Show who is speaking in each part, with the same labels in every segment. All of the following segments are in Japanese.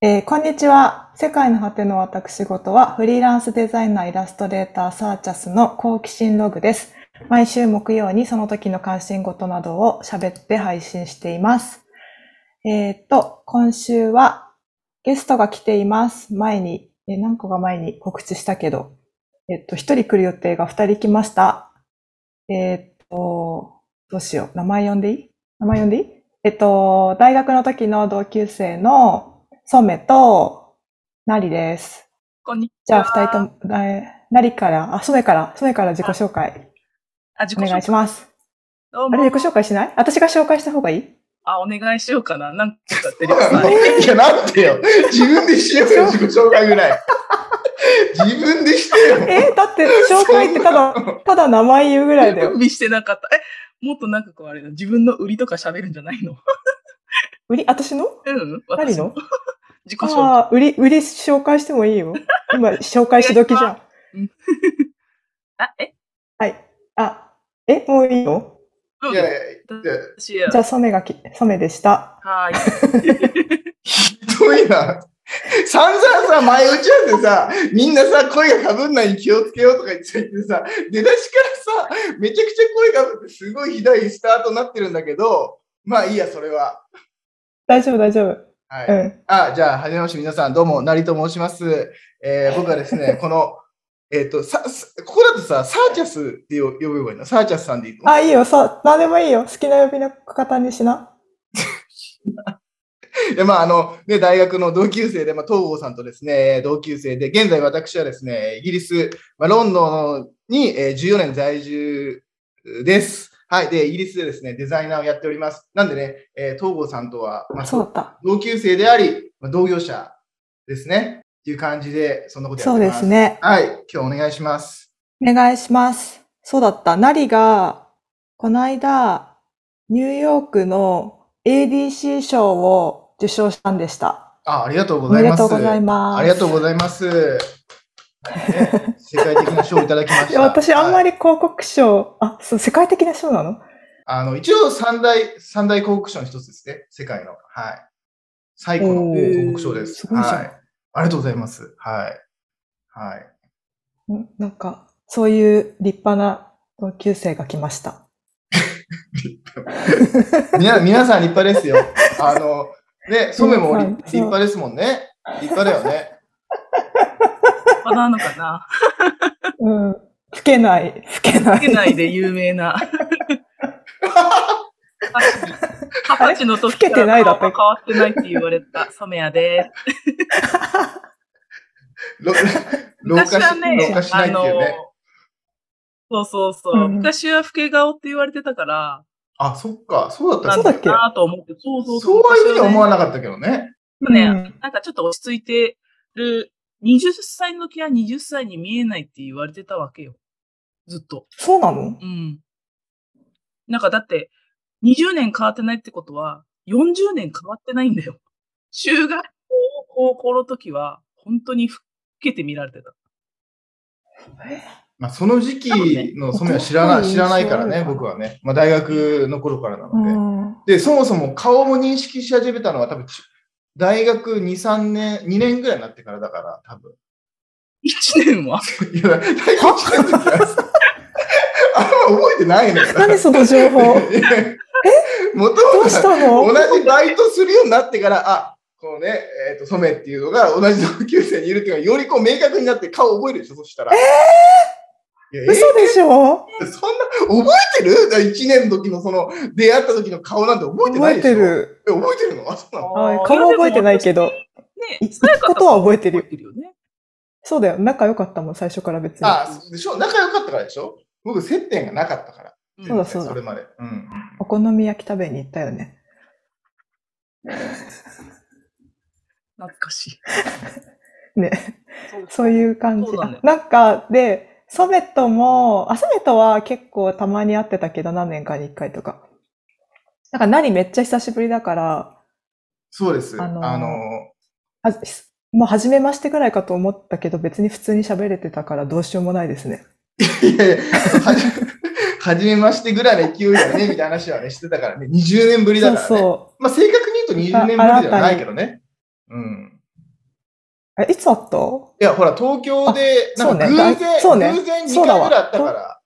Speaker 1: えーこんにちは。世界の果ての私事は、フリーランスデザイナーイラストレーターサーチャスの好奇心ログです。毎週木曜にその時の関心事などを喋って配信しています。えーっと、今週はゲストが来ています。前に、えー何個か前に告知したけど、えっと、一人来る予定が二人来ました。えーっと、どうしよう。名前呼んでいい名前呼んでいいえっと、大学の時の同級生のソメと、ナリです。
Speaker 2: こんにち
Speaker 1: じゃあ、二人とも、えーナリから、あ、ソメから、ソメから自己紹介、
Speaker 2: あ、自己
Speaker 1: お
Speaker 2: 紹
Speaker 1: 願
Speaker 2: 介
Speaker 1: いします。
Speaker 2: どう
Speaker 1: あ
Speaker 2: も
Speaker 1: れ、自己紹介しない私が紹介した方がいい
Speaker 2: あ、お願いしようかな。なんかやって る。はい
Speaker 1: え
Speaker 3: いや、なんてよ。自分でしようよ、自己紹介ぐらい。自分でしてよ。
Speaker 1: えーだって、紹介ってただ、ただ名前言うぐらいだ
Speaker 2: 準
Speaker 1: よ。
Speaker 2: 備してなかった。え、もっとなんかこうあれだ。自分の売りとか喋るんじゃないの
Speaker 1: 売り、私の
Speaker 2: うん。
Speaker 1: 何
Speaker 2: 私
Speaker 1: の
Speaker 2: 自己紹介。
Speaker 1: ああー、売り、売り紹介してもいいよ。今、紹介し時じゃん。
Speaker 2: あ、え
Speaker 1: はい。あ、え、もういいの
Speaker 2: うん。
Speaker 3: いやい
Speaker 2: 私
Speaker 3: や、いや
Speaker 2: や
Speaker 1: じゃあ、ソメがき、ソメでした。
Speaker 2: はーい。
Speaker 3: ひどいな。散々さ、前打ち合わせさ、みんなさ、声がかぶんないように気をつけようとか言ってたけどさ、出だしからさ、めちゃくちゃ声がぶって、すごいひどいスタートになってるんだけど、まあいいや、それは。
Speaker 1: 大丈夫、大丈夫。
Speaker 3: はい。
Speaker 1: うん。
Speaker 3: あ、じゃあ、はじめまして、皆さん、どうも、なりと申します。えー僕はですね、この、えっ、とさ、さここだとさ、サーチャスって呼呼べばいいのサーチャスさんでいいの
Speaker 1: あ、いいよ、そう、なんでもいいよ。好きな呼び方にしな。
Speaker 3: で、まあ、あの、ね、大学の同級生で、まあ、東郷さんとですね、同級生で、現在私はですね、イギリス、まあ、ロンドンに、えー14年在住です。はい。で、イギリスでですね、デザイナーをやっております。なんでね、えー東郷さんとは、まあ、
Speaker 1: そうだった。
Speaker 3: 同級生であり、まあ、同業者ですね。っていう感じで、そんなことや
Speaker 1: そ
Speaker 3: っ
Speaker 1: う
Speaker 3: て
Speaker 1: で
Speaker 3: ます。
Speaker 1: す。ね。
Speaker 3: はい。今日お願いします。
Speaker 1: お願いします。そうだった。ナリが、この間、ニューヨークの ADC 賞を受賞したんでした。
Speaker 3: あ、ありがとうご
Speaker 1: お
Speaker 3: ざ
Speaker 1: め
Speaker 3: い
Speaker 1: で
Speaker 3: ます。
Speaker 1: とうございます。
Speaker 3: ありがとうございます。ね 世界的な賞をいただきまし
Speaker 1: いや
Speaker 3: た。
Speaker 1: 私、あんま
Speaker 3: り。
Speaker 1: り広告賞、あ、そう、世界的な賞なの
Speaker 3: あの、一応三大、三大広告賞の一つですね。世界の。はい。最古の
Speaker 1: お
Speaker 2: ー
Speaker 3: 広告賞です。
Speaker 1: すごいじゃん
Speaker 3: はい。ありがとうございます。はい。はい。
Speaker 1: んなんか、そういう立派な同級生が来ました。
Speaker 3: みな、皆さん立派ですよ。あの、ね、染めも
Speaker 1: 皆さ
Speaker 3: 立
Speaker 1: ん
Speaker 3: 立派ですもんね。立派だよね。
Speaker 2: まだなのかな
Speaker 1: うん。老けない、老けない。
Speaker 2: つけないで有名な。二十歳の時
Speaker 1: 老けてないだった
Speaker 2: 顔が変わってないって言われた染谷です。
Speaker 3: ろ老化
Speaker 2: 昔
Speaker 3: し、
Speaker 2: はね、
Speaker 3: 老化しないっていうね。
Speaker 2: の、そうそうそう。
Speaker 1: うん
Speaker 2: 昔は老け顔って言われてたから、
Speaker 3: あ、そっか。そうだった
Speaker 1: そうだっけ
Speaker 2: なあと思って、そうそう
Speaker 3: そうはいうふうには思わな
Speaker 2: っ
Speaker 3: かったけどね。
Speaker 2: ね
Speaker 1: うん
Speaker 2: なんかちょっと落ち着いてる、20歳の時は20歳に見えないって言われてたわけよ。ずっと。
Speaker 1: そうなの
Speaker 2: うん。なんかだって、20年変わってないってことは、40年変わってないんだよ。 中学校、高校の時は、本当に老けて見られてた。
Speaker 3: まあ、その時期の染めは知らない、知らないからね、僕はね。まあ、大学の頃からな
Speaker 1: う
Speaker 3: の
Speaker 1: ん。
Speaker 3: で。で、そもそも顔も認識し始めたのは多分、ち大学2、3年、2年ぐらいになってからだから、多分。
Speaker 2: 1 年は
Speaker 3: いや、大学1年の時はあんま覚えてないのよ。
Speaker 1: 何その 情報
Speaker 3: もと
Speaker 1: ど
Speaker 3: も
Speaker 1: う
Speaker 3: と
Speaker 1: したの
Speaker 3: 同じバイトするようになってから、あ、このね、えっ、と、染めっていうのが同じ同級生にいるっていうのが、よりこう明確になって顔覚えるでしょ、そしたら。えー、
Speaker 1: 嘘でしょ
Speaker 3: そんな、覚えてる ?1 年の時のその、出会った時の顔なんて覚えてな
Speaker 1: 覚
Speaker 3: い
Speaker 1: え
Speaker 3: でしょ
Speaker 1: て。る。
Speaker 3: え覚えてるのあ、そうなの
Speaker 1: はい顔覚えてないけど。
Speaker 2: ね、
Speaker 1: いことは覚えてるよ
Speaker 2: 覚えてるよね。
Speaker 1: そうだよ。仲良かったもん、最初から別に。
Speaker 3: あ、そうでしょ仲良かったからでしょ僕、接点がなかったから。
Speaker 2: うん
Speaker 1: そうだそうだ
Speaker 3: れまで。うん。
Speaker 1: お好み焼き食べに行ったよね。
Speaker 2: 懐かしい。
Speaker 1: ね。
Speaker 2: そうです
Speaker 1: そういう感じ。
Speaker 2: そうだね
Speaker 1: あなんか、で、ソメとも、あ、ソメとは結構たまに会ってたけど、何年かに一回とか。なんか、何めっちゃ久しぶりだから、
Speaker 3: そうです。
Speaker 1: あ
Speaker 3: あ
Speaker 1: の
Speaker 3: の
Speaker 1: ーはもう初めましてぐらいかと思ったけど、別に普通に喋れてたからどうしようもないですね。
Speaker 3: ーいやいや、はじ はじめましてぐらいの勢いだね、みたいな話はね、してたからね。20年ぶりだ
Speaker 1: そ
Speaker 3: か
Speaker 1: う
Speaker 3: らね。
Speaker 1: そ
Speaker 3: まあ、正確に言うと20年ぶりではないけどね。うん。
Speaker 1: え、いつあった
Speaker 3: いや、ほら、東京で、
Speaker 1: あ
Speaker 3: なんか
Speaker 1: そう
Speaker 3: 偶
Speaker 1: ね
Speaker 3: 然、
Speaker 1: そうね
Speaker 3: 偶然
Speaker 1: そ
Speaker 3: 2
Speaker 1: うだ
Speaker 3: 回
Speaker 1: わ
Speaker 3: ぐらいあったから、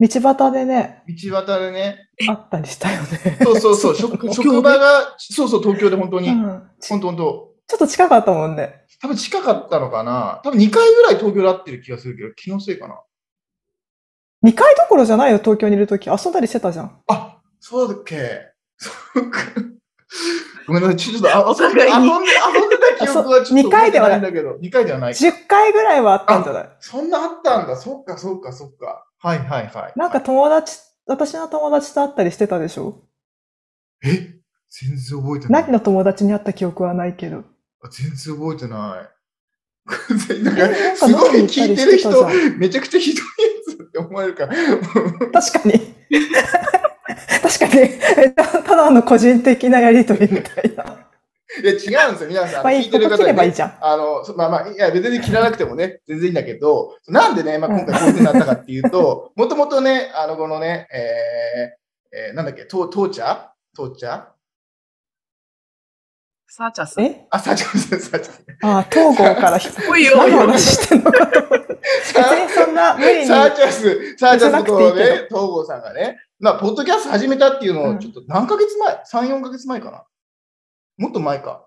Speaker 1: 道端でね、
Speaker 3: 道端でね。
Speaker 1: あったりしたよね。
Speaker 3: そうそうそう、
Speaker 2: 東京
Speaker 3: 職
Speaker 2: で
Speaker 3: 職場が、そうそう、東京で本当
Speaker 1: う
Speaker 3: に。
Speaker 1: ん、ち
Speaker 3: 本当本当。
Speaker 1: ちょっと近かったもんね。
Speaker 3: 多分近かったのかな。多分2回ぐらい東京で会ってる気がするけど、気のせいかな。
Speaker 1: 2回どころじゃないよ、東京にいるとき。遊んだりしてたじゃん。
Speaker 3: あ、そうだっけ。そうか。ごめんなさい、ちょっと、あ、
Speaker 2: お
Speaker 3: 遊ん
Speaker 2: 互
Speaker 3: で、
Speaker 2: い
Speaker 3: 遊
Speaker 2: に
Speaker 3: んで、遊んでた記憶はちょっと覚えてないんだけど、2回ではない。
Speaker 1: 10回ぐらいはあったんじゃない
Speaker 3: そんなあったんだ。そっか、そっか、そっか。はいはいはい。
Speaker 1: なんか、友達、私の友達と会ったりしてたでしょ
Speaker 3: え全然覚えてない
Speaker 1: 何。の友達に会った記憶はないけど。
Speaker 3: あ全然覚えてない。なんか
Speaker 1: なんか
Speaker 3: すごい
Speaker 1: 飲みに行った
Speaker 3: 聞い
Speaker 1: り
Speaker 3: て
Speaker 1: し
Speaker 3: る
Speaker 1: てたじゃ
Speaker 3: 人
Speaker 1: ん、
Speaker 3: めちゃくちゃひどいやつって思われるから。
Speaker 1: 確かに。確かに えた。ただの個人的なやりとりみたいな。
Speaker 3: いや、違うんですよ、皆さん。
Speaker 1: まあい
Speaker 3: 聞
Speaker 1: い、
Speaker 3: い
Speaker 1: こ
Speaker 3: てる
Speaker 1: こ切
Speaker 3: 方
Speaker 1: れ
Speaker 3: に
Speaker 1: ばいい
Speaker 3: ね。
Speaker 1: じゃん。
Speaker 3: あの、そまあまあ、いや、別に切らなくてもね、全然いいんだけど、なんでね、まあ、今回こういうふうになったかっていうと、もともとね、あの、このね、えーえーなんだっけ、ととうちゃとうちゃ
Speaker 2: サーチャス。
Speaker 1: え
Speaker 3: あ、さちゃん、さちゃん。
Speaker 1: ああ、東郷から引 っ
Speaker 2: おいお
Speaker 1: 何
Speaker 2: い
Speaker 1: の
Speaker 2: おい。
Speaker 1: 話してんのかと思って。別にそんな無理に。
Speaker 3: サーチャス、サーチャスのところ
Speaker 1: 別になくていい
Speaker 3: ね、東郷さんがね、まあ、ポッドキャスト始めたっていうの
Speaker 1: う
Speaker 3: を、
Speaker 1: ん
Speaker 3: ちょっと何ヶ月前、?3、4ヶ月前かなもっと前か。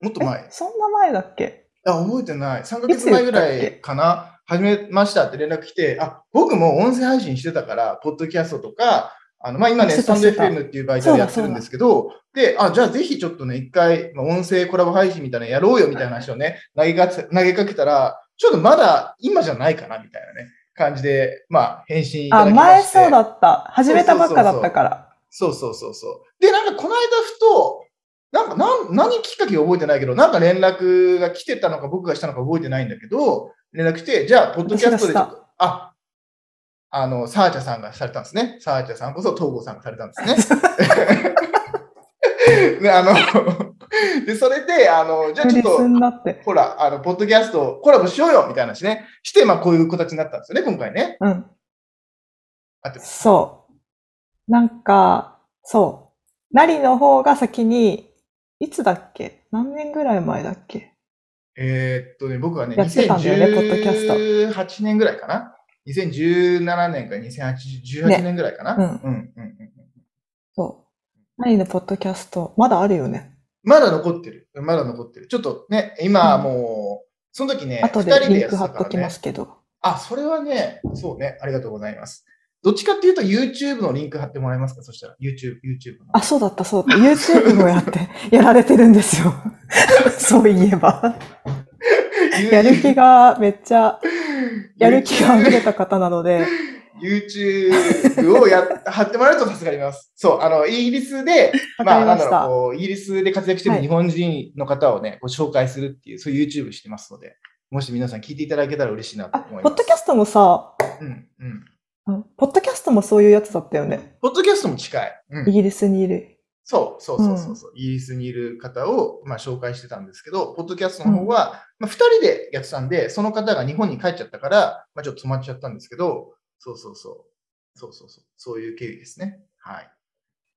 Speaker 3: もっと前
Speaker 1: え。そんな前だっけ
Speaker 3: あ、覚えてない。3ヶ
Speaker 1: いつ
Speaker 3: 月
Speaker 1: 言ったっけ
Speaker 3: 前ぐらいかな。始めましたって連絡来て、あ、僕も音声配信してたから、ポッドキャストとか、あの、まあ、今ね、
Speaker 1: して
Speaker 3: スタ
Speaker 1: た
Speaker 3: ンド
Speaker 1: してた
Speaker 3: FM っていう媒体でやってるんですけど、で、あ、じゃあぜひちょっとね、一回、まあ、音声コラボ配信みたいなのやろうよみたいな話をね、投げかけ投げかけたら、ちょっとまだ今じゃないかなみたいなね、感じで、まあ、返信いた
Speaker 1: あ、
Speaker 3: だきまして。
Speaker 1: 前そうだった。始めたばっかだったから。
Speaker 3: そうそうそうそう。で、なんかこの間ふと、なんか何何きっかけか覚えてないけど、なんか連絡が来てたのか僕がしたのか覚えてないんだけど、連絡来て、じゃあ、ポッドキャストでちょっ
Speaker 1: 私
Speaker 3: と、あ、あの、サーチャさんがされたんですね。サーチャさんこそ東郷さんがされたんですね。で、あの、で、それで、あの、じゃあ
Speaker 1: ク
Speaker 3: ちょ
Speaker 1: リ
Speaker 3: っ
Speaker 1: ス
Speaker 3: と、
Speaker 1: になって。
Speaker 3: ほら、あの、ポッドキャストコラボしようよみたいな話ね。して、まあ、こういう形になったんですよね、今回ね。
Speaker 1: うん。
Speaker 3: あってます
Speaker 1: そう。なんか、そう。なりの方が先に、いつだっけ何年ぐらい前だっけ
Speaker 3: えーっとね、僕はね、
Speaker 1: やってたんだよねポッドキャスト
Speaker 3: 2018年ぐらいかな。2017年か2018年ぐらいかな。
Speaker 1: ね
Speaker 3: うんうんうんうん
Speaker 1: そう。なりのポッドキャスト、まだあるよね。
Speaker 3: まだ残ってる。まだ残ってる。ちょっとね、今はもう、その時ね、
Speaker 1: 後
Speaker 3: 二
Speaker 1: でリンク貼
Speaker 3: た
Speaker 1: っときますけど。
Speaker 3: あ、それはね、そうね、ありがとうございます。どっちかっていうと YouTube のリンク貼ってもらえますかそしたら YouTube、YouTube の。
Speaker 1: あ、そうだった、そうだった。YouTube もやって、 やられてるんですよ。 そういえば。 やる気がめっちゃ、やる気が溢れた方なので、
Speaker 3: YouTube をやっ貼ってもらえると助かります。 そう、あの、イギリスで、
Speaker 1: わかり
Speaker 3: なん
Speaker 1: ま
Speaker 3: だ
Speaker 1: した
Speaker 3: ろう、こうイギリスで活躍してる
Speaker 1: はい
Speaker 3: 日本人の方をね、ご紹介するっていう、そういう YouTube してますので、もし皆さん聞いていただけたら嬉しいなと
Speaker 1: あ、
Speaker 3: 思います。
Speaker 1: ポッドキャストもさ、
Speaker 3: トうん、うん。
Speaker 1: うんポッドキャストもそういうやつだったよね。
Speaker 3: ポッドキャストも近い。う
Speaker 1: イ
Speaker 3: ん。
Speaker 1: ギリスにいる。
Speaker 3: そう、そうそうそうそう、イギリスにいる方を、まあ、紹介してたんですけど、ポッドキャストの方は、まあ、二人でやってたんで、その方が日本に帰っちゃったから、まあ、ちょっと止まっちゃったんですけど、そうそうそう。そうそうそう。そういう経緯ですね。はい。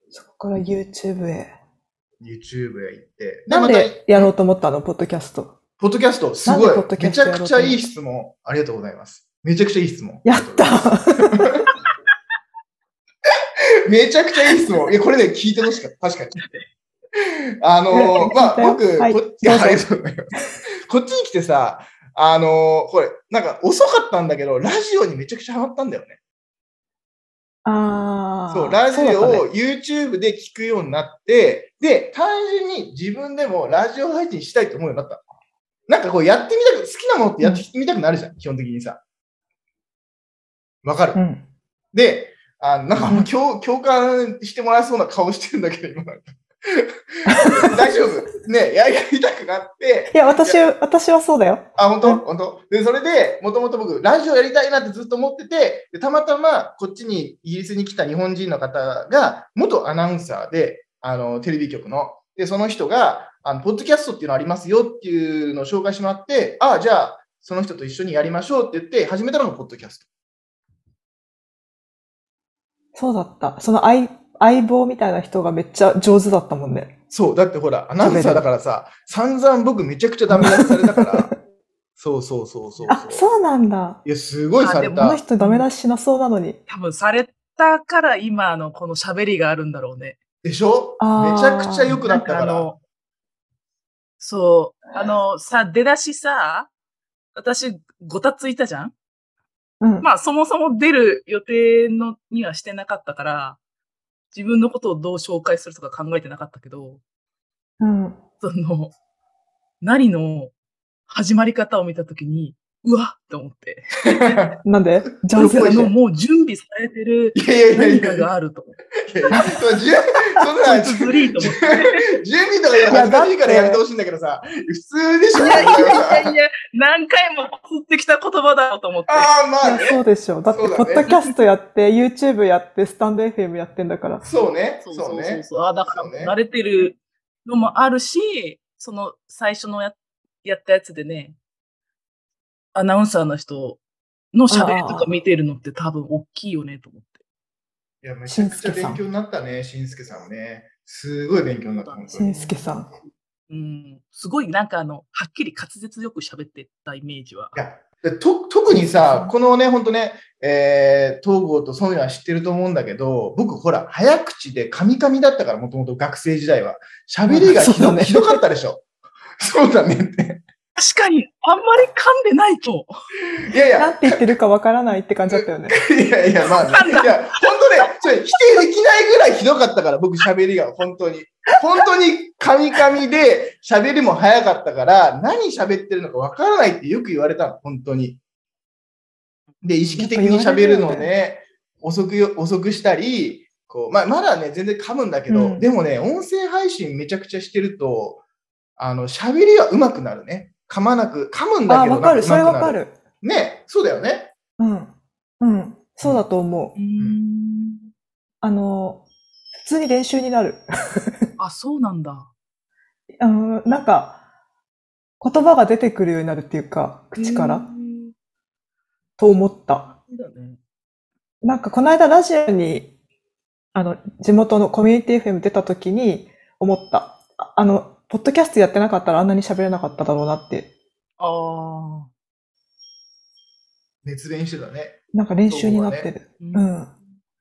Speaker 1: そこから YouTube へ。
Speaker 3: YouTube へ行って。
Speaker 1: なん
Speaker 3: また
Speaker 1: でやろうと思ったの、ポッドキャスト。
Speaker 3: ポッドキャスト、す
Speaker 1: なん
Speaker 3: ご
Speaker 1: で
Speaker 3: い
Speaker 1: ポッド。キ
Speaker 3: め
Speaker 1: ャス
Speaker 3: ち
Speaker 1: ト
Speaker 3: ゃくちゃいい質問。ありがとうございます。めちゃくちゃいい質問。
Speaker 1: や った
Speaker 3: めちゃくちゃいい質問。いや、これね、聞いてほしかった。確かに。あのー、まあ、
Speaker 1: 聞いた
Speaker 3: 僕、
Speaker 1: よはい
Speaker 3: こいや
Speaker 1: どうぞ
Speaker 3: ありがとうございます。こっちに来てさ、あのー、これ、なんか遅かったんだけど、ラジオにめちゃくちゃハマったんだよね。
Speaker 1: あー
Speaker 3: そう、ラジオ
Speaker 1: そうだった
Speaker 3: を
Speaker 1: ね
Speaker 3: YouTube で聞くようになって、で、単純に自分でもラジオ配信したいと思うようになった。なんかこうやってみたく、好きなものってやってみたくなるじゃん、基本的にさ。わかる、
Speaker 1: うん。
Speaker 3: で、あなんかあん
Speaker 1: う
Speaker 3: ま
Speaker 1: ん
Speaker 3: 共共感してもらえそうな顔してるんだけど、今なんか。 大丈夫ね、ややりたくなって、
Speaker 1: いや、私、私はそうだよ。
Speaker 3: あ、本
Speaker 1: う
Speaker 3: 当
Speaker 1: ん
Speaker 3: 本当で、それで、もともと僕、ラジオやりたいなってずっと思ってて、でたまたま、こっちに、イギリスに来た日本人の方が、元アナウンサーで、あの、テレビ局の。で、その人が、あの、ポッドキャストっていうのありますよっていうのを紹介してもらって、ああ、じゃあ、その人と一緒にやりましょうって言って、始めたのがポッドキャスト。
Speaker 1: そうだった。そのアイ相棒みたいな人がめっちゃ上手だったもんね。
Speaker 3: そう、だってほら、アナウンサーだからさ、散々僕めちゃくちゃダメ出しされたから、 そうそうそうそう
Speaker 1: あ、
Speaker 3: う。
Speaker 1: そうなんだ。
Speaker 3: いや、すごいされ
Speaker 2: あ
Speaker 1: こ
Speaker 2: で
Speaker 1: の
Speaker 3: た。
Speaker 1: 人ダメ出ししなそうなのに。
Speaker 2: 多分されたから今のこの喋りがあるんだろうね。
Speaker 3: でしょ
Speaker 1: あー
Speaker 3: めちゃくちゃ良くなったか
Speaker 2: あ
Speaker 3: ら。
Speaker 2: の、そう、あの、さ、出だしさ、私、ごたついたじゃん
Speaker 1: うん。
Speaker 2: まあ、そもそも出る予定のにはしてなかったから、自分のことをどう紹介するとか考えてなかったけど、
Speaker 1: うん。
Speaker 2: その、何の始まり方を見たときに、うわっと思って。
Speaker 1: なんでジャ
Speaker 3: プロ
Speaker 1: ン
Speaker 3: ポ
Speaker 1: セ
Speaker 3: ー
Speaker 2: あ
Speaker 3: ズ
Speaker 2: の、もう準備されてる
Speaker 3: いやいやいやいや
Speaker 2: 何
Speaker 3: いや
Speaker 2: か
Speaker 3: いや。
Speaker 2: があると思って。
Speaker 3: そうじゅそん
Speaker 2: こ
Speaker 3: ない
Speaker 2: つずりーと思って。
Speaker 3: 準備とかや恥ずかしいからやめてほしいんだけどさ、普通でしょ
Speaker 2: いやいやいやいや、何回も吸ってきた言葉だろうと思って。
Speaker 3: ああ、ま
Speaker 1: い
Speaker 3: あ
Speaker 1: や、
Speaker 3: ね、
Speaker 1: そうでしょ。だって、
Speaker 3: そうだね
Speaker 1: ポッドキャストやって、YouTube やって、スタンド FM やってんだから。
Speaker 3: そうね、
Speaker 2: そう
Speaker 3: そ
Speaker 2: そううそう
Speaker 3: ね。
Speaker 2: そう。あだか
Speaker 3: そうね
Speaker 2: ら、慣れてるのもあるし、その最初のややったやつでね、アナウンサーの人の喋りとか見てるのって多分大きいよねと思って。
Speaker 3: いや、めちゃくちゃ勉強になったね、しんすけさんはね。すごい勉強になった、本当
Speaker 1: しん
Speaker 3: に。
Speaker 1: すけさん。
Speaker 2: うん。すごいなんかあの、はっきり滑舌よく喋ってたイメージは。
Speaker 3: いやでと特にさ、このね、本当ね、えー、東郷とソニは知ってると思うんだけど、僕、ほら、早口でカミカミだったから、もともと学生時代は。喋りがひ
Speaker 1: そう
Speaker 3: ど,、
Speaker 1: だね
Speaker 3: ひどかったでしょ。そうだねって。
Speaker 2: 確かに、あんまり噛んでないと。
Speaker 3: いやい
Speaker 1: な
Speaker 3: や
Speaker 1: ん、て言ってるかわからないって感じだ ったよね。
Speaker 3: いやいや、まあ、ね、いや、本当ね、それ否定できないぐらいひどかったから、僕喋りが、本当に。本当にカミカミで、喋りも早かったから、何喋ってるのかわからないってよく言われたの、本当に。で、意識的に喋るのを
Speaker 1: やっぱ言われるよ
Speaker 3: ね、遅くよ、遅くしたり、こう、まあ、まだね、全然噛むんだけど、
Speaker 1: うん
Speaker 3: でもね、音声配信めちゃくちゃしてると、あの、喋りは上手くなるね。噛まなく、噛むんだ
Speaker 1: あ、
Speaker 3: けど、
Speaker 1: わかる。
Speaker 3: なん
Speaker 1: それわか。
Speaker 3: 上手くな
Speaker 1: る。
Speaker 3: ね、そうだよね。
Speaker 1: うん。うん。そうだと思う。
Speaker 2: ん。
Speaker 1: あの、普通に練習になる。
Speaker 2: あ、そうなんだ。
Speaker 1: うん、なんか、言葉が出てくるようになるっていうか、口か
Speaker 2: へ
Speaker 1: ら、
Speaker 2: ー
Speaker 1: と思った。
Speaker 2: そうだね。
Speaker 1: なんか、この間ラジオに、あの、地元のコミュニティ FM 出た時に思った。ああの、ポッドキャストやってなかったらあんなに喋れなかっただろうなって、
Speaker 2: ああ。
Speaker 3: 熱弁してたね。
Speaker 1: なんか練習になってる。
Speaker 2: う。
Speaker 1: うんん。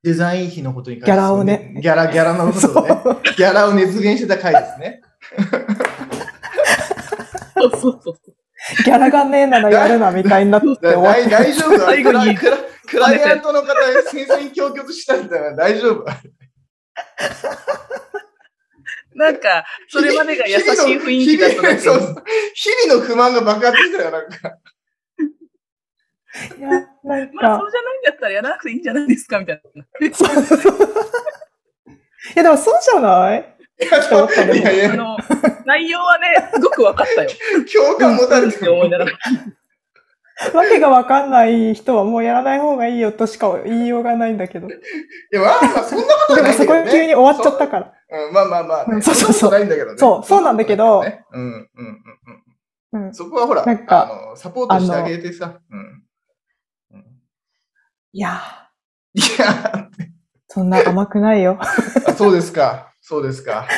Speaker 3: デザイン費のことに関して、
Speaker 1: ギャラをね
Speaker 3: ギャラ、ギャラのこ
Speaker 1: そ
Speaker 3: とをね。
Speaker 1: う。
Speaker 3: ギャラを熱弁してた回ですね。
Speaker 2: そうそうそう。
Speaker 1: ギャラがねえならやるな、みたいにな って終
Speaker 3: だ
Speaker 1: わっ
Speaker 3: 大大丈夫だ
Speaker 2: 最
Speaker 3: ク
Speaker 2: 後
Speaker 3: ラ
Speaker 2: に
Speaker 3: クラクライアントの方に戦々恐々としたみたいな大丈夫。
Speaker 2: なんか、 それまでが優しい雰囲気だったんだけ
Speaker 3: 日
Speaker 2: ど
Speaker 3: 々のそう。そう日々の不満が爆発してたから、なんか。
Speaker 1: て。いや、なん
Speaker 2: ま
Speaker 1: か
Speaker 2: あ、そう、じゃないんだったらやらなくていいんじゃないですかみたいな。
Speaker 1: そうそう そう。いや、でもそうじゃない
Speaker 3: いやそういやい
Speaker 2: あ
Speaker 3: や、
Speaker 2: の、内容はね、すごく分かったよ。
Speaker 3: 共感持たれて
Speaker 2: って思い
Speaker 3: る。
Speaker 2: ながら。
Speaker 1: わけがわかんない人はもうやらない方がいいよとしか言いようがないんだけど。で
Speaker 3: いや、まあ まあ、そんなことは
Speaker 1: も
Speaker 3: ないん
Speaker 1: そ
Speaker 3: だ
Speaker 1: こ
Speaker 3: けど、ね。
Speaker 1: 急に終わっちゃったから。
Speaker 3: うん、まあまあまあ、
Speaker 1: うん
Speaker 3: ね。
Speaker 1: そうそうそうん
Speaker 3: なことないんだけどね。
Speaker 1: そうそうなんだけど
Speaker 3: ねうん、うん、うん、うん。
Speaker 1: うん。
Speaker 3: そこはほら、
Speaker 1: なんか
Speaker 3: あのサポートしてあげてさ。うんうん
Speaker 1: いやー、
Speaker 3: いや、
Speaker 1: そんな甘くないよ。
Speaker 3: あそうですか。そうですか。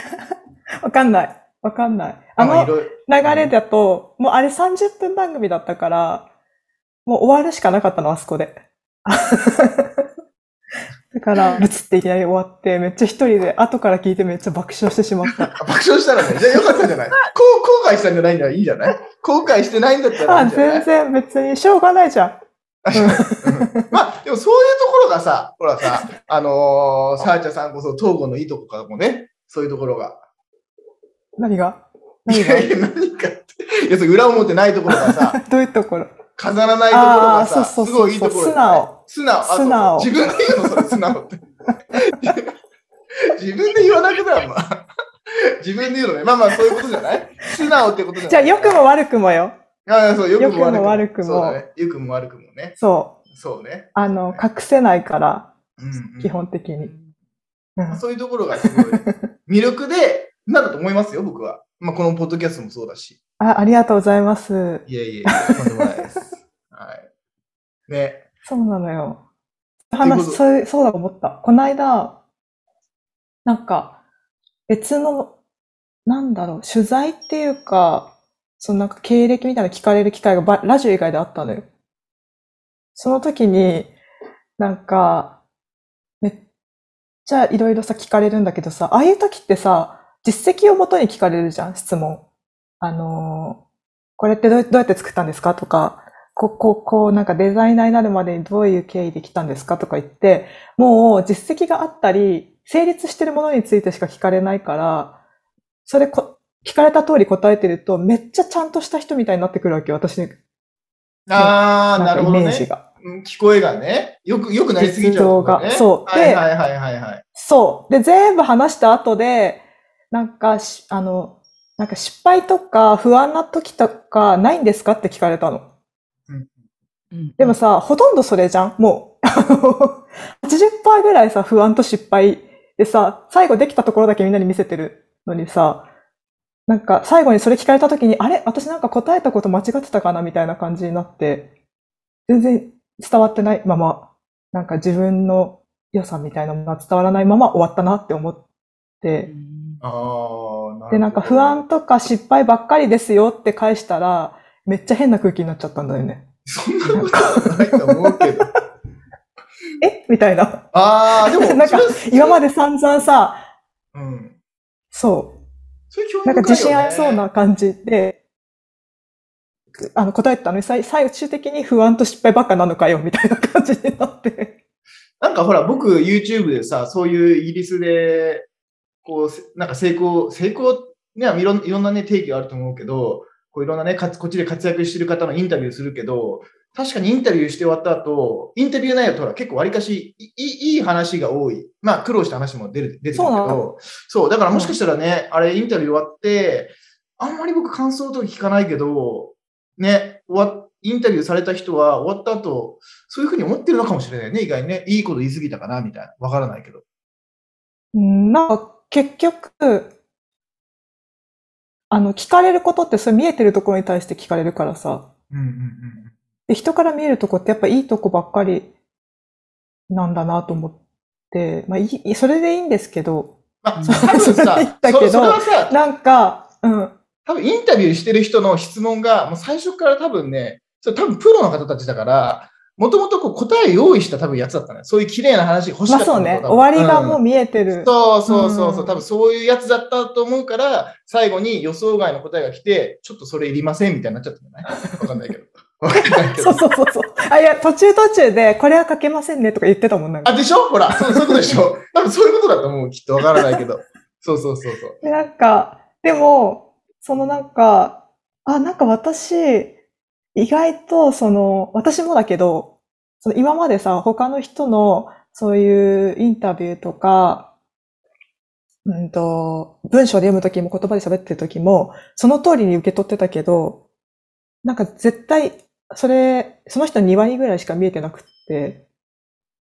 Speaker 1: わかんない。わかんない。あ
Speaker 3: まあ
Speaker 1: の
Speaker 3: いろいろ
Speaker 1: 流れだと、もうあれ30分番組だったから、もう終わるしかなかったの、あそこで。 だから、ぶつっていきなり終わって、めっちゃ一人で、後から聞いてめっちゃ爆笑してしまった。
Speaker 3: あ爆笑したらね、じゃあよかったんじ ゃないこう後悔したんじゃないんだいいんじゃない後悔して ないんだったらいい
Speaker 1: あ、
Speaker 3: んじゃな
Speaker 1: 全
Speaker 3: い
Speaker 1: 然別に、しょうがないじゃん。
Speaker 3: うんまあ、でもそういうところがさ、ほらさ、あのー、サーチャさんこそ東郷のいいとこかもね。そういうところが。
Speaker 1: 何が
Speaker 3: い
Speaker 1: 何が
Speaker 3: やいや、 何かって。いや、それ裏表ないところがさ、
Speaker 1: どういうところ
Speaker 3: 飾らないところが
Speaker 1: あー
Speaker 3: さ、
Speaker 1: そうそうそう
Speaker 3: すごいいいところじゃない素直。あそうそう
Speaker 1: 素直
Speaker 3: 自分で言うの、それ素直って。自分で言わなくなるの。自分で言うのね。まあまあ、そういうことじゃない素直ってことじゃない
Speaker 1: じゃあ、良くも悪くもよ。
Speaker 3: ああそう、良くも悪くも。
Speaker 1: 良くも悪くも
Speaker 3: そうだね。良くも悪くもね。
Speaker 1: そう。
Speaker 3: そうね。
Speaker 1: あの、隠せないから、
Speaker 3: うん、うん。
Speaker 1: 基本的に。うん
Speaker 3: まあそういうところがすごい魅力で、なんだと思いますよ、僕は。まあ、このポッドキャストもそうだし。
Speaker 1: あありがとうございます。
Speaker 3: いやいや、とんでもないです。はい。ね。
Speaker 1: そうなのよ。
Speaker 3: ということ
Speaker 1: 話、そういう、そうだと思った。この間、なんか、別の、なんだろう、取材っていうか、そのなんか経歴みたいなの聞かれる機会がばラジオ以外であったのよ。その時に、なんか、めっちゃいろいろさ聞かれるんだけどさ、ああいう時ってさ、実績をもとに聞かれるじゃん、質問。あのーこれってどうどうやって作ったんですかとか、ここ、こう、なんかデザイナーになるまでにどういう経緯で来たんですかとか言って、もう実績があったり、成立してるものについてしか聞かれないから、それこ、聞かれた通り答えてると、めっちゃちゃんとした人みたいになってくるわけよ、私の
Speaker 3: ああ、なるほど
Speaker 1: イメ
Speaker 3: ね
Speaker 1: ー。ジが。
Speaker 3: うん聞こえがね。よく、よくなりすぎちゃうとかね、
Speaker 1: 実情がそう
Speaker 3: は
Speaker 1: で
Speaker 3: いはいはいはいはい。
Speaker 1: そう。で、全部話した後で、なんかし、あの、なんか失敗とか不安な時とかないんですかって聞かれたの。
Speaker 2: うん
Speaker 1: でもさ、ほとんどそれじゃんもう。 あの80%ぐらいさ、不安と失敗でさ、最後できたところだけみんなに見せてるのにさ、なんか最後にそれ聞かれた時に、あれ私なんか答えたこと間違ってたかなみたいな感じになって、全然伝わってないまま、なんか自分の良さみたいなものが伝わらないまま終わったなって思って、
Speaker 2: うん
Speaker 3: ああ、なるほど。
Speaker 1: で、なんか不安とか失敗ばっかりですよって返したら、めっちゃ変な空気になっちゃったんだよね。
Speaker 3: そんなことはないと思うけど。
Speaker 1: えみたいな。
Speaker 3: ああ、でも、
Speaker 1: なんか
Speaker 3: それは、
Speaker 1: 今まで散々さ、
Speaker 3: うん。
Speaker 1: そ
Speaker 3: それ興
Speaker 1: う、
Speaker 3: 味深
Speaker 1: ないん
Speaker 3: よね
Speaker 1: か自信ありそうな感じで、あの、答えてたのに、最最終的に不安と失敗ばっかなのかよ、みたいな感じになって。
Speaker 3: なんかほら、僕、YouTube でさ、そういうイギリスで、こうせ、なんか成功、成功、ね、いろんいろんなね、定義があると思うけど、こういろんなね、かつこっちで活躍してる方のインタビューするけど、確かにインタビューして終わった後、インタビュー内容ってほら、結構わりかしいいいいい話が多い。まあ、苦労した話も出る出てくる
Speaker 1: そう
Speaker 3: け
Speaker 1: な
Speaker 3: ど
Speaker 1: の、
Speaker 3: そう、だからもしかしたらね、あれ、インタビュー終わって、あんまり僕感想とか聞かないけど、ね、終わっインタビューされた人は終わった後、そういうふうに思ってるのかもしれないね、意外にね。いいこと言い過ぎたかな、みたいな。わからないけど。
Speaker 1: うんなんか、結局、あの、聞かれることって、それ見えてるところに対して聞かれるからさ、
Speaker 3: うんうんうんうん。
Speaker 1: で、人から見えるとこってやっぱいいとこばっかりなんだなと思って、まあいい、それでいいんですけど、
Speaker 3: ま あ、
Speaker 1: そう
Speaker 3: 多分さ、
Speaker 1: だけど
Speaker 3: そそれはさ、
Speaker 1: なんか、うん、
Speaker 3: 多分インタビューしてる人の質問が、もう最初から多分ね、それ多分プロの方たちだから、もともとこう答え用意した多分やつだったね。そういう綺麗な話欲し
Speaker 1: ま
Speaker 3: かっ
Speaker 1: あ
Speaker 3: た
Speaker 1: そうね、終わりがもう見えてる。
Speaker 3: そうそうそうそう、
Speaker 1: うん
Speaker 3: 多分そういうやつだったと思うから、最後に予想外の答えが来て、ちょっとそれいりませんみたいになっちゃったんじゃないわかんな いけど。わかんないけ
Speaker 1: そ
Speaker 3: ど
Speaker 1: う。そうそうそう。あ、いや、途中途中で、これは書けませんねとか言ってたもんなんか
Speaker 3: あ、。でしょほら、そうそういうことでし ょ多分そういうことだと思う。きっとわからないけど。そうそうそうそう。
Speaker 1: で、なんか、でも、そのなんか、あ、なんか私、意外と、その、私もだけど、その今までさ、他の人の、そういうインタビューとか、うんと、文章で読むときも言葉で喋ってるときも、その通りに受け取ってたけど、なんか絶対、それ、その人の2割ぐらいしか見えてなくって、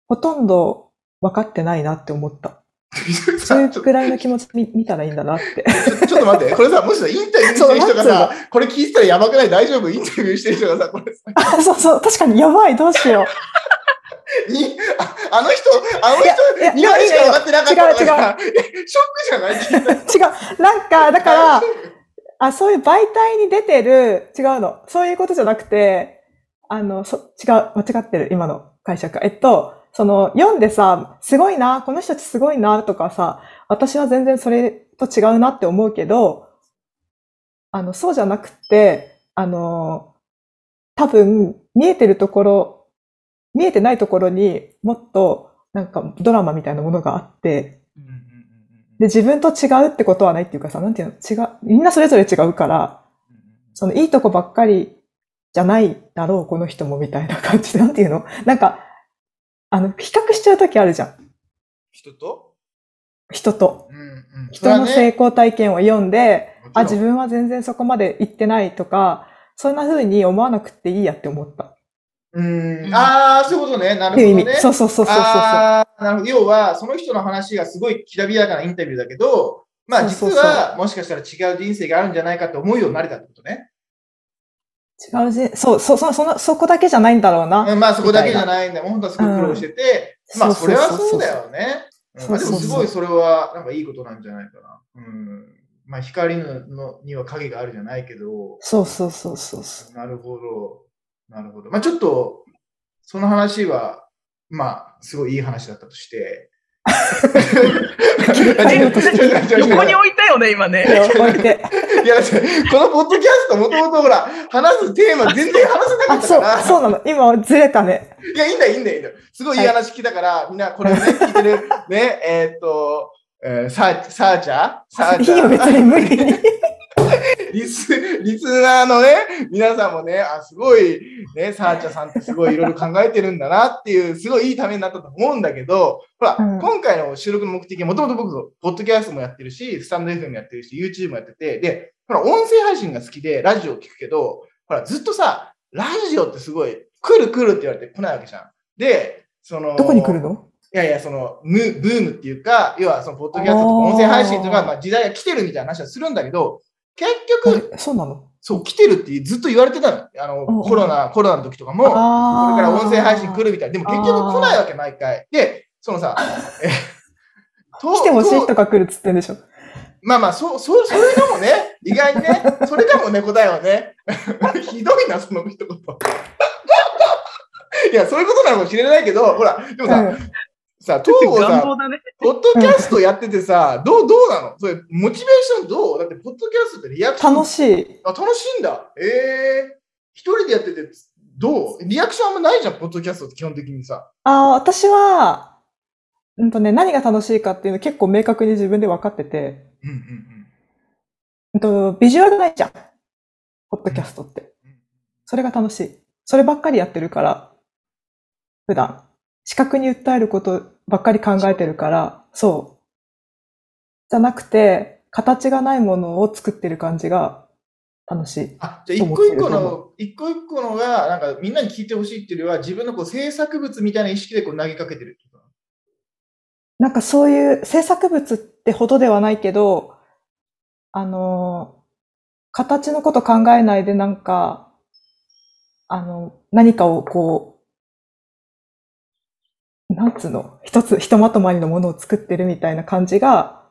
Speaker 1: ほとんど分かってないなって思った。
Speaker 3: ち
Speaker 1: そうい
Speaker 3: ょ
Speaker 1: うくらいの気持ち見見たらいいんだなって。
Speaker 3: ちょっ と待って、これさ、もしさ、インタビューしてる人が
Speaker 1: そうなん
Speaker 3: さ、これ聞いてたらやばくない大丈夫インタビューしてる人がさ、これさ、
Speaker 1: あ そうそう、確かに、やばい、どうしよ
Speaker 3: いああの人、あの
Speaker 1: う。いや、
Speaker 3: 人、
Speaker 1: い
Speaker 3: 2
Speaker 1: や、
Speaker 3: 割
Speaker 1: い
Speaker 3: しか
Speaker 1: や
Speaker 3: 分
Speaker 1: い
Speaker 3: か
Speaker 1: や
Speaker 3: ってなかったとかさ、えショックじゃな い
Speaker 1: 違う。なんか、だから、あ、そういう媒体に出てる、違うの。そういうことじゃなくて、あの、そ、違う、間違ってる、今の解釈。えっと、その、読んでさ、すごいな、この人たちすごいな、とかさ、私は全然それと違うなって思うけど、あの、そうじゃなくて、あの、多分、見えてるところ、見えてないところにもっと、なんかドラマみたいなものがあって、で、自分と違うってことはないっていうかさ、なんていうの、違う、みんなそれぞれ違うから、そのいいとこばっかりじゃないだろう、この人もみたいな感じで、 なんていうのなんか、あの、比較しちゃうときあるじゃん。
Speaker 3: 人と
Speaker 1: 人と。
Speaker 3: うんうん。
Speaker 1: 人の成功体験を読んで、あ、自
Speaker 3: 分。
Speaker 1: 分は全然そこまで行ってないとか、そんな風に思わなくていいやって思った。
Speaker 3: うん。ああ、そういうことね。な
Speaker 1: っていう
Speaker 3: る
Speaker 1: 意味。
Speaker 3: ほどね。
Speaker 1: そうそうそうそうそうそう。
Speaker 3: あーなるほど。要は、その人の話がすごいきらびやかなインタビューだけど、まあ実
Speaker 1: そうそう
Speaker 3: は、もしかしたら違う人生があるんじゃないかと思うようになれたってことね。
Speaker 1: 違う人、そう、そう、そう、その、そこだけじゃないんだろうな。
Speaker 3: うんまあそこだけじゃないんだ。もう本当はすごい苦労してて、
Speaker 1: うん
Speaker 3: まあ
Speaker 1: そ
Speaker 3: そう
Speaker 1: そ
Speaker 3: れ
Speaker 1: うそう
Speaker 3: は
Speaker 1: そう
Speaker 3: そうだよね。うん
Speaker 1: そう
Speaker 3: あでも
Speaker 1: そうそう
Speaker 3: すごいそれはなんかいいことなんじゃないかな。うん。まあ光ののには影があるじゃないけど、
Speaker 1: そうそうそうそうそう。
Speaker 3: なるほど。なるほど。まあちょっと、その話は、まあ、すごいいい話だったとして。
Speaker 1: 変えようとして
Speaker 3: 違う違う違う違う
Speaker 2: 横に置いたよね、今ね。
Speaker 1: 置いて。
Speaker 3: いや、だってこのポッドキャスト、もともとほら、話すテーマ全然話せなか
Speaker 1: あ、
Speaker 3: ったか
Speaker 1: そう
Speaker 3: ら。、
Speaker 1: そうなの。今、ずれたね。
Speaker 3: いや、いいんだよ、いいんだよ、いいんだよ。すごいいい話聞いたから、みんなこれをね、聞いてる、ね、えーっと、えー、サー、サーチャーサー
Speaker 1: いい
Speaker 3: チャー
Speaker 1: よ、別に無理に。
Speaker 3: リス、リスナーのね、皆さんもね、あ、すごい、ね、サーチャさんってす ごいいろいろ考えてるんだなっていう、すごいいいためになったと思うんだけど、ほら、
Speaker 1: うん
Speaker 3: 今回の収録の目的はもともと僕、ポッドキャストもやってるし、スタンド FM もやってるし、YouTube もやってて、で、ほら、音声配信が好きで、ラジオ聞くけど、ほら、ずっとさ、ラジオってすごい、来る来るって言われて来ないわけじゃん。で、その、
Speaker 1: どこに来るの
Speaker 3: いやいや、その、ムブームっていうか、要はその、ポッドキャストとか音声配信とか、
Speaker 1: あー
Speaker 3: まあ、時代が来てるみたいな話はするんだけど、結局、
Speaker 1: あそうなの
Speaker 3: そう、来てるってずっと言われてたの。あの、
Speaker 1: うんうん
Speaker 3: コロナ、コロナの時とかも、こ
Speaker 1: あ
Speaker 3: れから音声配信来
Speaker 1: る。
Speaker 3: るみたい。でも結局来ないわけ、毎回。で、そのさ、えと
Speaker 1: 来てほしい
Speaker 3: と
Speaker 1: 人が来るっつってんでしょ。
Speaker 3: まあまあ、そう、そう、それかもね、意外にね、それかもね、答えはね。 ひどいな、その一言。いや、そういうことなのかもしれないけど、ほら、でもさ、
Speaker 1: うん
Speaker 3: さ、東郷さ
Speaker 2: 願
Speaker 3: ん、
Speaker 2: 望だね。
Speaker 3: ポッドキャストやっててさ、どう、どうなのそれ、モチベーションどうだって、ポッドキャストってリアクション
Speaker 1: 楽しい。
Speaker 3: あ、楽しいんだ。ええ一人でやってて、どうリアクションあんまないじゃん、ポッドキャストって基本的にさ。
Speaker 1: あー私は、うんとね、何が楽しいかっていうの結構明確に自分で分かってて、
Speaker 3: うんうんうん。
Speaker 1: うんと、ビジュアルないじゃん。ポッドキャストって
Speaker 3: うんうん。
Speaker 1: それが楽しい。そればっかりやってるから、普段。視覚に訴えることばっかり考えてるから、そう。じゃなくて、形がないものを作ってる感じが楽しい。
Speaker 3: あ、じゃあ一個一個の、一個一個のが、なんかみんなに聞いてほしいっていうよりは、自分のこう制作物みたいな意識でこう投げかけてるってこと
Speaker 1: なんかそういう制作物ってほどではないけど、あのー、形のこと考えないでなんか、あの、何かをこう、なんつうの、一つ、ひとまとまりのものを作ってるみたいな感じが、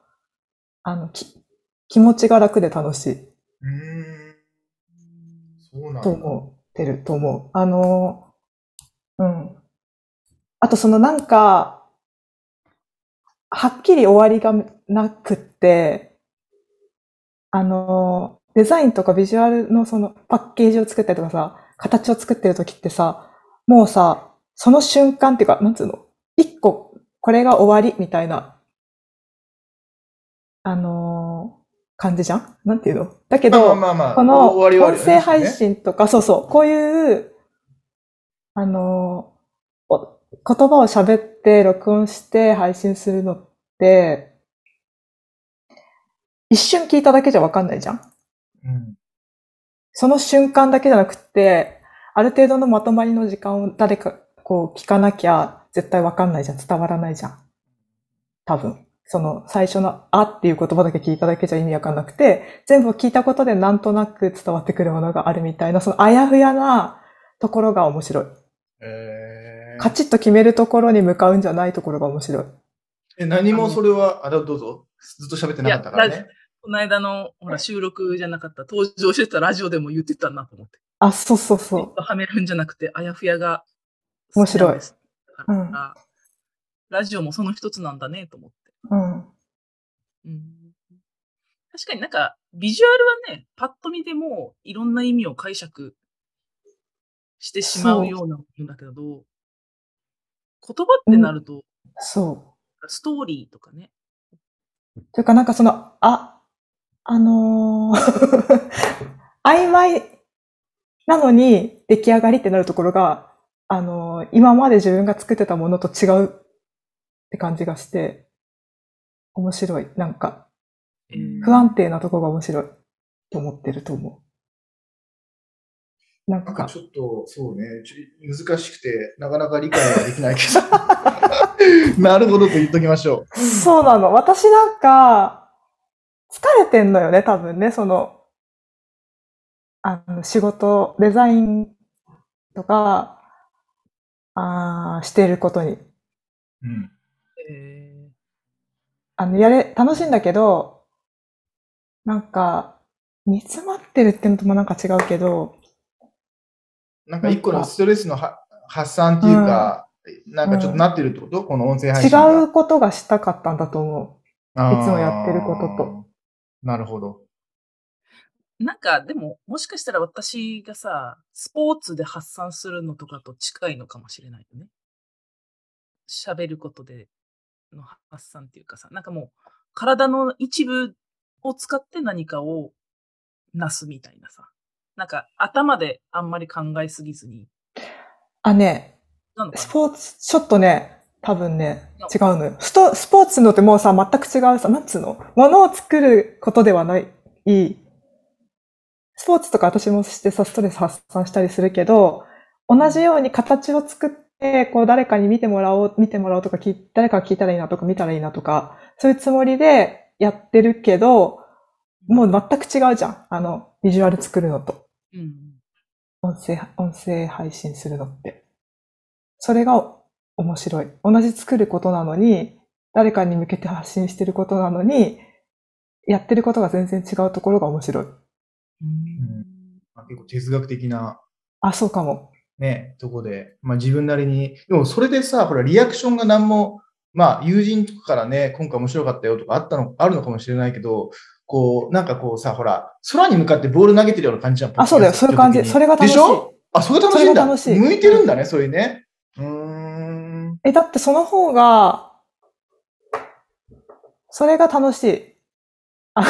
Speaker 1: あの、き気持ちが楽で楽しい。
Speaker 3: うーん。そうなん
Speaker 1: と思ってると思う。あの、うん。あとそのなんか、はっきり終わりがなくって、あの、デザインとかビジュアルのそのパッケージを作ったりとかさ、形を作ってる時ってさ、もうさ、その瞬間っていうか、なんつうの、一個、これが終わりみたいな、あの感じじゃんなんていうのだけど、
Speaker 3: まあまあまあ、
Speaker 1: この
Speaker 3: 終わりはあ
Speaker 1: 音
Speaker 3: るよね
Speaker 1: 声配信とか、そうそう、こういう、あのー、お言葉を喋って、録音して、配信するのって、一瞬聞いただけじゃわかんないじゃん
Speaker 3: うん。
Speaker 1: その瞬間だけじゃなくて、ある程度のまとまりの時間を誰か、こう、聞かなきゃ、絶対わかんないじゃん。伝わらないじゃん。多分。その、最初の、あっていう言葉だけ聞いただけじゃ意味わかんなくて、全部を聞いたことでなんとなく伝わってくるものがあるみたいな、そのあやふやなところが面白い。
Speaker 3: え
Speaker 1: カチッと決めるところに向かうんじゃないところが面白い。
Speaker 3: え、何もそれは、あ、どうぞ。ずっと喋ってなかったから
Speaker 2: いや
Speaker 3: ね。
Speaker 2: この間の、ほら、収録じゃなかった、登場してたラジオでも言ってたなと思って。
Speaker 1: あ、そうそうそ
Speaker 2: はめるんじゃなくて、あやふやが。
Speaker 1: 面白い
Speaker 2: 好きなんですだからラジオもその一つなんだね、と思って。
Speaker 1: う。うん。
Speaker 2: うん確かになんか、ビジュアルはね、パッと見ても、いろんな意味を解釈してしまうようなものだけど、言葉ってなると、
Speaker 1: そう。
Speaker 2: ストーリーとかね。
Speaker 1: というかなんかその、あ、あのー 曖昧なのに出来上がりってなるところが、あのー今まで自分が作ってたものと違うって感じがして、面白い。なんか、
Speaker 2: えー
Speaker 1: 不安定なところが面白いと思ってると思う。なん
Speaker 3: なんか
Speaker 1: か
Speaker 3: ち、ょっと、そうね、ちょ難しくて、なかなか理解はできないけど。 なるほどと言っときましょ
Speaker 1: そうなの。私なんか、疲れてんのよね、多分ね、その、あの、仕事、デザインとか、あーしてることに。
Speaker 3: う。うん。
Speaker 2: えー
Speaker 1: あの、やれ、楽しいんだけど、なんか、煮詰まってるってのともなんか違うけど、
Speaker 3: なんか一個のストレスのは発散っていうか、なんかちょっとなってるってこと、この音声配
Speaker 1: 違
Speaker 3: 信が。
Speaker 1: うことがしたかったんだと思
Speaker 3: あー
Speaker 1: いつもやってることと。
Speaker 3: なるほど。
Speaker 2: なんか、でも、もしかしたら私がさ、スポーツで発散するのとかと近いのかもしれないよね。喋ることでの発散っていうかさ、なんかもう、体の一部を使って何かをなすみたいなさ。なんか、頭であんまり考えすぎずに。
Speaker 1: う。あ、ね、
Speaker 2: なのか
Speaker 1: ス
Speaker 2: な
Speaker 1: ポーツ、ちょっとね、多分ね
Speaker 2: うん、
Speaker 1: 違うのよ。スト、スポーツのってもうさ、全く違うさ、なんつうのものを作ることではない。いい。スポーツとか私もしてさ、ストレス発散したりするけど、同じように形を作って、こう誰かに見てもらおう、見てもらおうとか聞い、誰かが聞いたらいいなとか見たらいいなとか、そういうつもりでやってるけど、もう全く違うじゃん。あの、ビジュアル作るのと。
Speaker 2: うん。
Speaker 1: 音声、音声配信するのって。それが面白い。同じ作ることなのに、誰かに向けて発信してることなのに、やってることが全然違うところが面白い。
Speaker 2: うん
Speaker 3: まあ結構哲学的な、
Speaker 1: あ、そうかも。
Speaker 3: ね、とこで、まあ自分なりに、でもそれでさ、ほら、リアクションが何も、まあ友人とかからね、今回面白かったよとかあったの、あるのかもしれないけど、こう、なんかこうさ、ほら、空に向かってボール投げてるような感じじゃん。
Speaker 1: あ、そうだよ。
Speaker 3: ポ
Speaker 1: そう
Speaker 3: ッ
Speaker 1: いう
Speaker 3: ド
Speaker 1: 感
Speaker 3: キャ
Speaker 1: じ。
Speaker 3: ス
Speaker 1: そ
Speaker 3: ト
Speaker 1: れが
Speaker 3: 的
Speaker 1: 楽しい
Speaker 3: にでし。ょあ、それ楽
Speaker 1: そ
Speaker 3: しいん
Speaker 1: れ
Speaker 3: だ。
Speaker 1: が楽しい
Speaker 3: 向いてるんだね、そういう ね。うーん。
Speaker 1: え、だってその方が、それが楽しい。 あ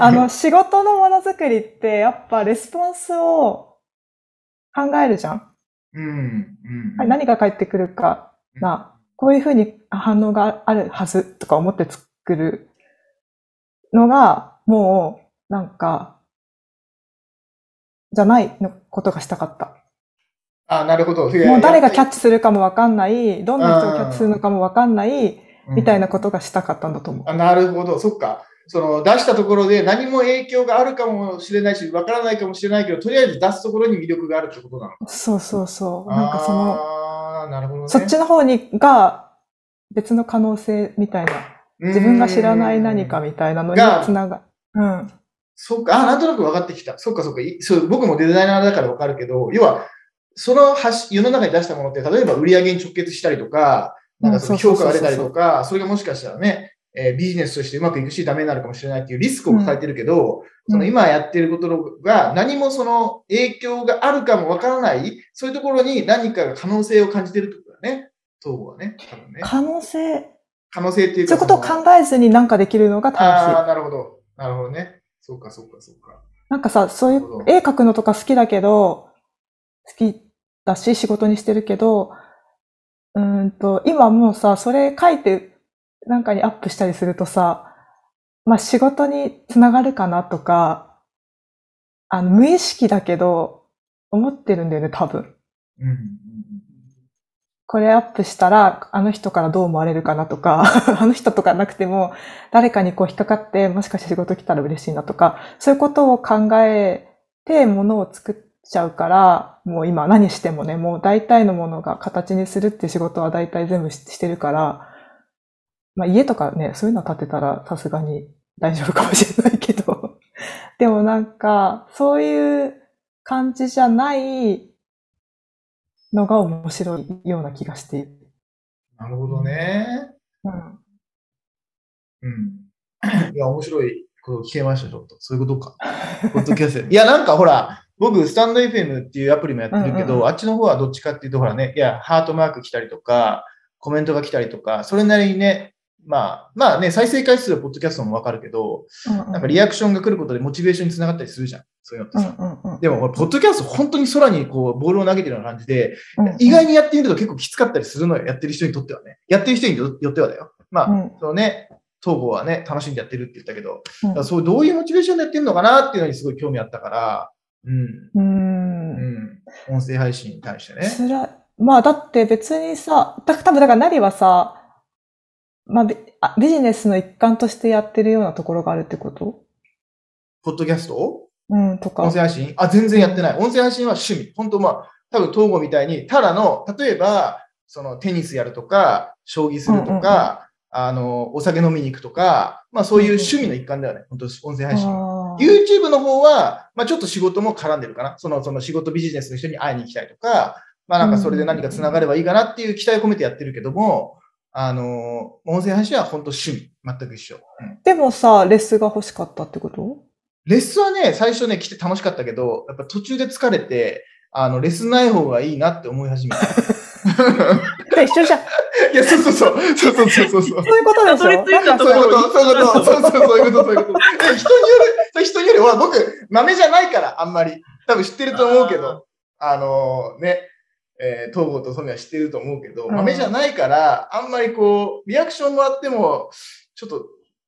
Speaker 1: あの、仕事のものづくりって、やっぱレスポンスを考えるじゃん。
Speaker 3: うん。うん。
Speaker 1: はい何が返ってくるかな、こういうふうに反応があるはずとか思って作るのが、もう、なんか、じゃないのことがしたかった。
Speaker 3: あ、なるほど。もう
Speaker 1: もう誰がキャッチするかもわかんない、どんな人がキャッチするのかもわかんない、みたいなことがしたかったんだと思う。
Speaker 3: あなるほど、そっか。その出したところで何も影響があるかもしれないし、わからないかもしれないけど、とりあえず出すところに魅力があるってことなの。
Speaker 1: そうそうそう。なんかその、
Speaker 3: あーなるほど、ね。
Speaker 1: そっちの方に、が、別の可能性みたいな、自分が知らない何か
Speaker 3: うん
Speaker 1: みたいなのに
Speaker 3: が
Speaker 1: つなが、うん。
Speaker 3: そっか、あ、なんとなく分かってきた。そっかそっかいそう。僕もデザイナーだから分かるけど、要は、その発世の中に出したものって、例えば売り上げに直結したりとか、なんかその
Speaker 1: うんそう
Speaker 3: 評
Speaker 1: そ
Speaker 3: 価
Speaker 1: うそうそ
Speaker 3: が出
Speaker 1: う
Speaker 3: たりとか、それがもしかしたらね、えービジネスとしてうまくいくし、ダメになるかもしれないっていうリスクを抱えてるけど、
Speaker 1: うん
Speaker 3: その今やってることが何もその影響があるかも分からない、そういうところに何かが可能性を感じてるってことだね。東郷はね。多分ね。
Speaker 1: 可能性、
Speaker 3: 可能性っていう
Speaker 1: そう
Speaker 3: か
Speaker 1: いうことを
Speaker 3: その
Speaker 1: 考えずになんかできるのが
Speaker 3: あ
Speaker 1: 楽し
Speaker 3: あ、
Speaker 1: い。
Speaker 3: なるほど。なるほどね。そうか、そうか、そうか。
Speaker 1: なんかさ、そうい
Speaker 3: なるほ
Speaker 1: う
Speaker 3: ど
Speaker 1: 絵描くのとか好きだけど、好きだし仕事にしてるけど、うーんと、今もうさ、それ描いてなんかにアップしたりするとさ、まあ仕事につながるかなとか、あの、無意識だけど、思ってるんだよね、多分。
Speaker 3: うんうんうん。
Speaker 1: これアップしたら、あの人からどう思われるかなとか、 あの人とかなくても、誰かにこう引っかかって、もしかして仕事来たら嬉しいなとか、そういうことを考えて、ものを作っちゃうから、もう今何してもね、もう大体のものが形にするって仕事は大体全部ししてるから、まあ家とかね、そういうの建てたらさすがに大丈夫かもしれないけど、 でもなんか、そういう感じじゃないのが面白いような気がしている。
Speaker 3: なるほどね。
Speaker 1: うん、
Speaker 3: うん。いや、面白いこと聞けました、ちょっと。そういうことか。ポッドキャスト。いや、なんかほら、僕、スタンド FM っていうアプリもやってるけど、
Speaker 1: うんうん
Speaker 3: あっちの方はどっちかっていうと、ほらね、いや、ハートマーク来たりとか、コメントが来たりとか、それなりにね、まあ、まあね、再生回数はポッドキャストもわかるけど、なんかリアクションが来ることでモチベーションにつながったりするじゃん。そういうのって
Speaker 1: うん
Speaker 3: さ。
Speaker 1: うんうん
Speaker 3: でも、ほらポッドキャスト本当に空にこう、ボールを投げてるような感じで、
Speaker 1: うんうん
Speaker 3: 意外にやってみると結構きつかったりするのよ。やってる人にとってはね。やってる人によってはだよ。まあ、
Speaker 1: うん
Speaker 3: そのね、東郷はね、楽しんでやってるって言ったけど、
Speaker 1: うん
Speaker 3: だからそうどういうモチベーションでやってるのかなっていうのにすごい興味あったから、うん、
Speaker 1: う。
Speaker 3: うんん、音声配信に対してね。
Speaker 1: つら、まあだって別にさ、た多分だからなりはさ、まあビあビジネスの一環としてやってるようなところがあるってこと
Speaker 3: ポッドキャスト
Speaker 1: うん、と
Speaker 3: 音
Speaker 1: か。
Speaker 3: 声配信あ、全然やってない。音声配信は趣味。本当まあ、多分東郷みたいに、ただの、例えば、そのテニスやるとか、将棋するとか、あの、お酒飲みに行くとか、まあそういう趣味の一環ではない。本当音声配信。
Speaker 1: あー
Speaker 3: YouTube の方は、まあちょっと仕事も絡んでるかな。その、その仕事ビジネスの人に会いに行きたいとか、まあなんかそれで何か繋がればいいかなっていう期待を込めてやってるけども、あの、音声配信は本当趣味。全く一緒。うん
Speaker 1: でもさ、レッスンが欲しかったってこと
Speaker 3: レッスンはね、最初ね、来て楽しかったけど、やっぱ途中で疲れて、あの、レッスンない方がいいなって思い始めた。
Speaker 1: じゃあ一緒じゃん。
Speaker 3: いや、そうそうそう。そうそうそうそうそう。
Speaker 1: そういうことでしょ
Speaker 2: たどり着いた
Speaker 1: なんか
Speaker 3: そういうこと、そういうこと、そうそう、そういうこと、そういうこと。え人による、それ人による、ほら、僕、豆じゃないから、あんまり。多分知ってると思うけど、あのね、えー、東郷とソミは知ってると思うけど、
Speaker 1: うん
Speaker 3: 豆じゃないから、あんまりこう、リアクションもらっても、ちょっと、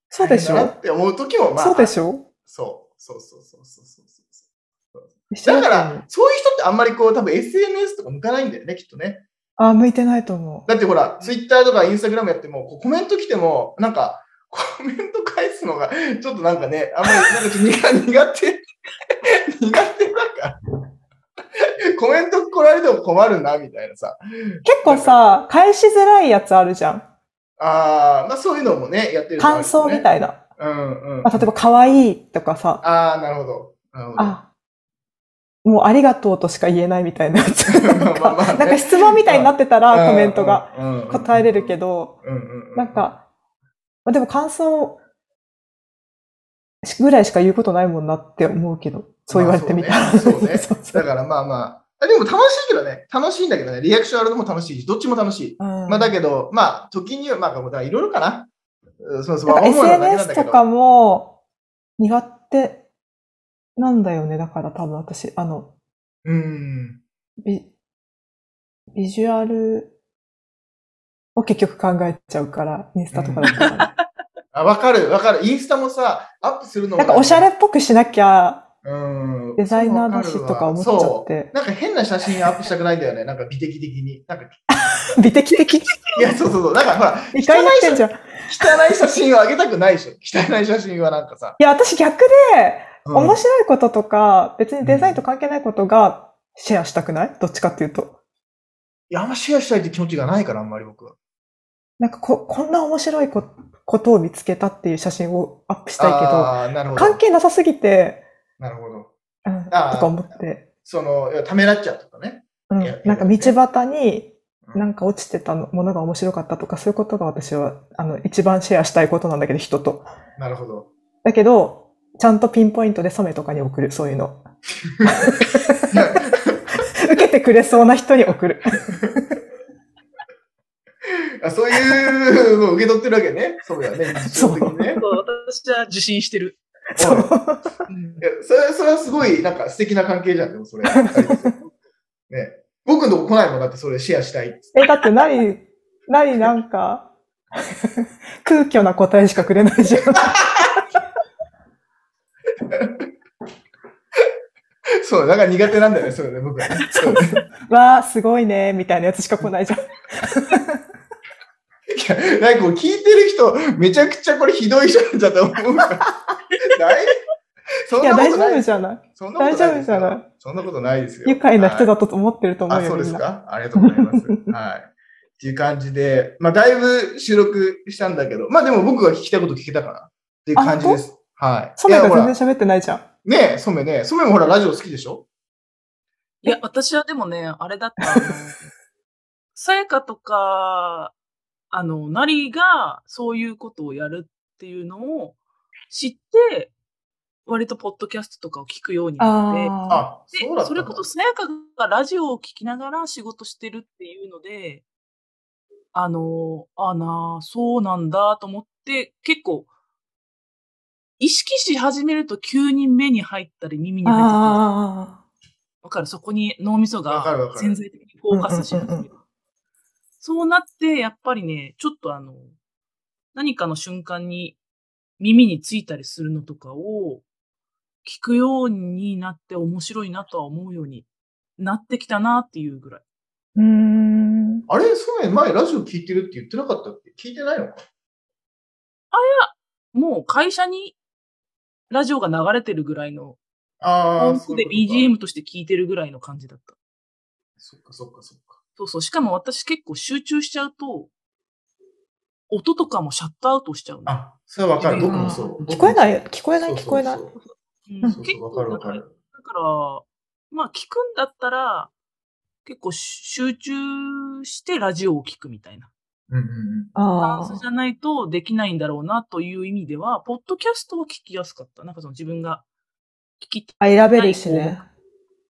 Speaker 1: そうでし
Speaker 3: 大変だ
Speaker 1: ょ
Speaker 3: なって思う時も、まあ、
Speaker 1: そうでしょ
Speaker 3: そう、そうそうそうそうそうそう。
Speaker 1: 一緒
Speaker 3: だか
Speaker 1: と思う
Speaker 3: ら、そういう人ってあんまりこう、多分 SNS とか向かないんだよね、きっとね。
Speaker 1: あー、向いてないと思う。
Speaker 3: だってほら、ツイッターとかインスタグラムやっても、こうコメント来ても、なんか、コメント返すのが、 ちょっとなんかね、あんまり、なんかちょっと苦苦手、苦手だから。コメント来られても困るな、みたいなさ。
Speaker 1: 結構さ、返しづらいやつあるじゃん。
Speaker 3: あー、まあそういうのもね、やってる
Speaker 1: 感想み
Speaker 3: い。
Speaker 1: たいな。
Speaker 3: うんうん。
Speaker 1: まあ例えば、可愛いとかさ、
Speaker 3: あー、なるほど。なるほど。
Speaker 1: あ、もうありがとうとしか言えないみたいなやつ。なん
Speaker 3: まあ
Speaker 1: か
Speaker 3: まあね
Speaker 1: なんか質問みたいになってた
Speaker 3: うん
Speaker 1: らコメントが、答えれるけ
Speaker 3: ど、
Speaker 1: ど、
Speaker 3: うんうんうん、
Speaker 1: なん、か、まあ、でも感想ぐらいしか言うことないもんなって思うけど、そう言われてみた
Speaker 3: ま
Speaker 1: ら。
Speaker 3: あそうね
Speaker 1: そうそう
Speaker 3: だからまあまあ。あでも楽しいけどね、楽しいんだけどね、リアクションあるのも楽しいし、どっちも楽しい。
Speaker 1: うん
Speaker 3: まあだけど、まあ、時には、まあ、だからいろいろかな。うんそうそう、
Speaker 1: なんか
Speaker 3: まあ主な感じなんだ
Speaker 1: SNS
Speaker 3: け
Speaker 1: と
Speaker 3: ど
Speaker 1: かも苦手なんだよね。だから多分私、あの、
Speaker 3: うん。
Speaker 1: ビビジュアルを結局考えちゃうから、インスタとかだったらね。
Speaker 3: あ、わかる、わかる。インスタもさ、アップするのも
Speaker 1: なんかおしゃれっぽくしなきゃ
Speaker 3: うん。
Speaker 1: デザイナーだしとか思っちゃっ
Speaker 3: そう
Speaker 1: て、
Speaker 3: なんか変な写真アップしたくないんだよね。なんか美的的に。 なんか、
Speaker 1: 美的的 に
Speaker 3: いや、そうそうそう。なんかほら、
Speaker 1: 2回なってんじゃん。い
Speaker 3: 汚い写真をあげたくないでしょ。汚い写真はなんかさ。
Speaker 1: や、私逆で、
Speaker 3: うん
Speaker 1: 面白いこととか、別にデザインと関係ないことがシェアしたくないどっちかっていうと。
Speaker 3: いや、あんまシェアしたいって気持ちがないから、あんまり僕は。
Speaker 1: なんかこ、こんな面白いこことを見つけたっていう写真をアップしたいけど、
Speaker 3: ああー、なるほど。
Speaker 1: 関係なさすぎて、
Speaker 3: なるほど。
Speaker 1: うん、と
Speaker 3: あー
Speaker 1: か思って、
Speaker 3: その、いやためらっちゃうとかね。
Speaker 1: うん
Speaker 3: いやいや、
Speaker 1: なんか道端に、
Speaker 3: うん
Speaker 1: なんか落ちてたのものが面白かったとか、そういうことが私は、あの、一番シェアしたいことなんだけど、人と。
Speaker 3: なるほど。
Speaker 1: だけど、ちゃんとピンポイントで染めとかに送る、そういう の。受けてくれそうな人に送る。
Speaker 3: あそういうのを受け取ってるわけね。そうだよね。日常的にね。
Speaker 2: そう私は受信してる。
Speaker 1: そう
Speaker 3: うん。いやそれ、それはすごい、なんか素敵な関係じゃん、でもそれ。ね。僕のとこ来ないもんだってそれシェアしたいっつって
Speaker 1: え、だって何、何なんか、空虚な答えしかくれない じゃん。
Speaker 3: そう、だから苦手なんだよね、それね、僕はね。そうね
Speaker 1: わあ、すごいね、みたいなやつしか来ないじゃん。
Speaker 3: いやなんかこう聞いてる人、めちゃくちゃこれひどい人なんじゃと思う から。大そ
Speaker 1: い
Speaker 3: ん
Speaker 1: や、
Speaker 3: な
Speaker 1: 大
Speaker 3: こ
Speaker 1: 丈
Speaker 3: とない
Speaker 1: 夫
Speaker 3: です
Speaker 1: じゃない。
Speaker 3: そんなことな
Speaker 1: 大
Speaker 3: い
Speaker 1: 丈夫
Speaker 3: です
Speaker 1: じゃない
Speaker 3: よ。そんなことないですよ。
Speaker 1: 愉快な人
Speaker 3: はい
Speaker 1: だと思ってると思う
Speaker 3: あ、
Speaker 1: よ、
Speaker 3: そうで
Speaker 1: みん
Speaker 3: す
Speaker 1: な。
Speaker 3: かありがとうござい ます。はい。っていう感じで、まあ、だいぶ収録したんだけど、まあでも僕が聞きたいこと聞けたかなっていう感じです。はい。
Speaker 1: 染め
Speaker 3: い
Speaker 1: が
Speaker 3: やほら
Speaker 1: 全然喋ってないじゃん。
Speaker 3: ねえ、ソメね。ソメもほら、ラジオ好きでしょ
Speaker 2: いや、私はでもね、あれだった。あのさやかとか、あの、なりがそういうことをやるっていうのを知って、割とポッドキャストとかを聞くようになって、
Speaker 1: あ
Speaker 3: あ、
Speaker 2: で
Speaker 3: そうだったんだ。
Speaker 2: それこそさやかがラジオを聞きながら仕事してるっていうので、あの、あなあ、そうなんだと思って、結構、意識し始めると急に目に入ったり耳
Speaker 1: あ。
Speaker 2: に入ってくるんですよ
Speaker 1: あ
Speaker 2: わかる、そこに脳みそ
Speaker 3: わかるわ
Speaker 2: が
Speaker 3: かる
Speaker 2: 潜在的にフォーカスし始
Speaker 1: うんうんう
Speaker 2: め
Speaker 1: んう
Speaker 2: る。そうなって、やっぱりね、ちょっとあの、何かの瞬間に耳についたりするのとかを聞くようになって面白いなとは思うようになってきたなっていうぐらい。
Speaker 1: ー。うーん。
Speaker 3: あれ、ソメ前ラジオ聞いてるって言ってなかったっけ聞いてないのか
Speaker 2: もう会社にラジオが流れてるぐらいの、
Speaker 3: あ
Speaker 2: 音
Speaker 3: あ、
Speaker 2: 符
Speaker 3: そう
Speaker 2: で
Speaker 3: いう
Speaker 2: BGM として聞いてるぐらいの感じだった。
Speaker 3: ことかそっかそっかそっか。
Speaker 2: そうそう。しかも私結構集中しちゃうと、音とかもシャットアウトしちゃうの。
Speaker 3: あ、それはわかる。僕もそう。
Speaker 1: 聞こえない、聞こえない、
Speaker 3: そう
Speaker 1: 聞
Speaker 3: そ
Speaker 1: こ
Speaker 3: う
Speaker 1: えない
Speaker 3: そ。う
Speaker 2: うん
Speaker 3: そう
Speaker 2: 結
Speaker 3: そ
Speaker 2: 構
Speaker 3: う、わかる
Speaker 2: だ
Speaker 3: わ
Speaker 2: か、
Speaker 3: から
Speaker 2: だ
Speaker 3: る。
Speaker 2: からまあ聞くんだったら、結構集中してラジオを聞くみたいな。
Speaker 3: うんうんうん。
Speaker 2: バラ
Speaker 1: あ
Speaker 2: ンス
Speaker 1: あ
Speaker 2: じ。ゃないとできないんだろうなという意味では、ポッドキャストは聞きやすかった。なんかその自分が聞き、
Speaker 1: あ、選べるしね。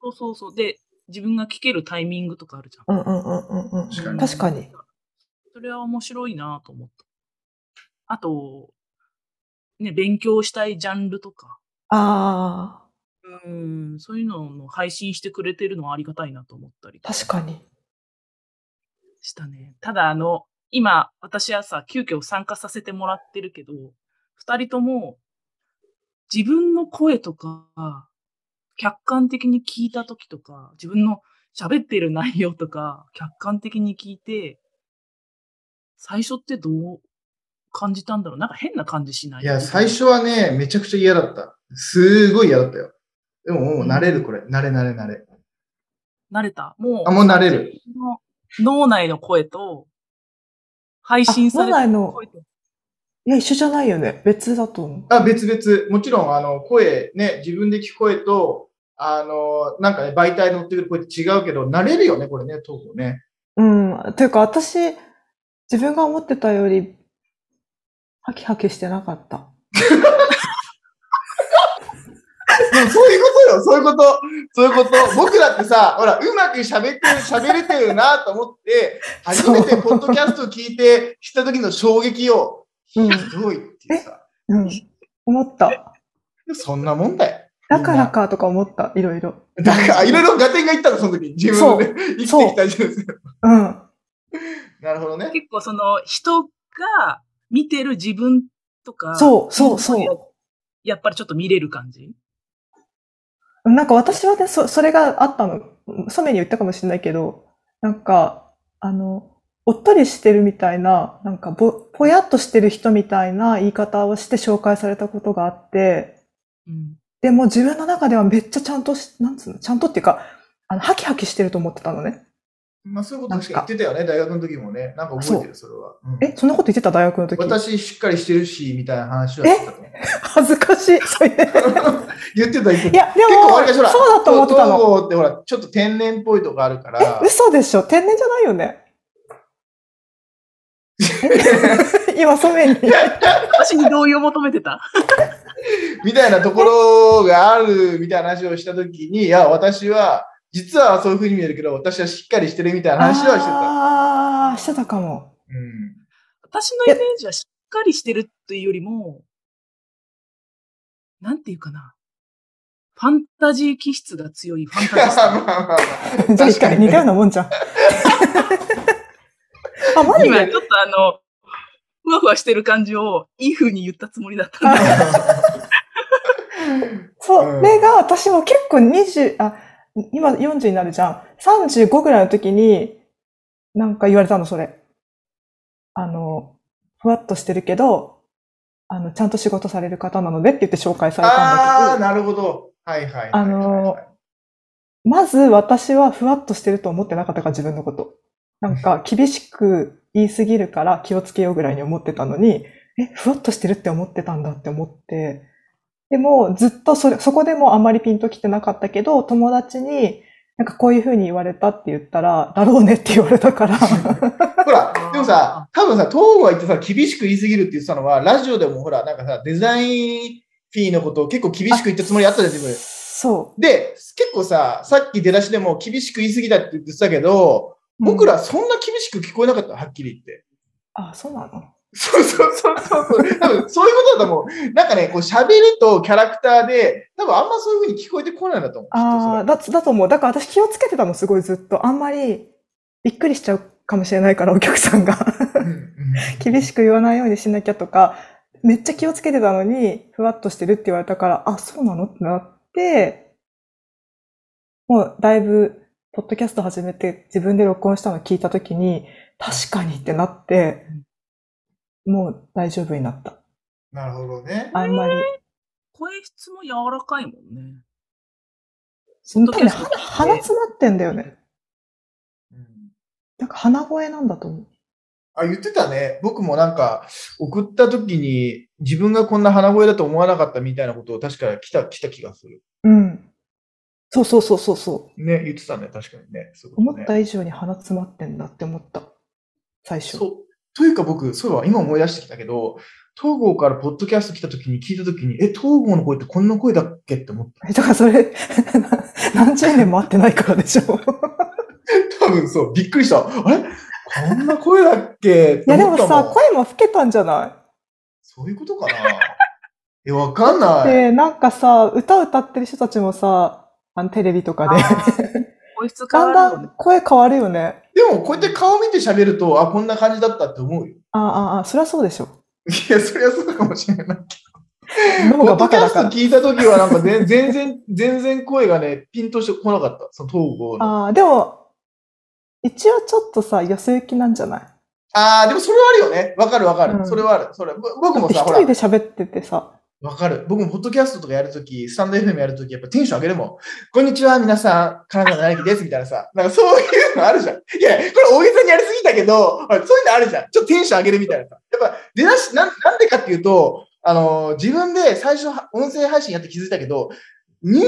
Speaker 2: そうそうそう。で、自分が聞けるタイミングとかあるじゃん。
Speaker 1: うんうんうんうんうん。
Speaker 3: 確かに
Speaker 1: 確かに。
Speaker 2: それは面白いなと思った。あと、ね、勉強したいジャンルとか、
Speaker 1: あ
Speaker 2: うん、そういうのの配信してくれてるのはありがたいなと思ったり
Speaker 1: あ、確かに。
Speaker 2: したね。ただ、あの、今、私はさ、急遽参加させてもらってるけど、二人とも、自分の声とか、客観的に聞いた時とか、自分の喋ってる内容とか、客観的に聞いて、最初ってどう感じたんだろうなんか変な感じしない
Speaker 3: いや、最初はね、めちゃくちゃ嫌だった。すごい嫌だったよ。でも、もう慣れる、これ。慣れ慣れ慣れ。
Speaker 2: 慣れた。もう
Speaker 3: あ、、もう慣れる。
Speaker 2: の脳内の声と、配信され
Speaker 1: あ脳内
Speaker 2: てる
Speaker 1: の
Speaker 2: 声と、
Speaker 1: いや、一緒じゃないよね。別だと思う。
Speaker 3: あ、別々。もちろん、あの、声、ね、自分で聞く声と、あの、なんかね、媒体に乗ってくる声って違うけど、慣れるよね、これね、トークもね。
Speaker 1: うん。ていうか、私、自分が思ってたより、ハキハキしてなかった。
Speaker 3: でもそういうことよ、そういうこと。そういうこと。僕だってさ、ほら、うまく喋ってる、喋れてるなと思って、初めてポッドキャストを聞いて、した時の衝撃を、ひ
Speaker 1: うん
Speaker 3: どいっていうさ、
Speaker 1: うん。思った。
Speaker 3: そんなもんだよ。
Speaker 1: だからかとか思った、いろいろ。
Speaker 3: だから、いろいろガテンがいったの、その時に。自分で、生きてきた自分で。
Speaker 1: うん。
Speaker 3: なるほどね。
Speaker 2: 結構その人が見てる自分とか、
Speaker 1: そうそうそう
Speaker 2: やっぱりちょっと見れる感じ
Speaker 1: なんか私はね、そ、それがあったの、ソメに言ったかもしれないけど、なんか、あの、おっとりしてるみたいな、なんかぼ、ぽやっとしてる人みたいな言い方をして紹介されたことがあって、
Speaker 2: うん。
Speaker 1: でも自分の中ではめっちゃちゃんとし、なんつうの、ちゃんとっていうか、あの、ハキハキしてると思ってたのね。
Speaker 3: まあ、そういうこと確か言ってたよね、大学の時もね。なんか覚えてる、それは。うん
Speaker 1: え、そんなこと言ってた大学の時。
Speaker 3: 私、しっかりしてるし、みたいな話はしてたと思う。
Speaker 1: 恥ずかしい。そ れで。
Speaker 3: 言ってた、言って
Speaker 1: い
Speaker 3: た。
Speaker 1: や、で
Speaker 3: 結構
Speaker 1: も、
Speaker 3: あれかし
Speaker 1: そう
Speaker 3: ら。
Speaker 1: だと思ってた
Speaker 3: 東
Speaker 1: の。
Speaker 3: 郷ってほら、ちょっと天然っぽいとこあるから。
Speaker 1: え、嘘でしょ天然じゃないよ ね。今、ソメに。
Speaker 2: 私に同意を求めてた。
Speaker 3: みたいなところがあるみたいな話をしたときに、いや、私は、実はそういうふうに見えるけど、私はしっかりしてるみたいな話はしてた。
Speaker 1: ああ、してたかも。
Speaker 3: うん。
Speaker 2: 私のイメージはしっかりしてるというよりも、なんていうかな。ファンタジー気質が強いファンタジス
Speaker 3: まあ
Speaker 2: タ。
Speaker 3: まあま あ
Speaker 1: じゃあ、一回似たようなもんじゃ ん。あ、マジ
Speaker 2: 今
Speaker 1: で
Speaker 2: ちょっとあの、ふわふわしてる感じをいい風に言ったつもりだったんだ。
Speaker 1: そううんれが、私も結構20、あ、今40になるじゃん。35ぐらいの時に、なんか言われたの、それ。あの、ふわっとしてるけど、あの、ちゃんと仕事される方なのでって言って紹介された
Speaker 3: あ
Speaker 1: んだ
Speaker 3: ー、なるほど。はいはいはいはいはい。
Speaker 1: あのけど、まず私はふわっとしてると思ってなかったから、自分のこと。なんか、厳しく言いすぎるから気をつけようぐらいに思ってたのに、え、ふわっとしてるって思ってたんだって思って、でも、ずっとそれ、そこでもあまりピンときてなかったけど、友達に、なんかこういう風に言われたって言ったら、だろうねって言われたから、
Speaker 3: ほら、でもさ、多分さ、東郷が言ってさ、厳しく言いすぎるって言ってたのは、ラジオでもほら、なんかさ、デザインフィーのことを結構厳しく言ったつもりあったじゃん、自分。
Speaker 1: そ
Speaker 3: で、結構さ、さっき出だしでも厳しく言いすぎだって言ってたけど、
Speaker 1: う。
Speaker 3: 僕
Speaker 1: うん
Speaker 3: らそんな厳しく聞こえなかった、はっきり言って。
Speaker 1: あ、そうなの
Speaker 3: そうそうそうそう。 多分そういうことだと思う。なんかね、こう喋りとキャラクターで、多分あんまそういうふうに聞こえてこないんだと思う。
Speaker 1: ああ、だ、だと思う。だから私気をつけてたの、すごいずっと。あんまり、びっくりしちゃうかもしれないから、お客さんが。
Speaker 3: きっとそれうんうん
Speaker 1: 厳しく言わないようにしなきゃとか、めっちゃ気をつけてたのに、ふわっとしてるって言われたから、あ、そうなのってなって、もうだいぶ、ポッドキャスト始めて自分で録音したの聞いたときに、確かにってなって、もう大丈夫になった。
Speaker 3: なるほどね。
Speaker 1: あんまり。
Speaker 2: 声質も柔らかいもんね。
Speaker 1: その多分ね、
Speaker 2: ポッドキャスト
Speaker 1: 鼻鼻詰まってんだよね。
Speaker 3: うん
Speaker 1: なんか鼻声なんだと思う。
Speaker 3: あ、言ってたね。僕もなんか、送った時に、自分がこんな鼻声だと思わなかったみたいなことを確か来た、来た気がする。
Speaker 1: うん。そうそうそうそうそう。
Speaker 3: ね、言ってたね、確かにね。そういう
Speaker 1: 思
Speaker 3: ことね
Speaker 1: った以上に鼻詰まってんだって思った。最初。
Speaker 3: そう。というか僕、そういえば今思い出してきたけど、東郷からポッドキャスト来た時に聞いた時に、え、東郷の声ってこんな声だっけって思った。
Speaker 1: えだからそれ、 何十年も会ってないからで しょ。
Speaker 3: 多分そう、びっくりした。あれこんな声だっけって
Speaker 1: いやで
Speaker 3: 思
Speaker 1: も
Speaker 3: った
Speaker 1: さ
Speaker 3: もん、
Speaker 1: 声も老けたんじゃない
Speaker 3: そういうことかなえ、わかんない。
Speaker 1: で、なんかさ、歌歌ってる人たちもさ、あのテレビとかで、
Speaker 2: 声質変
Speaker 1: だ
Speaker 2: わ
Speaker 1: んだ
Speaker 2: るよね
Speaker 1: ん声変わるよね。
Speaker 3: でも、こうやって顔見て喋ると、あ、こんな感じだったって思うよ。
Speaker 1: ああ、ああ、そりゃそうでしょ。
Speaker 3: いや、そりゃそうかもしれない。
Speaker 1: 脳
Speaker 3: ポ
Speaker 1: が
Speaker 3: ッド
Speaker 1: バ
Speaker 3: キ
Speaker 1: カ
Speaker 3: ャ
Speaker 1: だ
Speaker 3: スト
Speaker 1: から。
Speaker 3: 聞いた時は、なんか全 全然、全然声がね、ピンとしてこなかった。その東郷の。
Speaker 1: ああ、でも、一応ちょっとさ、寄せ行きなんじゃない
Speaker 3: あー、でもそれはあるよね。わかるわかる。
Speaker 1: うん
Speaker 3: それはある。それ、ぼ僕
Speaker 1: だっ
Speaker 3: も
Speaker 1: て
Speaker 3: さ、
Speaker 1: 一
Speaker 3: ほら
Speaker 1: 人、で喋っててさ、
Speaker 3: わかる。僕もポッドキャストとかやるとき、スタンド FM やるとき、やっぱテンション上げるもん。こんにちは、皆さん。金沢なゆきです。みたいなさ。なんかそういうのあるじゃん。いや、これ大げさにやりすぎたけど、ほらそういうのあるじゃん。ちょっとテンション上げるみたいなさ。やっぱ出だし、なんなんでかっていうと、あのー自分で最初は音声配信やって気づいたけど、ニュー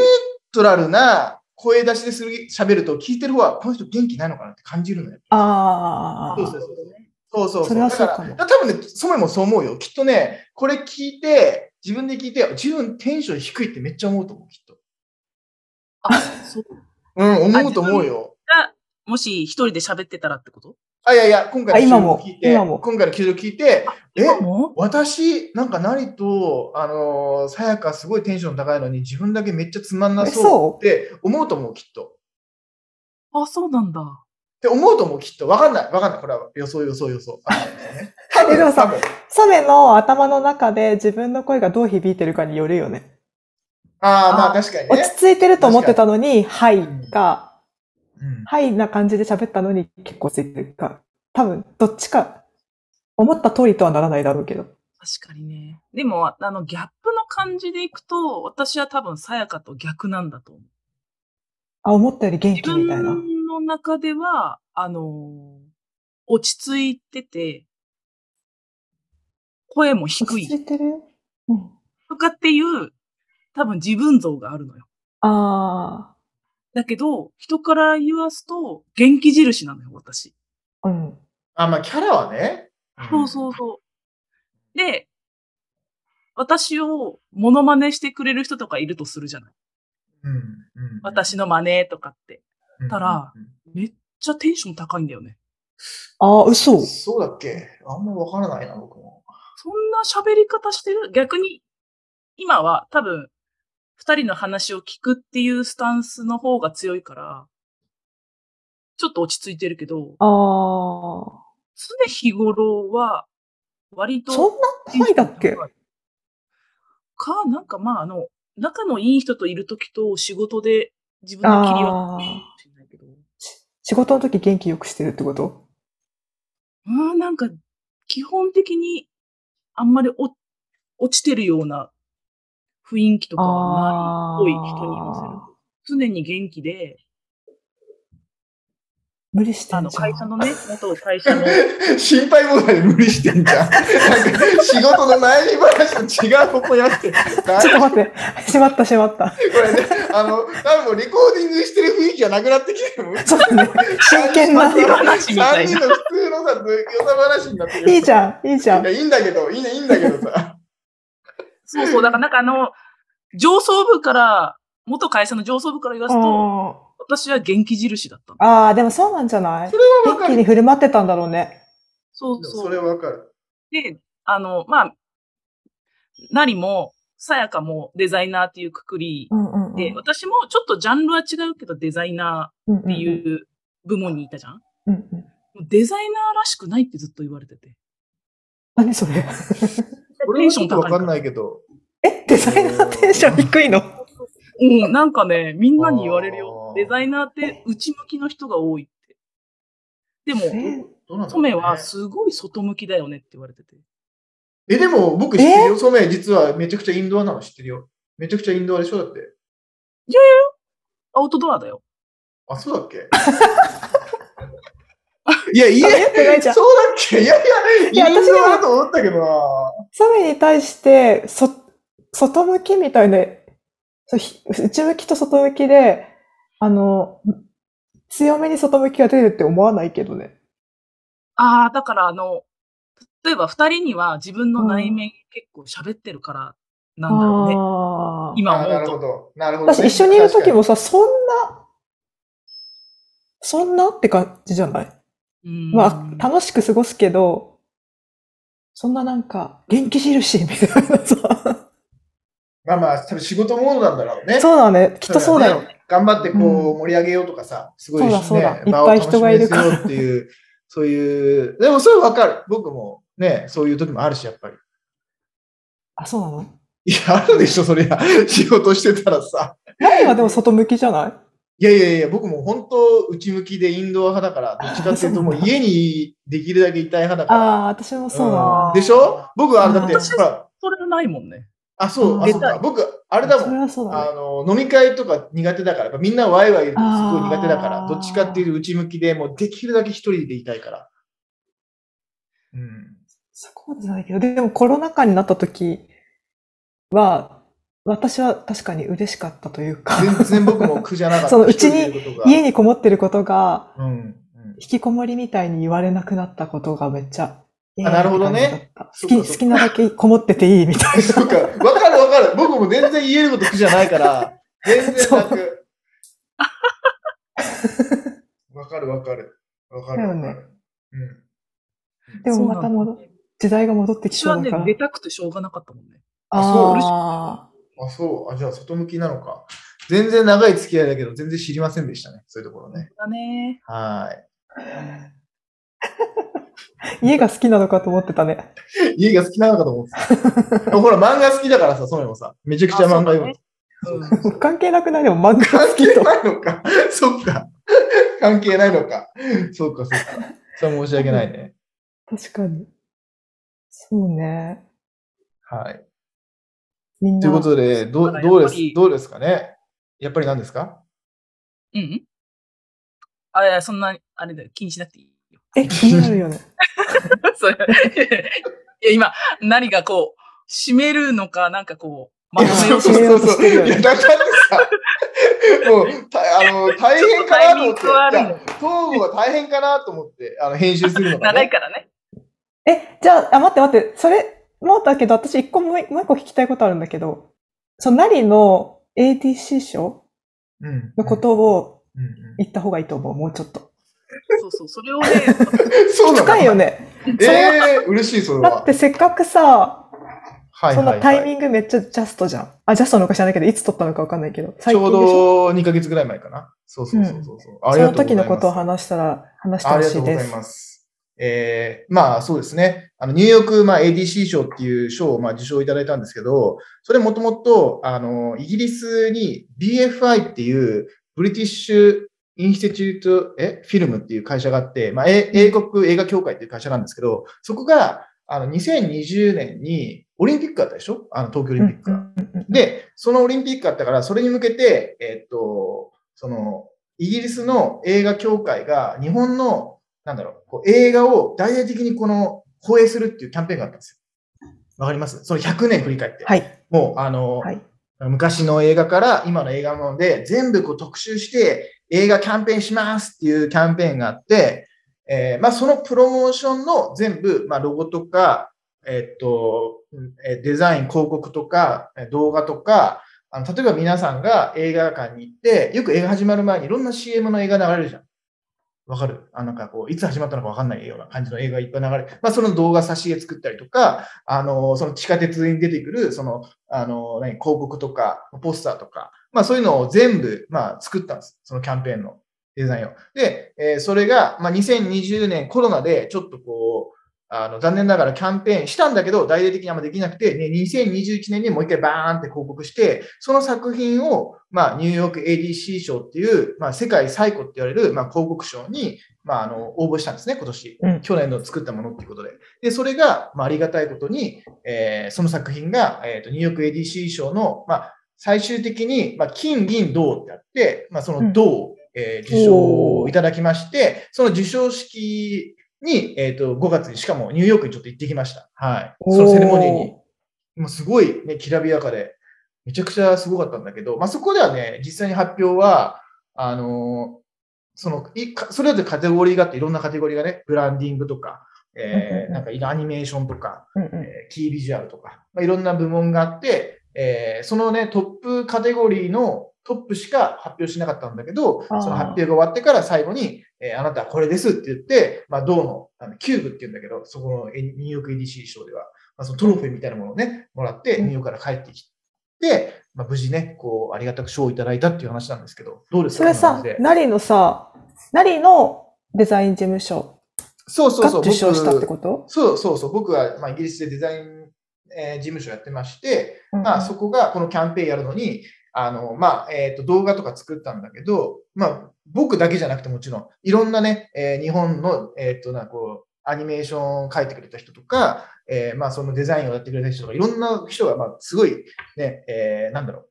Speaker 3: トラルな声出しでする、喋ると聞いてる方は、この人元気ないのかなって感じるのよ。
Speaker 1: あ
Speaker 3: そう
Speaker 1: あ
Speaker 3: そ、うそうそうそうそう。
Speaker 1: それはそうかも
Speaker 3: だら多分ね、そももそう思うよ。きっとね、これ聞いて、自分で聞いて、自分テンション低いってめっちゃ思うと思う、きっと。
Speaker 2: あそう
Speaker 3: うん、思うと思うよ。
Speaker 2: もし一人で喋ってたらってこと
Speaker 3: あ、いやいや、今
Speaker 1: あ
Speaker 3: 回の
Speaker 1: 今も
Speaker 3: 収録聞いて、
Speaker 1: 今も
Speaker 3: 今回の記録聞いて、え、
Speaker 2: も
Speaker 3: 私、なんか何と、あのーさやかすごいテンション高いのに、自分だけめっちゃつまんな
Speaker 1: えそう
Speaker 3: そうって思うと思う、きっと。
Speaker 2: あ、そうなんだ。
Speaker 3: って思うと思う、きっと。わかんない、わかんない。これは予想、予想、予想。あね
Speaker 1: え でもさ
Speaker 3: 多分
Speaker 1: サメの頭の中で自分の声がどう響いてるかによるよね。
Speaker 3: あー、まあ
Speaker 2: あ
Speaker 3: 確かに
Speaker 1: 落
Speaker 3: ね。
Speaker 1: ち着いてると思ってたのに、はい
Speaker 3: ん
Speaker 1: が、
Speaker 3: うん
Speaker 1: はいな感じで喋ったのに結構ついてるか。多分、どっちか、思った通りとはならないだろうけど。
Speaker 2: 確かにね。でも、あの、ギャップの感じでいくと、私は多分、さやかと逆なんだと思う。
Speaker 1: あ、思ったより元
Speaker 2: 自
Speaker 1: 気みたいな。
Speaker 2: 分の中では、あのー落ち着いてて、声も低
Speaker 1: 落ち
Speaker 2: い
Speaker 1: 着いてるよ。うん。
Speaker 2: とかっていう、多分自分像があるのよ。
Speaker 1: あ
Speaker 2: だけど、人から言わすと、元気印なのよ、私。
Speaker 1: あ、うん。
Speaker 3: あ、まあキャラはね。
Speaker 2: そうそうそう。で、私をモノマネしてくれる人とかいるとするじゃない。
Speaker 3: うん。うん。
Speaker 2: 私の真似とかって。
Speaker 3: うん
Speaker 2: たら
Speaker 3: うん
Speaker 2: めっちゃテンション高いんだよね。
Speaker 1: ああ、嘘。
Speaker 3: そうだっけあんまわからないな、僕も。
Speaker 2: そんな喋り方してる逆に、今は多分、二人の話を聞くっていうスタンスの方が強いから、ちょっと落ち着いてるけど、
Speaker 1: ああ、
Speaker 2: 常日頃は、割と、
Speaker 1: そんな範囲だっけ
Speaker 2: か、なんかまあ、あの、仲のいい人といるときと仕事で自分の切り分
Speaker 1: ああ、
Speaker 2: けてるかもしれないけど。
Speaker 1: 仕事の時元気よくしてるってこと
Speaker 2: まあ、なんか、基本的にあんまりお落ちてるような雰囲気とかはないっぽい人に言わせる。常に元気で、
Speaker 1: 無理して
Speaker 2: あ
Speaker 1: ん
Speaker 2: の、
Speaker 1: じゃん。
Speaker 2: 会社のね、元会 社の、
Speaker 3: 心配問題で無理してんじゃん。なんか仕事の悩み話と違う方向やっ
Speaker 1: ち
Speaker 3: て。
Speaker 1: ょっと待って、 しまったしまった。
Speaker 3: これね、あの、多分もうレコーディングしてる雰囲気がなくなってきてる。
Speaker 1: ちょっと ね、真剣な。
Speaker 2: 手放しみた
Speaker 3: 3
Speaker 2: い
Speaker 3: 人
Speaker 2: な。
Speaker 3: の普通のさ、良さ話になってる。
Speaker 1: いいじゃん、いいじゃ
Speaker 3: い
Speaker 1: ん。
Speaker 3: や、いいんだけど、いいね、いいんだけどさ。
Speaker 2: そうそう、だからなんかあの、上層部から、元会社の上層部から言わすと、
Speaker 1: あ
Speaker 2: 私は元気印だったの。
Speaker 1: あー、でもそうなんじゃない
Speaker 3: それはわ
Speaker 1: 元
Speaker 3: か
Speaker 1: 気
Speaker 3: る。
Speaker 1: に振る舞ってたんだろうね。
Speaker 2: そうそう。
Speaker 3: それはわかる。
Speaker 2: で、あの、まあ、なりも、さやかもデザイナーっていうくくり
Speaker 1: うんうんうん。
Speaker 2: で、私もちょっとジャンルは違うけどデザイナ
Speaker 1: うん
Speaker 2: ーっていう部門にいたじゃん、
Speaker 1: うんうん。
Speaker 2: もうデザイナーらしくないってずっと言われてて。
Speaker 1: 何それ
Speaker 3: これはちょっとわかんないけど。
Speaker 1: え、デザイナーテンション低いの
Speaker 2: うん、なんかね、みんなに言われる
Speaker 3: あ
Speaker 2: よ
Speaker 3: ー。
Speaker 2: デザイナーって内向きの人が多いって。でも、
Speaker 1: え
Speaker 3: どうなんだろう
Speaker 2: 染
Speaker 3: ね
Speaker 2: めはすごい外向きだよねって言われてて。
Speaker 3: え、でも僕知ってるよ。染め、実はめちゃくちゃインドアなの知ってるよ。めちゃくちゃインドアでしょだって。
Speaker 2: アウトドアだよ。
Speaker 3: あ、そうだっけいや、家、
Speaker 1: 喋ってないじゃん
Speaker 3: そうだっけいやいや、
Speaker 1: いや
Speaker 3: 家
Speaker 1: 私
Speaker 3: の
Speaker 1: は
Speaker 3: だと思ったけどな。
Speaker 1: サメに対して、そ、外向きみたいで、そうひ内向きと外向きで、あの、強めに外向きが出るって思わないけどね。
Speaker 2: ああ、だからあの、例えば二人には自分の内面結構喋ってるからなんだろうね。
Speaker 1: ああ。
Speaker 2: 今
Speaker 3: あなる
Speaker 2: 思
Speaker 3: ほ
Speaker 2: うと。
Speaker 3: ど。なるほどね。
Speaker 1: 私一緒にいる時
Speaker 3: も。
Speaker 1: もさ、そんな、そんなって感じじゃない
Speaker 2: うん
Speaker 1: まあ、楽しく過ごすけど、そんななんか、元気印みたいなさ。
Speaker 3: まあまあ、多分仕事モードなんだろうね。
Speaker 1: そうだね。きっとそうだよ。
Speaker 3: ね。頑張ってこ
Speaker 1: う
Speaker 3: う盛り上げようとかさ、すごい
Speaker 1: そうだそうだ
Speaker 3: ね、
Speaker 1: いっぱい人がいるから
Speaker 3: 場を楽しみにせよっていう、そういう、でもそれわかる。僕もね、そういう時もあるし、やっぱり。
Speaker 1: あ、そうなの
Speaker 3: いや、あるでしょ、そりゃ。 仕事してたらさ。
Speaker 1: 何はでも外向きじゃない
Speaker 3: いやいやいや、僕も本当、内向きでインドア派だから、どっちかっていうともう家にできるだけいたい派だ
Speaker 1: あ
Speaker 3: から。
Speaker 1: あ、私もそうだ
Speaker 3: んでしょ僕はあれだって、
Speaker 1: うん
Speaker 3: ほら、
Speaker 2: それはないもんね。
Speaker 3: あ、そう、あ、
Speaker 2: 出
Speaker 3: そう
Speaker 2: た
Speaker 3: か
Speaker 2: い。
Speaker 3: 僕、あ
Speaker 1: あ
Speaker 3: れだも
Speaker 1: それ
Speaker 3: ん。
Speaker 1: はそうだね。
Speaker 3: あの、飲み会とか苦手だから、やっぱみんなワイワイ言うのすごい苦手だか
Speaker 1: あ
Speaker 3: ら、
Speaker 1: ー
Speaker 3: どっちかっていうと内向きで、もうできるだけ一人でいたいから。うん。
Speaker 1: そこまでじゃないけど、でもコロナ禍になった時は、私は確かに嬉しかったというか、
Speaker 3: 全然僕も苦じゃなかった。
Speaker 1: そのうちに
Speaker 3: 一人でいること が
Speaker 1: 家にこもってることが、
Speaker 3: うん。うん
Speaker 1: 引きこもりみたいに言われなくなったことがめっちゃ、
Speaker 3: あなるほどね
Speaker 1: いい感じだった。好
Speaker 3: そ
Speaker 1: き、
Speaker 3: っかそっか
Speaker 1: 好きなだけこもってていいみ たい
Speaker 3: そうか、わかるわかる。僕も全然言えること苦じゃないから、全然楽。 わかるわかる。わかるわかる。
Speaker 1: だよね
Speaker 3: うん。
Speaker 1: な。でもまた
Speaker 2: そうな
Speaker 1: も
Speaker 2: んだ
Speaker 1: ど、時代が戻ってき
Speaker 2: 私
Speaker 1: そ
Speaker 2: は
Speaker 1: うだ
Speaker 2: ね
Speaker 1: から、。
Speaker 2: 出たくてしょうがなかったもんね。
Speaker 1: あ
Speaker 3: あ、そう。あ、じゃあ外向きなのか。全然長い付き合いだけど、全然知りませんでしたね。そういうところね。
Speaker 2: だね。
Speaker 3: は
Speaker 1: あ、 家が好きなのかと思ってたね。
Speaker 3: ーい。家が好きなのかと思ってた。ほら、漫画好きだからさ、ソメもさ、めちゃくちゃ漫画読む。
Speaker 2: うん
Speaker 1: 関係なくないでも漫画
Speaker 3: 関
Speaker 1: 好き
Speaker 3: 係
Speaker 1: と。
Speaker 3: ないのか。 そっか。関係ないのか。そうか、そうか。それは申し訳ないね。
Speaker 1: 確かに。そうね。
Speaker 3: はい。
Speaker 1: みん
Speaker 3: とい
Speaker 1: な
Speaker 3: うことで、ど
Speaker 2: だか
Speaker 3: う
Speaker 2: ら
Speaker 3: ど
Speaker 2: や
Speaker 3: うで
Speaker 2: っぱ
Speaker 3: す
Speaker 2: り
Speaker 3: どうですかねやっぱり何ですか
Speaker 2: うん。あ、いや、そんな、あれだよ。気にしなくていいよ。
Speaker 1: え、気になるよね。
Speaker 2: そ れ。いや、今、何がこう、締めるのか、なんかこう、まとめようと
Speaker 1: いや
Speaker 2: して
Speaker 1: めようとしてるよね
Speaker 3: いや、だからさ、もう、たあの、大
Speaker 2: ちょっと
Speaker 3: 変
Speaker 2: タ
Speaker 3: か
Speaker 2: イ
Speaker 3: な
Speaker 2: ミン
Speaker 3: と思って
Speaker 2: グ。悪い
Speaker 3: いや
Speaker 2: の。
Speaker 3: 東郷は大変かなと思って、あの、編集するのが、
Speaker 2: 長い
Speaker 3: ね。
Speaker 2: からね。
Speaker 1: え、じゃあ、あ、待って待って、それ、もうだけど、私一個もう一もう一個聞きたいことあるんだけど、そのなりの ADC 賞
Speaker 3: うん
Speaker 1: のことを
Speaker 3: うんうん
Speaker 1: 言った方がいいと思う、もうちょっと。
Speaker 2: そうそう。それ をね、
Speaker 3: そうなの
Speaker 1: 深いよね。
Speaker 3: え
Speaker 1: それ
Speaker 3: えー、嬉しい、それ
Speaker 1: だっ
Speaker 3: は。
Speaker 1: てせっかくさ、
Speaker 3: はい
Speaker 1: そん
Speaker 3: はいは
Speaker 1: ないタイミングめっちゃジャストじゃん。あ、ジャストのおかしらないけど、いつ撮ったのかわかんないけど、
Speaker 3: ちょう
Speaker 1: でしょ
Speaker 3: ど2ヶ月ぐらい前かな。そうそうそうそうそう、あ
Speaker 1: そ
Speaker 3: りが
Speaker 1: の
Speaker 3: とうござ
Speaker 1: 時
Speaker 3: います。
Speaker 1: のことを話したら、話して
Speaker 3: あ
Speaker 1: ほ
Speaker 3: りが
Speaker 1: し
Speaker 3: と
Speaker 1: い
Speaker 3: うござ
Speaker 1: で
Speaker 3: い
Speaker 1: す。
Speaker 3: ます。えー、まあそうですね。あのニューヨーク、まあ、ADC 賞っていう賞をまあ受賞いただいたんですけど、それもともと、あの、イギリスに BFI っていう、ブリティッシュインスティチュート、え、フィルムっていう会社があって、まあ、え英国映画協会っていう会社なんですけど、そこが、あの、2020年にオリンピックあったでしょあの、東京オリンピックが。で、そのオリンピックあったから、それに向けて、えっと、その、イギリスの映画協会が日本の、なんだろう、こう映画を大々的にこの、放映するっていうキャンペーンがあったんですよ。わかりますその100年振り返って。
Speaker 1: はい。
Speaker 3: もう、あの、
Speaker 1: はい
Speaker 3: 昔の映画から今の映画なので、全部こう特集して映画キャンペーンしますっていうキャンペーンがあって、えーまあ、そのプロモーションの全部、まあ、ロゴとか、えっと、うんえーデザイン、広告とか、えー動画とか、あの例えば皆さんが映画館に行って、よく映画始まる前にいろんな CM の映画流れるじゃん。わかるあなんかこう、いつ始まったのかわかんないような感じの映画いっぱい流れる。まあ、その動画挿絵作ったりとか、あの、その地下鉄に出てくる、その、あの、何、広告とか、ポスターとか、まあそういうのを全部、まあ作ったんです。そのキャンペーンのデザインを。で、えーそれが、まあ2020年コロナでちょっとこう、あの、残念ながらキャンペーンしたんだけど、大々的にあんまできなくて、ね、2021年にもう一回バーンって広告して、その作品を、まあ、ニューヨーク ADC 賞っていう、まあ、世界最古って言われる、まあ、広告賞に、まあ、あの、応募したんですね、今年。
Speaker 1: うん
Speaker 3: 去年の作ったものっていうことで。で、それが、まあ、ありがたいことに、えーその作品が、えー、とニューヨーク ADC 賞の、まあ、最終的に、まあ、金、銀、銅ってあって、まあ、その銅えー受賞をいただきまして、その受賞式に、えっ、と、5月に、しかもニューヨークにちょっと行ってきました。はい。
Speaker 1: おー
Speaker 3: そのセレモニーに。もうすごいね、きらびやかで、めちゃくちゃすごかったんだけど、まあ、そこではね、実際に発表は、あのーその、いかそれぞれカテゴリーがあって、いろんなカテゴリーがね、ブランディングとか、
Speaker 1: うんうん
Speaker 3: え
Speaker 1: うん
Speaker 3: ー、なんかいろんなアニメーションとか、
Speaker 1: うんうん
Speaker 3: えーキービジュアルとか、まあ、いろんな部門があって、えーそのね、トップカテゴリーのトップしか発表しなかったんだけど、そ
Speaker 1: あー
Speaker 3: の発表が終わってから最後に、えーあなたはこれですって言って、まあ、銅の、あの、キューブって言うんだけど、そこのえニューヨーク EDC 賞では、まあ、そのトロフィーみたいなものをね、もらって、
Speaker 1: うん
Speaker 3: ニューヨークから帰ってきて、まあ、無事ね、こう、ありがたく賞をいただいたっていう話なんですけど、どうです
Speaker 1: そ
Speaker 3: か
Speaker 1: れ
Speaker 3: こんな
Speaker 1: さ
Speaker 3: 感じで、
Speaker 1: ナリのさ、ナリのデザイン事務所
Speaker 3: そうそう
Speaker 1: が
Speaker 3: そう、
Speaker 1: 受賞したって
Speaker 3: 僕
Speaker 1: こと
Speaker 3: そうそうそう、僕は、まあ、イギリスでデザイン、えー事務所やってまして、まあ、そこがこのキャンペーンやるのに、あの、まあ、えっ、と、動画とか作ったんだけど、まあ、僕だけじゃなくてもちろん、いろんなね、えー日本の、えっ、と、なんかこう、アニメーションを書いてくれた人とか、えーまあ、そのデザインをやってくれた人とか、いろんな人が、まあ、すごい、ね、えーなんだろう、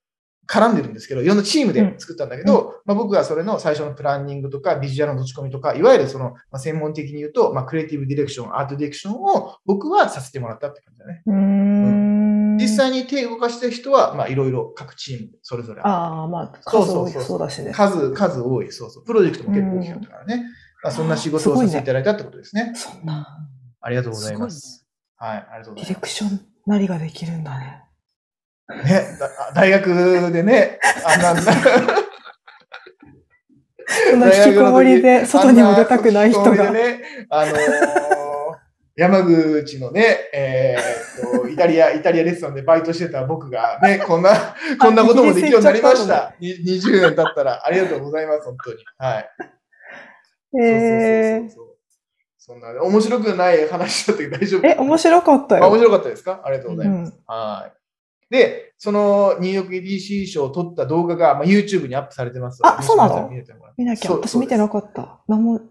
Speaker 3: 絡んでるんですけど、いろんなチームで作ったんだけど、まあ、僕はそれの最初のプランニングとか、ビジュアルの持ち込みとか、いわゆるその、まあ、専門的に言うと、まあ、クリエイティブディレクション、アートディレクションを僕はさせてもらったって感じだね。
Speaker 1: うーん。
Speaker 3: 実際に手を動かしてる人は、まあ、いろいろ各チームそれぞれある
Speaker 1: ああ、まあ、数多い
Speaker 3: そうそうそう
Speaker 1: そうだしね。
Speaker 3: 数、数多い、そうそう。プロジェクトも結構大きかったからね。まあ、そんな仕事をさせていただいたってことですね。
Speaker 1: そんな、
Speaker 3: ありがとうござ
Speaker 2: す
Speaker 3: い
Speaker 2: ごい
Speaker 3: ま
Speaker 2: ね。
Speaker 3: す。はい、ありがとうご
Speaker 1: ディ
Speaker 3: ざい
Speaker 1: レ
Speaker 3: ま
Speaker 1: クション、ナリができるんだね。
Speaker 3: す。ね、だ大学でね、あ んな、
Speaker 1: そんな引きこもりで外にも出たくない人
Speaker 3: あんな引きこもり
Speaker 1: が。
Speaker 3: でね、あのー山口のね、えーっと、イタリア、イタリアレストランでバイトしてた僕 がね、こんな、こんなこともできるようになりました。に20年経ったら、ありがとうございます、本当に。はい。
Speaker 1: へえ。
Speaker 3: そうそうそうそうそんな、面白くない話だったけど大丈夫
Speaker 1: え、面白かった
Speaker 3: あ面
Speaker 1: よ。
Speaker 3: 白かったですかありがとうございます。
Speaker 1: うん
Speaker 3: はい。で、そのニューヨーク EDC 賞を撮った動画が、まあ、YouTube にアップされてますで
Speaker 1: あそうなの
Speaker 3: 皆さん見れてもらって
Speaker 1: 見なきゃ。
Speaker 3: そう
Speaker 1: 私
Speaker 3: そうで
Speaker 1: 見
Speaker 3: す
Speaker 1: てなかった。何も、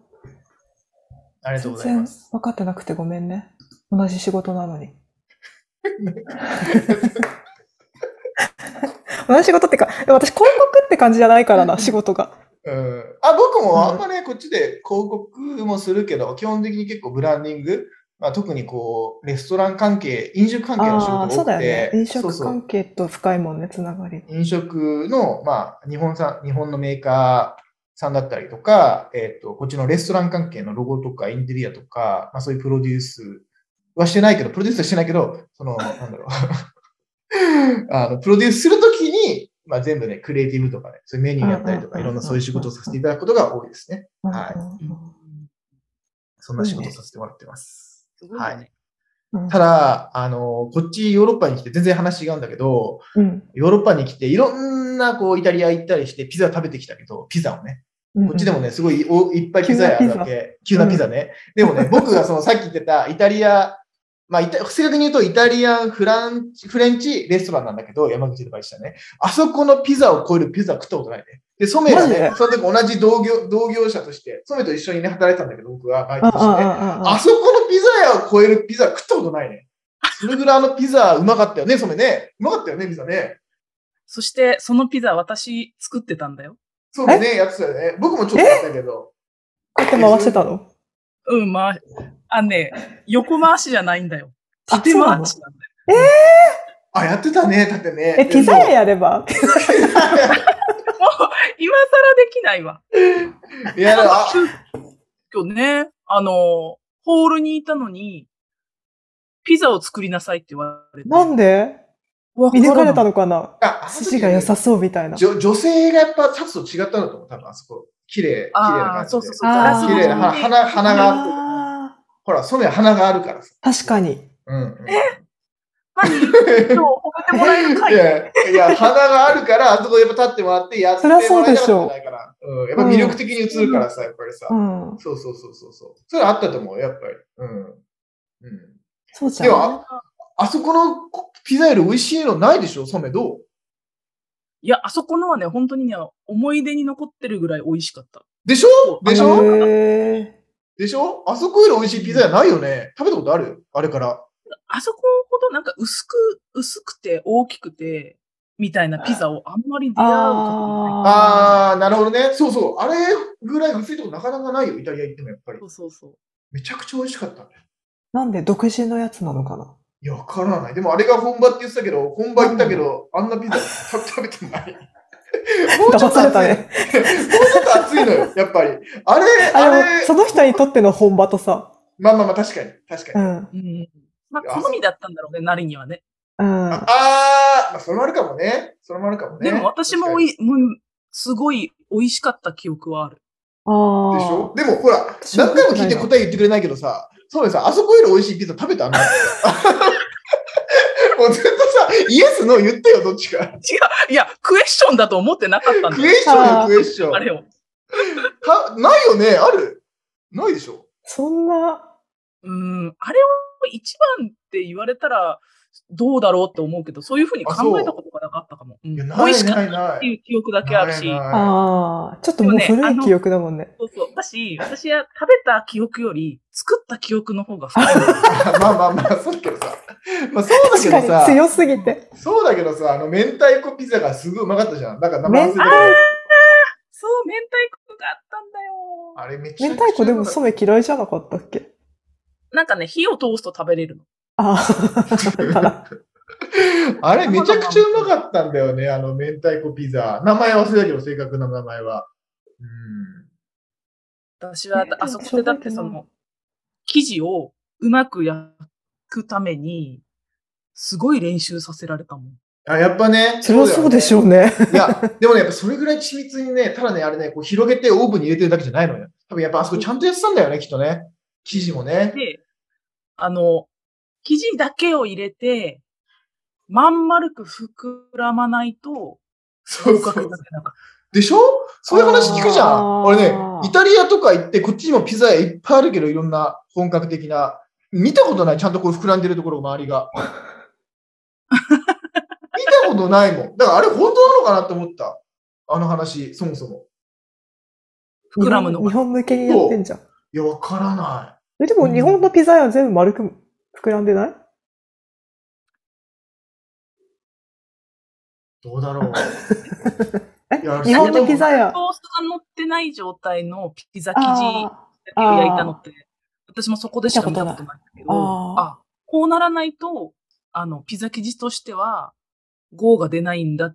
Speaker 3: ありがと
Speaker 1: 全
Speaker 3: うございま
Speaker 1: 然
Speaker 3: す。
Speaker 1: 分かってなくてごめんね。同じ仕事なのに。同じ仕事ってか、でも私広告って感じじゃないからな、仕事が。
Speaker 3: うん、あ僕もあんまね、こっちで広告もするけど、基本的に結構ブランディング、まあ、特にこう、レストラン関係、飲食関係の仕事が
Speaker 1: ああ
Speaker 3: 多く
Speaker 1: ー、
Speaker 3: て、
Speaker 1: そうだよね。飲
Speaker 3: そう
Speaker 1: 食
Speaker 3: そう
Speaker 1: 関係と深いもんね、つながり。
Speaker 3: 飲食の、まあ、日本産、日本のメーカーさんだったりとか、えっ、と、こっちのレストラン関係のロゴとかインテリアとか、まあそういうプロデュースはしてないけど、プロデュースはしてないけど、その、なんだろう。 あの、プロデュースするときに、まあ全部ね、クリエイティブとかね、そういうメニューやったりとか、
Speaker 1: うんう
Speaker 3: い
Speaker 1: んうんうん
Speaker 3: ろんなそういう仕事をさせていただくことが多いですね。はい
Speaker 2: うん
Speaker 3: そんな仕事をさせてもらってます。
Speaker 2: すごいよ
Speaker 3: は
Speaker 2: ね。
Speaker 1: うん
Speaker 3: た、だ、あの、こっちヨーロッパに来て全然話違うんだけど、
Speaker 1: うん
Speaker 3: ヨーロッパに来て、いろんなこうイタリア行ったりして、ピザ食べてきたけど、ピザをね。こっちでもね、すごいおいっぱいピザ屋あるわけ。急
Speaker 1: な
Speaker 3: な
Speaker 1: ピ
Speaker 3: ピ
Speaker 1: ザ
Speaker 3: ザね。でもね、僕がそのさっき言ってたイタリア、まあ、イタ正確に言うとイタリアン、フランチ、フレンチレストランなんだけど、山口でバイトしたね。あそこのピザを超えるピザ食ったことないね。で、ソメが
Speaker 1: マジで
Speaker 3: ね、その時同じ同業、同業者として、ソメと一緒にね、働いてたんだけど、僕はバイ
Speaker 1: あ
Speaker 3: ト
Speaker 1: あ
Speaker 3: としてね。
Speaker 1: あああ
Speaker 3: あ
Speaker 1: あ
Speaker 3: そこのピザ屋を超えるピザ食ったことないね。それぐらいあのピザうまかったよね、ソメね。うまかったよね、ピザね。
Speaker 2: そして、そのピザ私作ってたんだよ。
Speaker 3: そうだね、やってたよね。僕もちょっとやったけど。
Speaker 1: こうやって回してたの
Speaker 2: うん、まあ、あのね、横回しじゃないんだよ。
Speaker 1: あ
Speaker 2: 縦回しなんだよ。
Speaker 3: あ、やってたね、だってね。
Speaker 1: え、ピザ屋
Speaker 3: や
Speaker 1: やれば
Speaker 2: もう、 今更できないわ。
Speaker 3: いや、あ
Speaker 2: 今日ね、あの、ホールにいたのに、ピザを作りなさいって言われて。
Speaker 1: なんで
Speaker 2: わ
Speaker 1: 見抜かれた
Speaker 2: の
Speaker 1: のかな
Speaker 3: あ、あの時
Speaker 1: 筋が良さそうみたいな。
Speaker 3: 女女性がやっぱ、サツと違ったんだと思う、多分あそこ。綺麗、綺麗な
Speaker 2: あ
Speaker 3: 感
Speaker 2: あ、
Speaker 3: じで。
Speaker 2: そうそうそう。
Speaker 1: あー
Speaker 2: ガラスの
Speaker 3: 綺麗な
Speaker 2: 箱
Speaker 3: 花
Speaker 2: に
Speaker 3: 花花があって。
Speaker 1: あ
Speaker 3: ほら、ソメは花があるからさ。
Speaker 1: ー確かに。
Speaker 3: うん、うん。
Speaker 2: 何今日褒めてもらえる
Speaker 3: い
Speaker 2: 会
Speaker 3: や、いや、花があるから、あそこやっぱ立ってもらって、やって
Speaker 1: そ
Speaker 3: も
Speaker 1: り
Speaker 3: ら
Speaker 1: ゃそう
Speaker 3: えなかっ
Speaker 1: で
Speaker 3: たん
Speaker 1: し
Speaker 3: じ
Speaker 1: ょう
Speaker 3: ゃないかな。うん。やっぱ魅力的に映るからさ、やっぱりさ
Speaker 1: う。ん。
Speaker 3: そうそうそうそうそう。それあったと思う、やっぱり。うん。うん。
Speaker 1: そうじゃ
Speaker 3: で
Speaker 1: ん。
Speaker 3: も、ああそこのピザより美味しいのないでしょソメどう
Speaker 2: いや、あそこのはね、本当にね、思い出に残ってるぐらい美味しかった。
Speaker 3: でしょでしょ
Speaker 1: へー
Speaker 3: でしょあそこより美味しいピザ屋ないよね。食べたことあるあれから。
Speaker 2: あそこほどなんか薄く、薄くて大きくて、みたいなピザをあんまり出会うことない。
Speaker 3: あー、なるほどね。そうそう。あれぐらい薄いとこなかなかないよ、イタリア行ってもやっぱり
Speaker 2: そ。うそうそう。
Speaker 3: めちゃくちゃ美味しかったね。
Speaker 1: なんで独自のやつなのかない
Speaker 3: や、わからない。でもあれが本場って言ってたけど、本場行ったけど、あんなピザた食べてない。もうち
Speaker 1: 騙
Speaker 3: ょっと
Speaker 1: さ れた
Speaker 3: 熱い。
Speaker 1: ね。
Speaker 3: もうちょっと熱いのよ、やっぱり。あれ、あ
Speaker 1: あれ
Speaker 3: れ、
Speaker 1: その人にとっての本場とさ。
Speaker 3: まあまあまあ、確かに、確かに。
Speaker 1: うん。うん。
Speaker 2: うん。まあ、好みだったんだろうね、なりにはね。
Speaker 1: あ
Speaker 3: あー、まあ、それもあるかもね。それもあるかもね。
Speaker 2: でも私もおい、もうすごい美味しかった記憶はある。
Speaker 1: あ。
Speaker 3: でしょでもほら、
Speaker 1: 私も
Speaker 3: 何回も聞いて答え言ってくれないけどさ、そうですあそこより美味しいピザ食 べたのもうずっとさ、イエスの言ってよ、どっちか。
Speaker 2: いや、クエスチョンだと思ってなかったんだ
Speaker 3: ク
Speaker 2: よ。
Speaker 3: エスチョンよ、クエスチョン。
Speaker 2: あれを。
Speaker 3: かないよねあるないでしょ
Speaker 1: そんな、
Speaker 2: うん。あれを一番って言われたら、どうだろうって思うけど、そういうふうに考えたことがなかったかも。うん
Speaker 3: い
Speaker 2: 美
Speaker 3: やない
Speaker 2: 味しかった
Speaker 3: な
Speaker 2: っ
Speaker 3: いな
Speaker 2: て
Speaker 3: い。
Speaker 2: いう記憶だけあるし。
Speaker 3: ないない
Speaker 1: ああ、ちょっともう
Speaker 2: でもね
Speaker 1: 古
Speaker 2: あ
Speaker 1: い
Speaker 2: の
Speaker 1: 記憶だもんね。
Speaker 2: そうそう。だし、私は食べた記憶より、作った記憶の方が深い。
Speaker 3: まあまあまあ、そうだけどさ。まあそうだ
Speaker 1: 確
Speaker 3: け
Speaker 1: か
Speaker 3: ど
Speaker 1: に
Speaker 3: さ、
Speaker 1: 強すぎて。
Speaker 3: そうだけどさ、あの、明太子ピザがすごいうまかったじゃん。なんか名前
Speaker 1: 明
Speaker 3: 忘れ
Speaker 1: 太
Speaker 3: たけど。
Speaker 2: そう、明太子があったんだよ。
Speaker 3: あれめっちゃ
Speaker 1: 明太子でも
Speaker 3: そ
Speaker 1: 染め嫌いじゃなかったっけ
Speaker 2: なんかね、火を通すと食べれるの。
Speaker 1: ああ、
Speaker 3: あれめちゃくちゃうまかったんだよね、あの明太子ピザ。名前忘れたけど、正確な名前は。うん。
Speaker 2: 私は
Speaker 1: ね、
Speaker 2: あそこでだってそ
Speaker 1: しょうがない
Speaker 2: の、生地をうまく焼くために、すごい練習させられたもん。
Speaker 3: あ、やっぱね。
Speaker 1: そりゃそうでしょうね。
Speaker 3: うだよね。いや、でもね、やっぱそれぐらい緻密にね、ただね、あれね、こう広げてオーブンに入れてるだけじゃないのよ。多分やっぱあそこちゃんとやってたんだよね、きっとね。生地もね。
Speaker 2: で、あの、生地だけを入れて、まん丸く膨らまないと、
Speaker 3: そ
Speaker 2: 合
Speaker 3: うそ
Speaker 2: 格
Speaker 3: う
Speaker 2: が。出なかっ
Speaker 3: でしょそういう話聞くじゃ
Speaker 1: あー
Speaker 3: ん。俺ね、イタリアとか行って、こっちにもピザ屋いっぱいあるけど、いろんな本格的な。見たことない。ちゃんとこう膨らんでるところ、周りが。見たことないもん。だからあれ本当なのかなと思った。あの話、そもそも。
Speaker 2: た。膨らむの
Speaker 1: 日
Speaker 2: が。
Speaker 1: 本向けにやってんじゃん。
Speaker 3: いや、わからな
Speaker 1: え、でも日本のピザ屋は全部丸く膨らんでない
Speaker 3: い。どうだろう。いや
Speaker 1: え日本のピザ屋。
Speaker 2: ソースが乗ってない状態のピザ生地
Speaker 1: あ
Speaker 2: だけを焼いたのって、私もそこでしか見たことないんだけど、
Speaker 1: あー
Speaker 2: あ、こうならないと、あの、ピザ生地としては、号が出ないんだっ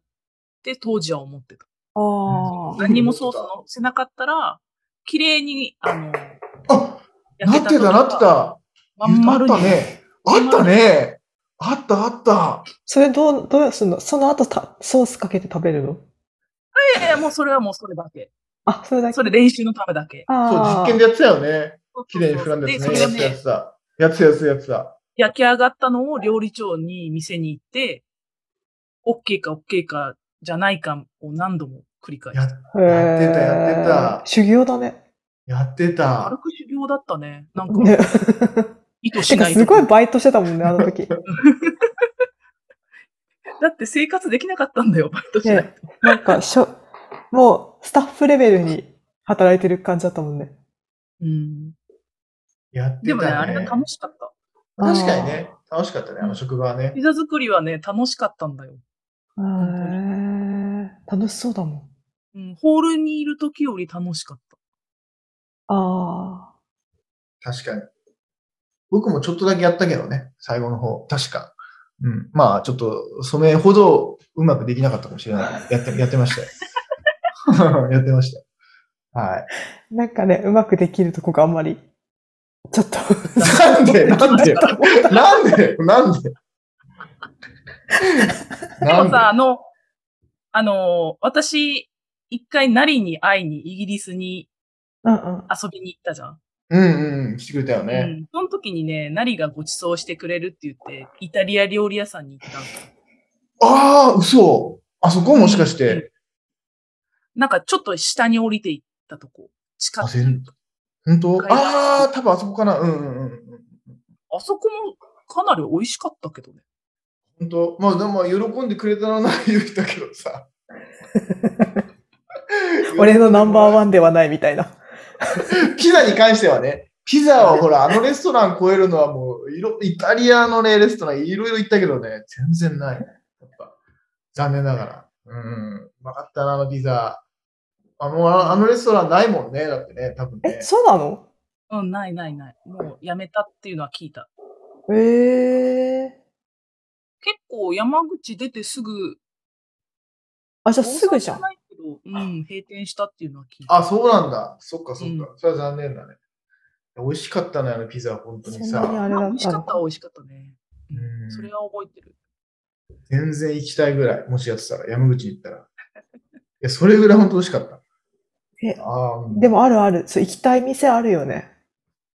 Speaker 2: て当時は思ってた。
Speaker 1: あ、ああ。
Speaker 2: 何もソース乗せなかったら、綺麗に、あの、
Speaker 3: あ、
Speaker 2: 焼
Speaker 3: な
Speaker 2: け
Speaker 3: ってた、なって。た。
Speaker 2: まん
Speaker 3: あ
Speaker 2: 丸
Speaker 3: っ
Speaker 2: に。
Speaker 3: たね。あったね。あった、あった。
Speaker 1: それどう、どうすんのその後たソースかけて食べるの
Speaker 2: いやいや、もうそれはもうそれだけ。
Speaker 1: あ、それだけ。
Speaker 2: それ練習のためだけ。
Speaker 3: そう、
Speaker 1: ああ
Speaker 3: 実験でやってたよね。綺麗に膨
Speaker 2: フ
Speaker 3: ら
Speaker 2: ラ
Speaker 3: ん
Speaker 2: ン
Speaker 3: で
Speaker 2: で
Speaker 3: やつ
Speaker 2: そ
Speaker 3: ね。
Speaker 2: れ
Speaker 3: や
Speaker 2: を
Speaker 3: ってた、やっ
Speaker 2: ね
Speaker 3: て、た。やってた、やってた、やってた。
Speaker 2: 焼き上がったのを料理長に店に行って、OK か OK かじゃないかを何度も繰り返
Speaker 3: や
Speaker 2: す。
Speaker 3: っやってたやってた
Speaker 1: へえ修行だね。
Speaker 3: やってた
Speaker 2: 軽。く修行だったね。な んか、
Speaker 1: ね。
Speaker 2: 意図してな
Speaker 1: か、
Speaker 2: い。
Speaker 1: すごいバイトしてたもんね、あの 時。
Speaker 2: だって生活できなかったんだよ、バイトしないと。
Speaker 1: ねなんか、しょ、もう、スタッフレベルに働いてる感じだったもんね。
Speaker 2: うん。
Speaker 3: やってた、ね。
Speaker 2: でもね、あれは楽しかった。
Speaker 3: 確かにね、楽しかったね、あの職場はね
Speaker 2: ピ。ザ作りはね、楽しかったんだよ。
Speaker 1: へえ。楽しそうだもん。
Speaker 2: うん、ホールにいる時より楽しかった。
Speaker 1: あ
Speaker 3: 確かに。僕もちょっとだけやったけどね、最後の方、確か。うん。まあ、ちょっと、染めほどうまくできなかったかもし れない。やって、やってましたよ。 やってました。はい。。
Speaker 1: あ。なんかね、うまくできるとこがあんまり、ちょっと
Speaker 3: なんでなんでなんでなん で
Speaker 2: で
Speaker 3: な
Speaker 2: も
Speaker 3: ん
Speaker 2: さ、あの、あのー、私、一回ナリに会いにイギリスに
Speaker 1: うんうん。。
Speaker 2: 遊びに行ったじゃん。
Speaker 3: うんうん、してくれたよ
Speaker 2: う
Speaker 3: ね。
Speaker 2: ん。その時にね、ナリがご馳走してくれるって言って、イタリア料理屋さんに行ったの
Speaker 3: ああ、嘘。あそこもしかし
Speaker 2: うん
Speaker 3: て。
Speaker 2: なんかちょっと下に降りていったとこ。近
Speaker 3: あ、
Speaker 2: く。
Speaker 3: 全本当
Speaker 2: 海岸
Speaker 3: ああ、多分あそこかな。うんうんうんうん。
Speaker 2: あそこもかなり美味しかったけどね。
Speaker 3: 本当まあでも喜んでくれたらな言うたけどさ
Speaker 1: 俺のナンバーワンではないみたいな。
Speaker 3: ピザに関してはね、ピザはほら、あのレストラン超えるのはもう、いろイタリアのね、レストランいろいろ行ったけどね、全然ない。やっぱ残念ながら。うん。うまかったな、あのピザ。あの、ああのレストランないもんね。だってね、多分ね
Speaker 1: え、。そうなの
Speaker 2: うん、ないないない。もうやめたっていうのは聞いた。
Speaker 1: ええ
Speaker 2: 結構山口出てすぐ、
Speaker 1: あ、じゃあすぐじゃ
Speaker 2: 大阪
Speaker 1: ん。
Speaker 2: ないけど、うん、閉店したっていうのは聞いた。
Speaker 3: あ、そうなんだ。そっかそっか。それは残念だね。美味しかったね、あのピザ、本当に
Speaker 1: そんなに
Speaker 3: さ。
Speaker 1: あれ
Speaker 2: ま
Speaker 1: だ
Speaker 2: あ美
Speaker 1: っ
Speaker 2: 味したかったは
Speaker 1: の
Speaker 2: 美味しかったね。
Speaker 3: うん
Speaker 2: それは覚えてる。
Speaker 3: 全然行きたいぐらい、もしやってたら、山口に行ったら。いや、それぐらい本当美味しかった。
Speaker 1: え
Speaker 3: あーうん
Speaker 1: でもあるある。そう、行きたい店あるよね。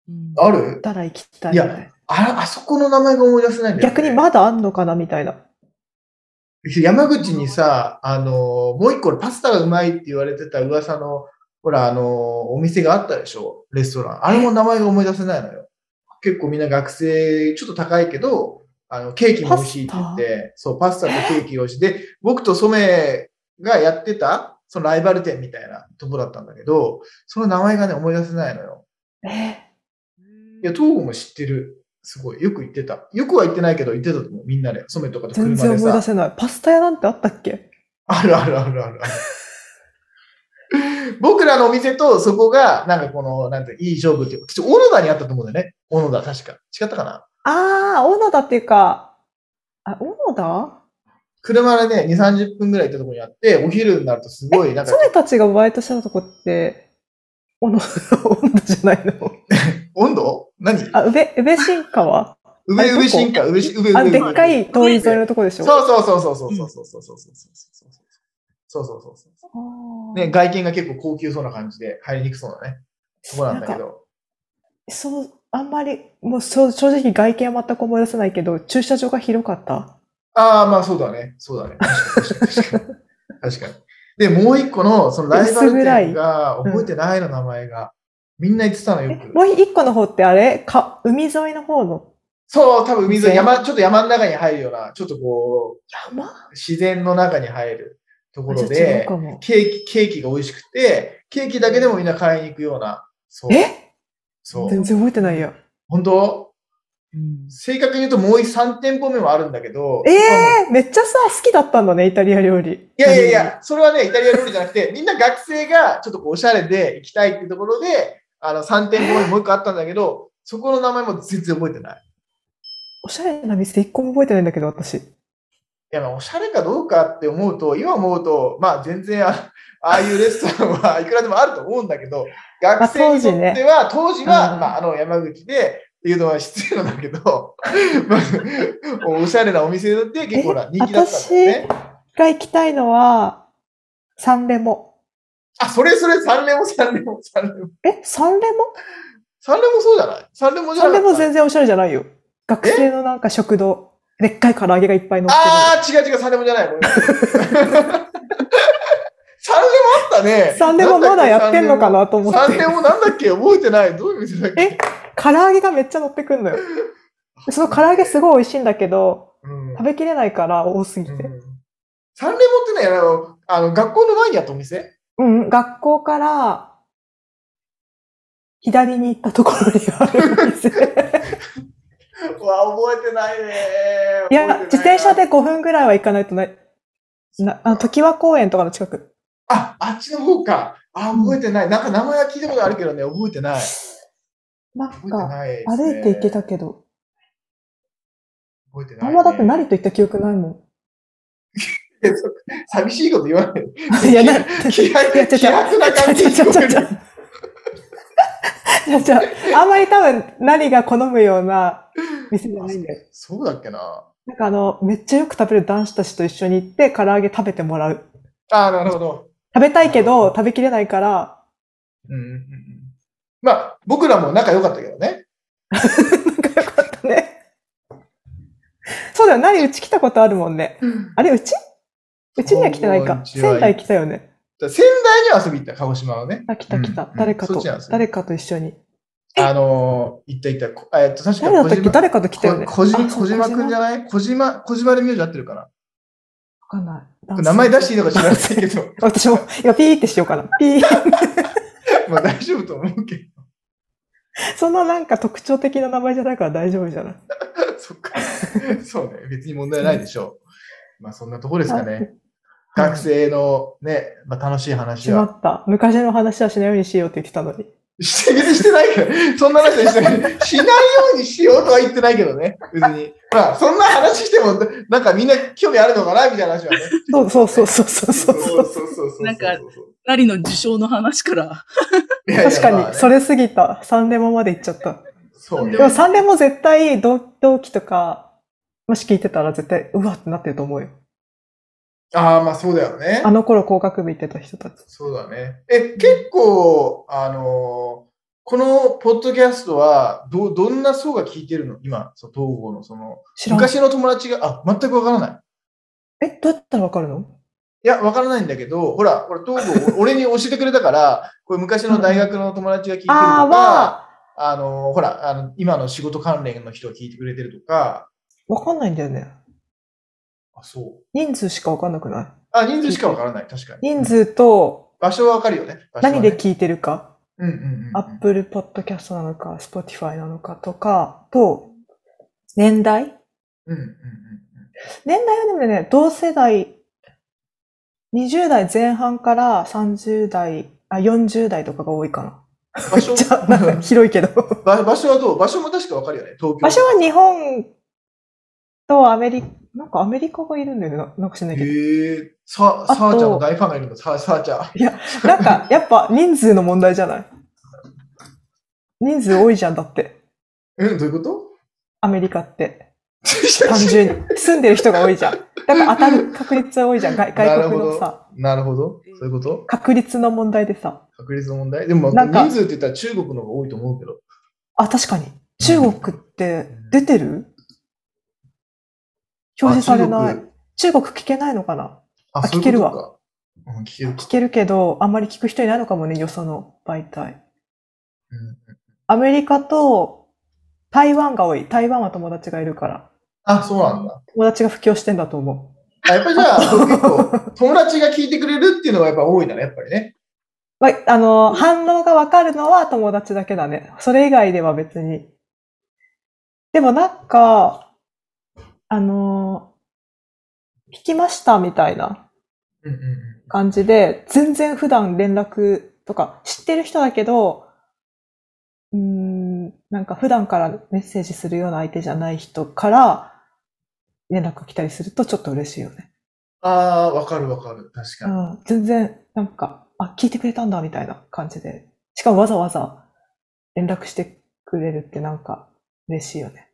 Speaker 2: うん、
Speaker 3: ある
Speaker 1: たら行きたいよね。
Speaker 3: ああそこの名前が思い出せないんだよ、ね。
Speaker 1: 逆にまだあんのかなみたいな。
Speaker 3: 山口にさ、あのーもう一個パスタがうまいって言われてた噂の、ほら、あのーお店があったでしょレストラン。あれも名前が思い出せないのよ。結構みんな学生、ちょっと高いけど、あの、ケーキも美味しいって言って、そう、パスタとケーキが美味しい。で、僕と染めがやってた、そのライバル店みたいなとこだったんだけど、その名前がね、思い出せないのよ。
Speaker 1: え
Speaker 3: いや、東郷も知ってる。すごい。よく行ってた。よくは行ってないけど、行ってたと思う。みんなで、染めとかと車
Speaker 1: 全
Speaker 3: でさ。
Speaker 1: 然思い出せない。パスタ屋なんてあったっけ
Speaker 3: あるあるあるあるある。僕らのお店とそこが、なんかこの、なんて、いい勝負っていう。小野田にあったと思うんだよね。小野田、確か。違ったかな
Speaker 1: あー、小野田っていうか、あ、小野田
Speaker 3: 車でね、2、30分ぐらい行ったところにあって、お昼になるとすごい、なんか
Speaker 1: ソ、ネたちがバイトしてたとこって、小野田、 小野田じゃないの
Speaker 3: 温度何
Speaker 1: あ、宇部、宇部新川あれ
Speaker 3: 上、
Speaker 1: どこ
Speaker 3: 上新か、上、上、上。
Speaker 1: あ、
Speaker 3: 上
Speaker 1: でっかい通り沿いのとこでし
Speaker 3: そ
Speaker 1: ょ
Speaker 3: うそうそうそうそうそうそうそうそうそうそうそうそうそうそう。
Speaker 1: あー
Speaker 3: ね、外見が結構高級そうな感じで、入りにくそうなね、とこなんだけど。
Speaker 1: そう、あんまり、もうそう正直外見は全く思い出せないけど、駐車場が広かった。
Speaker 3: ああ、まあそうだね。そうだね。確かに確かに。確かに。で、もう一個の、そのライバル店が
Speaker 1: うん
Speaker 3: 覚えてないの、名前が。みんな言ってたの
Speaker 1: え
Speaker 3: よく。
Speaker 1: もう一個の方ってあれか、海沿いの方の
Speaker 3: そう、多分海沿
Speaker 1: 店
Speaker 3: い、山、ちょっと山の中に入るような、ちょっとこ
Speaker 1: 山
Speaker 3: う、自然の中に入るとこ
Speaker 1: じ
Speaker 3: ろ
Speaker 1: ゃあ違う
Speaker 3: で
Speaker 1: か、も。
Speaker 3: ケーキ、ケーキが美味しくて、ケーキだけでもみんな買いに行くような。そう。
Speaker 1: え
Speaker 3: そ
Speaker 1: 全
Speaker 3: う。
Speaker 1: 然覚えてないよ。
Speaker 3: 本当
Speaker 2: うん
Speaker 3: 正確に言うともう3店舗目もあるんだけど、
Speaker 1: ええー、めっちゃさ、好きだったんだね、イタリア料理。
Speaker 3: いやいやいや、それはね、イタリア料理じゃなくて、みん な学生がちょっとこうおしゃれで行きたいっていうところで、あの、3店舗目にもう一個あったんだけど、そこの名前も全然覚えてない。
Speaker 1: おしゃれな店一個も覚えてないんだけど、私。
Speaker 3: いや、まあおしゃれかどうかって思うと、今思うと、まあ全然あ、ああいうレストランはいくらでもあると思うんだけど、学生にとっては、当時は、
Speaker 1: うん
Speaker 3: まあ、あの、山口で、っていうのは失礼なんだけど、まあ、 おしゃれなお店で結構な人気だったんだよね。
Speaker 1: が行きたいのは、サンレモ。
Speaker 3: あ、それそれ、三連も三連も三連も。
Speaker 1: え、サンレモ
Speaker 3: 三連もそうじゃない三連もじゃ
Speaker 1: サ
Speaker 3: な
Speaker 1: ン
Speaker 3: か
Speaker 1: レ
Speaker 3: っ
Speaker 1: モ
Speaker 3: た
Speaker 1: 全然おしゃれじゃないよ。学生のなんか食堂。でっかい唐揚げがいっぱい乗ってる。
Speaker 3: ああ、違う違う、サンレモじゃない。ごめんなさい サンレモあったね。
Speaker 1: サンレモまだやってんのか
Speaker 3: な
Speaker 1: なと思って
Speaker 3: サン。レモなんだっけ覚えてない。どういう店だっけ
Speaker 1: え唐揚げがめっちゃ乗ってくんの よ。でその唐揚げすごい美味しいんだけど、
Speaker 3: うん
Speaker 1: 食べきれないから多すぎて。
Speaker 3: うんサンレモってね、あの、あの学校の前にあったお店
Speaker 1: うん、学校から、左に行ったところにあるんです。
Speaker 3: うわ、覚えてないね。
Speaker 1: いや、自転車
Speaker 3: で。
Speaker 1: で5分ぐらいは行かないとない。な、あの、時和公園とかの近く。
Speaker 3: あ、あっちの方か。あ、覚えてない。なんか名前は聞いたことあるけどね、覚えてない。
Speaker 1: なん
Speaker 3: 覚えて
Speaker 1: か、
Speaker 3: ないですね、
Speaker 1: 歩いて行けたけど、
Speaker 3: 覚えてない、ね。
Speaker 1: あんまだって 何と言った記憶ないも
Speaker 3: 寂しいこと言わない。
Speaker 1: ん。いや、な、い
Speaker 3: 気
Speaker 1: や、違う違
Speaker 3: 迫
Speaker 1: う
Speaker 3: 気迫な感じに聞こえ
Speaker 1: 違う違う違
Speaker 3: る
Speaker 1: う。じゃじゃあ、あんまり多分何が好むような店じゃないんだよ。
Speaker 3: そうだっけな。
Speaker 1: なんかあの、めっちゃよく食べる男子たちと一緒に行って、唐揚げ食べてもらう。
Speaker 3: ああ、なるほど。
Speaker 1: 食べたいけど、食べきれないから、
Speaker 3: うんうんうんうんまあ、僕らも仲良かったけどね。
Speaker 1: 仲良かったね。そうだよ、何うち来たことあるもんね。あれ、うちうちには来てない
Speaker 3: もう
Speaker 1: か
Speaker 3: う。ちは
Speaker 1: 仙台来たよね。
Speaker 3: 仙台に遊び行った、鹿児島のね。
Speaker 1: あ、来た来た。
Speaker 3: うん
Speaker 1: 誰か
Speaker 3: そ
Speaker 1: と
Speaker 3: っちなんです、ね
Speaker 1: 誰かと一緒に。
Speaker 3: あのー、行った行ったこ。えっと、確か
Speaker 1: 誰だったっけ
Speaker 3: 小島
Speaker 1: 誰かと来たよね。
Speaker 3: こ小島
Speaker 1: あそう
Speaker 3: 小島くんじゃ
Speaker 1: わ
Speaker 3: ない小島、小島で名字合ってるかな
Speaker 1: かんない。
Speaker 3: 名前出していいのか知らないけど、
Speaker 1: 私も、今ピーってしようかな。ピー。
Speaker 3: まあ大丈夫と思うけど。
Speaker 1: そんななんか特徴 的な名前じゃないから大丈夫じゃない。
Speaker 3: そっか。そうね。別に問題ないでしょまあそんなとこですかね。学生のね、まあ楽しい話
Speaker 1: しま
Speaker 3: は。
Speaker 1: った。昔の話はしないようにしようって言ってたのに。
Speaker 3: してしてないから、そんな話はしてない。しないようにしようとは言ってないけどね、別に。まあそんな話しても、なんかみんな興味あるのかなみたいな話はね。
Speaker 1: そうそうそうそうそうそうそう。
Speaker 3: そうそうそう。
Speaker 2: なんかなりの受賞の話 から、
Speaker 3: いやいや
Speaker 1: 確か
Speaker 3: まあ
Speaker 1: に、
Speaker 3: ね
Speaker 1: それ過ぎた。3連もまで行っちゃった。
Speaker 3: そうね
Speaker 1: でも3連も絶対同同期とか、もし聞いてたら絶対、うわってなってると思うよ。
Speaker 3: ああ、まあそうだよね
Speaker 1: あ。の頃工学部行ってた人たち。
Speaker 3: そうだね。え、結構、あのーこのポッドキャストは、ど、どんな層が聞いてるの今、そう、東郷のその、
Speaker 1: 知らん。
Speaker 3: 昔の友達が、あ、全くわからない。
Speaker 1: え、どうやったらわかるの
Speaker 3: いや、わからないんだけど、ほら、ほら、東郷、お 俺に教えてくれたから、これ昔の大学の友達が聞いてると
Speaker 1: あー
Speaker 3: か、
Speaker 1: は、
Speaker 3: あのーほら、あの、今の仕事関連の人が聞いてくれてるとか、
Speaker 1: わかんないんだよね。
Speaker 3: あ、そう。
Speaker 1: 人数しかわかんなくない
Speaker 3: あ、人数しかわからない。確かに。
Speaker 1: 人数と、
Speaker 3: 場所はわかるよね。場所は
Speaker 1: 何
Speaker 3: ね
Speaker 1: で聞いてるか。
Speaker 3: うんうんうんうん。
Speaker 1: Apple Podcast なのか、Spotify なのかとか、と、年代
Speaker 3: うんうんうんうん。
Speaker 1: 年代はでもね、同世代、20代前半から30代、あ、40代とかが多いかな。
Speaker 3: 場 所
Speaker 1: じゃあ、なんか広い けど。
Speaker 3: ば場所はどう場所も確かわかるよね、東京。
Speaker 1: 場所は日本とアメリカ、なんかアメリカがいるんだよね。ななんか知んないけど。
Speaker 3: へえさ、
Speaker 1: あと
Speaker 3: さあちゃんの大ファンがいるの、さあ、さあちゃん。
Speaker 1: なんか、やっぱ人数の問題じゃない人数多いじゃん、だって。
Speaker 3: え、どういうこと
Speaker 1: アメリカって。単純に。住んでる人が多いじゃん。だから当た る確率は多いじゃん。外外国の
Speaker 3: な
Speaker 1: さ、
Speaker 3: なるほど。そういうこと
Speaker 1: 確率の問題でさ。
Speaker 3: 確率の問題でも、
Speaker 1: なんか
Speaker 3: 人数って言ったら中国の方が多いと思うけど。
Speaker 1: あ、確かに。中国って出てる表示されな
Speaker 3: あ
Speaker 1: い。。中国聞けないのかな
Speaker 3: あ、
Speaker 1: あ
Speaker 3: そう
Speaker 1: 聞け
Speaker 3: いう
Speaker 1: る
Speaker 3: こ
Speaker 1: わ
Speaker 3: とか。うん、聞けるか。
Speaker 1: 聞けるけど、あんまり聞く人いないのかもね、よその媒体。
Speaker 3: うん
Speaker 1: アメリカと台湾が多い。台湾は友達がいるから。
Speaker 3: あ、そうなんだ。
Speaker 1: 友達が布教してんだと思う。
Speaker 3: あやっぱりじゃ あ、結構、友達が聞いてくれるっていうのがやっぱ多いんだね、やっぱりね。
Speaker 1: まあ、あの、反応がわかるのは友達だけだね。それ以外では別に。でもなんか、あの、聞きましたみたいな
Speaker 3: うんうんう
Speaker 1: 感じで、全然普段連絡とか知ってる人だけど、うーん、なんか普段からメッセージするような相手じゃない人から連絡が来たりするとちょっと嬉しいよね。
Speaker 3: ん。ああー、わかるわかる。確
Speaker 1: う
Speaker 3: かに。
Speaker 1: ん、全然なんか、あ、聞いてくれたんだみたいな感じで。しかもわざわざ連絡してくれるってなんか嬉しいよね。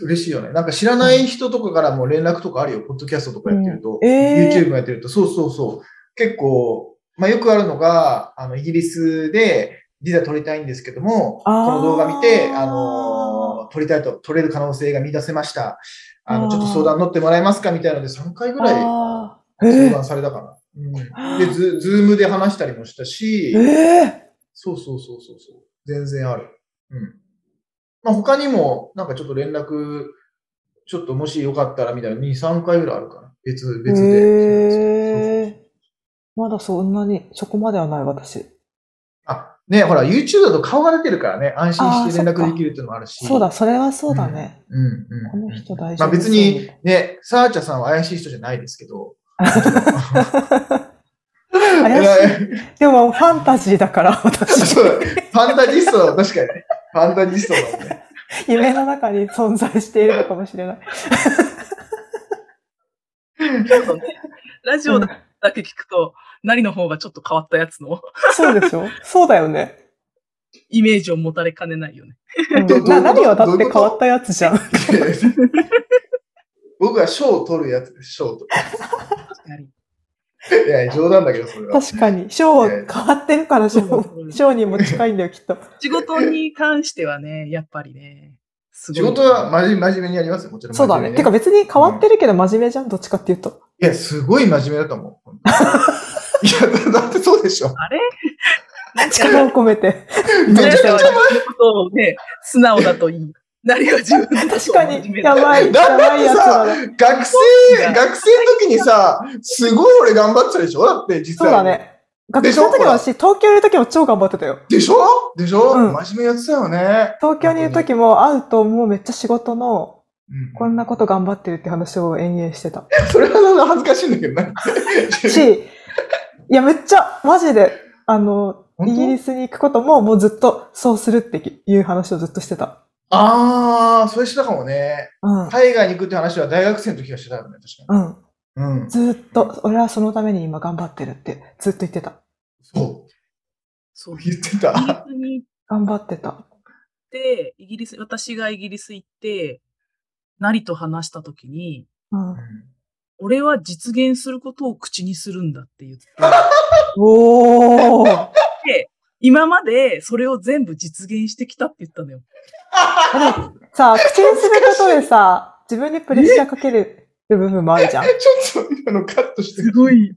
Speaker 3: 嬉しいよね。なんか知らない人とかからも連絡とかあるよ。ポッドキャストとかやってると。
Speaker 1: うんえー
Speaker 3: YouTube もやってると。そうそうそう。結構、まあよくあるのが、あの、イギリスでビザ取りたいんですけども、こ
Speaker 1: あー
Speaker 3: の動画見て、あのー取りたいと、取れる可能性が見出せました。あ
Speaker 1: あ
Speaker 3: の、
Speaker 1: ー
Speaker 3: ちょっと相談乗ってもらえますかみたいなので3回ぐらい
Speaker 1: ああ、
Speaker 3: 相
Speaker 1: え
Speaker 3: 談されたかな。うん、で、ズズームで話したりもしたし、
Speaker 1: ー、え
Speaker 3: そうそうそうそうそう。全然ある。うん。まあ他にも、なんかちょっと連絡、ちょっともしよかったらみたいな、2、3回ぐらいあるかな。別、
Speaker 1: ー、
Speaker 3: 別で。
Speaker 1: え
Speaker 3: そうそうそう
Speaker 1: ー、まだそんなに、そこまではない私。
Speaker 3: あ、ね、ほら、YouTube だと顔が出てるからね、安心して連絡できるっていうのもあるし。
Speaker 1: そうだ、。それはそうだね。
Speaker 3: うん
Speaker 1: こ
Speaker 3: うん。
Speaker 1: の人大丈夫。
Speaker 3: まあ別に。ね、サーチャさんは怪しい人じゃないですけど。
Speaker 1: 怪しい。でもファンタジーだから、私。
Speaker 3: そうファンタジストだもん確かにね。ファンタジストだもんね。
Speaker 1: 夢の中に存在しているのかもしれない。
Speaker 2: そうだねラジオだけ聞くと、なりの方がちょっと変わったやつの
Speaker 1: そうでしょそうだよね。
Speaker 2: イメージを持たれかねないよね。
Speaker 1: うん
Speaker 3: どどういうこと
Speaker 1: な何はだって
Speaker 3: どういう
Speaker 1: 変
Speaker 3: こと
Speaker 1: わったやつじゃん。
Speaker 3: 僕は賞を取るやつです、賞を取
Speaker 2: 確かに
Speaker 3: る。いや、冗談だけど、それ は。
Speaker 1: 確かに。賞は変わってるから、賞
Speaker 2: うん
Speaker 1: 賞にも近いんだよ、きっと。
Speaker 2: 仕事に関してはね、やっぱりね、すごい。
Speaker 3: 仕事は真面目真面目にやりますよ、もちろん。
Speaker 1: そうだね。てか別に変わってるけど真面目じゃん、どっちかっていうと。
Speaker 3: いや、すごい真面目だと思う本当に。 いや、だだってそうでしょ。
Speaker 2: あれなんか、
Speaker 1: 力を込めて。
Speaker 3: めちゃくちゃ
Speaker 2: は自分のことをね、素直だといい。何が自分のことを
Speaker 1: 確か
Speaker 2: 真面
Speaker 1: に、
Speaker 2: 目
Speaker 1: や
Speaker 2: だ
Speaker 1: ばい、
Speaker 3: だ
Speaker 1: や
Speaker 3: ってさ
Speaker 1: ばいやつだな。
Speaker 3: 学生、学生の時にさ、すごい俺頑張ってたでしょだって実
Speaker 1: そう
Speaker 3: は。
Speaker 1: だね。学生の時も私、東京いる時も超頑張ってたよ。
Speaker 3: でしょでしょ、
Speaker 1: うん
Speaker 3: 真面目やってたよね。
Speaker 1: 東京にいる時も会うともうめっちゃ仕事の
Speaker 3: うん
Speaker 1: こんなこと頑張ってるって話を延々してた。
Speaker 3: それはなんか恥ずかしいんだけどな。
Speaker 1: し、いや、めっちゃ、マジで、あの、
Speaker 3: 本当
Speaker 1: イギリスに行くことも、もうずっとそうするっていう話をずっとしてた。
Speaker 3: ああ、それしてたかもね。
Speaker 1: うん。
Speaker 3: 海外に行くって話は大学生の時はしてたよね、確か
Speaker 1: うん。
Speaker 3: に。うん。
Speaker 1: ずっと、俺はそのために今頑張ってるって、ずっと言ってた。
Speaker 3: そ
Speaker 2: そう
Speaker 3: う、
Speaker 2: イギ
Speaker 3: 言ってた。
Speaker 2: リスに行っ
Speaker 1: 頑張ってた。
Speaker 2: て、イギリス、私がイギリス行って、なりと話したときに、
Speaker 1: うん。
Speaker 2: 俺は実現することを口にするんだって言って、
Speaker 1: おー
Speaker 2: 今までそれを全部実現してきたって言ったのよ。
Speaker 1: さあ、口にすることでさ、自分にプレッシャーかける部分もあるじゃん。
Speaker 3: ちょっと今のカットして
Speaker 2: すごい、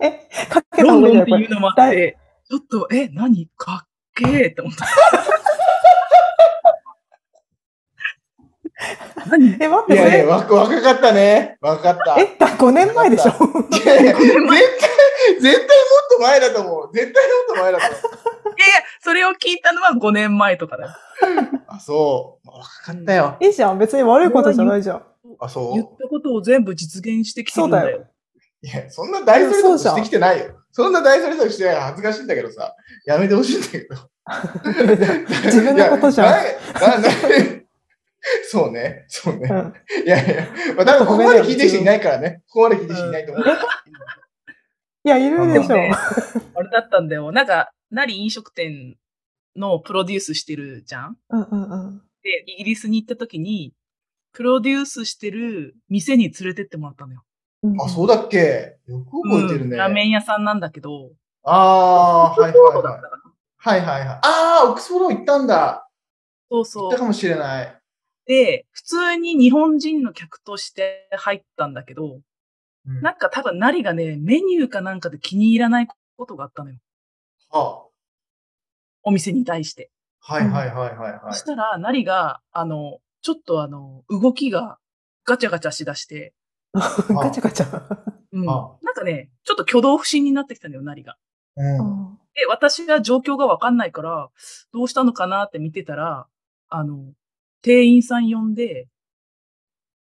Speaker 1: え、かけた
Speaker 2: ロ
Speaker 1: 方
Speaker 2: ン
Speaker 1: がいい
Speaker 2: ドン
Speaker 1: よ、
Speaker 2: って
Speaker 1: こ
Speaker 2: い
Speaker 1: れ
Speaker 2: う。のもあって、ちょっと、え、何かっけえって思 った。何
Speaker 1: え、待っ
Speaker 3: い
Speaker 1: て、そ
Speaker 3: やいや、
Speaker 1: れ、
Speaker 3: 若若かったね。若かった。
Speaker 1: え、だ5年前でしょ
Speaker 3: いやいや絶 対、絶対もっと前だと思う。絶対もっと前だと思う。
Speaker 2: いやいや、それを聞いたのは5年前とかだよ。
Speaker 3: あ、そう。まあ若かったよ。
Speaker 1: いいじゃん、別に悪いことじゃないじゃん。
Speaker 3: あ、
Speaker 2: 言
Speaker 3: そ
Speaker 2: ったことを全部実現してきてるん
Speaker 1: そう
Speaker 2: だ
Speaker 1: だ
Speaker 2: よ。
Speaker 3: う。いや、そんな大それた
Speaker 1: そう
Speaker 3: こ
Speaker 1: じ
Speaker 3: と
Speaker 1: ゃん
Speaker 3: してきてないよ。そんな大それたことしてないよ恥ずかしいんだけどさ。やめてほしいんだけど。
Speaker 1: 自分のことじゃん
Speaker 3: いや。なななそうね。そうね
Speaker 1: う。ん。
Speaker 3: いやいや、まあ、多分ここまで聞いてる人いないからね。ここまで聞いてる人いないと思う。
Speaker 1: いや、いるでしょ。
Speaker 2: あれだったんだよ。なんか、なり飲食店のプロデュースしてるじゃん
Speaker 1: うんうんうん。
Speaker 2: で、イギリスに行った時に、プロデュースしてる店に連れてってもらったのよ。
Speaker 1: うん
Speaker 3: あ、そうだっけよく覚えてる
Speaker 2: うん
Speaker 3: ね。
Speaker 2: ラーメン屋さんなんだけど、
Speaker 3: ああー、はい
Speaker 2: フード
Speaker 3: は
Speaker 2: コー
Speaker 3: い
Speaker 2: トだっ
Speaker 3: は
Speaker 2: た
Speaker 3: い。
Speaker 2: かな。
Speaker 3: はいはいはい。ああ、オックスフォード行ったんだ。
Speaker 2: そう
Speaker 3: 行
Speaker 2: そ
Speaker 3: ったか
Speaker 2: う。
Speaker 3: もしれない。
Speaker 2: で、普通に日本人の客として入ったんだけど、
Speaker 3: うん
Speaker 2: なんか多分なりがね、メニューかなんかで気に入らないことがあったのよ。
Speaker 3: は
Speaker 2: お店に対して。
Speaker 3: あはいはいはいはいは
Speaker 2: そ
Speaker 3: い
Speaker 2: し。たら、なりが、あの、ちょっとあの、動きがガチャガチャしだして、
Speaker 1: ガチャガチャ。
Speaker 2: うん。な
Speaker 3: あ
Speaker 2: んかね、ちょっと挙動不審になってきたのよ、なりが。
Speaker 3: う。
Speaker 1: うんん
Speaker 2: で、私が状況がわかんないから、どうしたのかなって見てたら、あの、店員さん呼んで、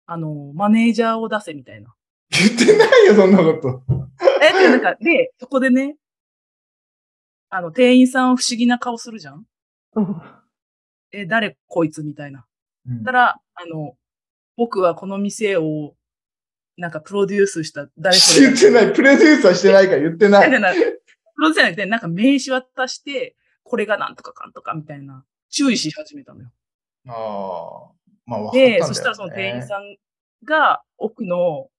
Speaker 2: あの、マネージャーを出せみたいな。
Speaker 3: 言ってないよ、そんなこと。
Speaker 2: え、でなんか、で、そこでね、あの、店員さんは不思議な顔するじゃん
Speaker 1: うん
Speaker 2: え、誰こいつみたいな。
Speaker 3: うん
Speaker 2: たら、あの、僕はこの店を、なんかプロデュースした、誰それ
Speaker 3: 言ってない。プレデューサーしてないから言ってな
Speaker 2: みたい
Speaker 3: い。
Speaker 2: な、プロじゃなくて、なんか名刺渡して、これがなんとかかんとかみたいな、注意し始めたのよ。
Speaker 3: ああ。まあ、わかったんだよ、ね。
Speaker 2: で、そしたらその店員さんが、奥の、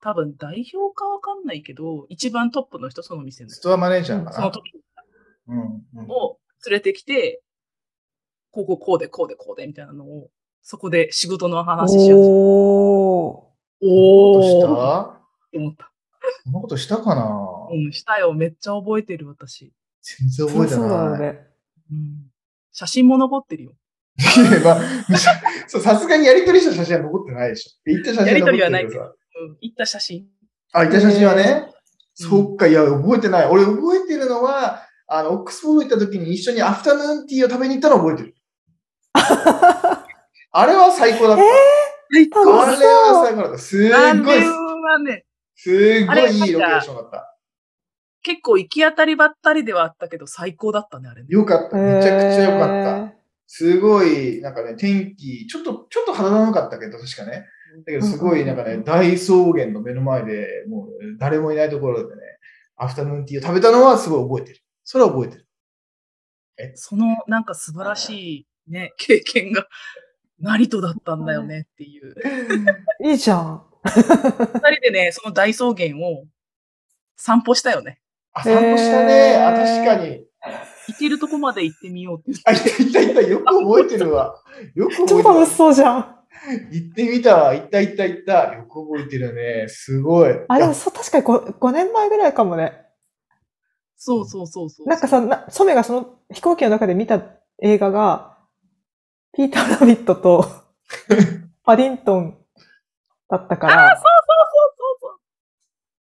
Speaker 2: 多分代表かわかんないけど、一番トップの人、その店の。
Speaker 3: ス
Speaker 2: そ
Speaker 3: トアマネージャーかな。
Speaker 2: の時
Speaker 3: うんうん
Speaker 2: を連れてきて、こうこうこうでこうでこうでみたいなのを、そこで仕事の話しよう。
Speaker 1: おー。
Speaker 2: お
Speaker 3: どうした
Speaker 2: ーっ
Speaker 3: そ
Speaker 2: て思った。
Speaker 3: んなことしたかな
Speaker 2: うん、したよ。めっちゃ覚えてる、私。
Speaker 3: 全然覚えて
Speaker 1: そうだよ
Speaker 3: ない。
Speaker 1: ね。
Speaker 2: うん。写真も残ってるよ。
Speaker 3: いやまあ そうさすがにやりとりした写真は残ってないでしょ。言った写真残って
Speaker 2: や
Speaker 3: る
Speaker 2: りとりはない
Speaker 3: け
Speaker 2: け
Speaker 3: ど
Speaker 2: ど
Speaker 3: さ。
Speaker 2: うん、行った写真。
Speaker 3: あ、言った写真は
Speaker 1: へ
Speaker 3: ね。そっか、いや、覚えてない。俺覚えてるのは、あの、オックスフォード行った時に一緒にアフタヌーンティーを食べに行ったの覚えて る。あれは最高だった。
Speaker 2: 最
Speaker 1: 高
Speaker 3: あれは最高だった。すっ
Speaker 2: あ
Speaker 3: ごい
Speaker 2: れ、はね、
Speaker 3: すっ
Speaker 2: あ
Speaker 3: ご
Speaker 2: れ
Speaker 3: いいいロケーションだった。
Speaker 2: 結構行き当たりばったりではあったけど、最高だったね、あれね。
Speaker 3: よかった。めちゃくちゃよかった。
Speaker 1: へー
Speaker 3: すごい、なんかね、天気、ちょっと、ちょっと肌寒かったけど、確かね。だけど、すごい、なんか
Speaker 1: うんうんう
Speaker 3: ね
Speaker 1: ん、
Speaker 3: 大草原の目の前で、もう、誰もいないところでね、アフタヌーンティーを食べたのはすごい覚えてる。それは覚えてる。
Speaker 2: その、なんか素晴らしいね、経験が、成とだったんだよねっていう。
Speaker 1: いいじゃん。
Speaker 2: 二人でね、その大草原を散歩したよね。
Speaker 3: あ、散歩したね。あ、確かに。
Speaker 2: 行けるとこまで行ってみようって言って
Speaker 3: あ、いたいたいた。よく覚えて るわ。よく
Speaker 1: 超
Speaker 3: 覚
Speaker 1: 楽
Speaker 3: え
Speaker 1: して
Speaker 3: る。
Speaker 1: そうじゃん。
Speaker 3: 行ってみたわ。行った行った行った。よく覚えてるね。すごい。
Speaker 1: あ、でも
Speaker 3: いや
Speaker 1: そう、確かに 5, 5年前ぐらいかもね。
Speaker 2: そうそうそうそう。
Speaker 1: なんかさ、なソメがその飛行機の中で見た映画が、ピーター・ラビット とパディントンだったから、ね、
Speaker 2: そうそうそうそう。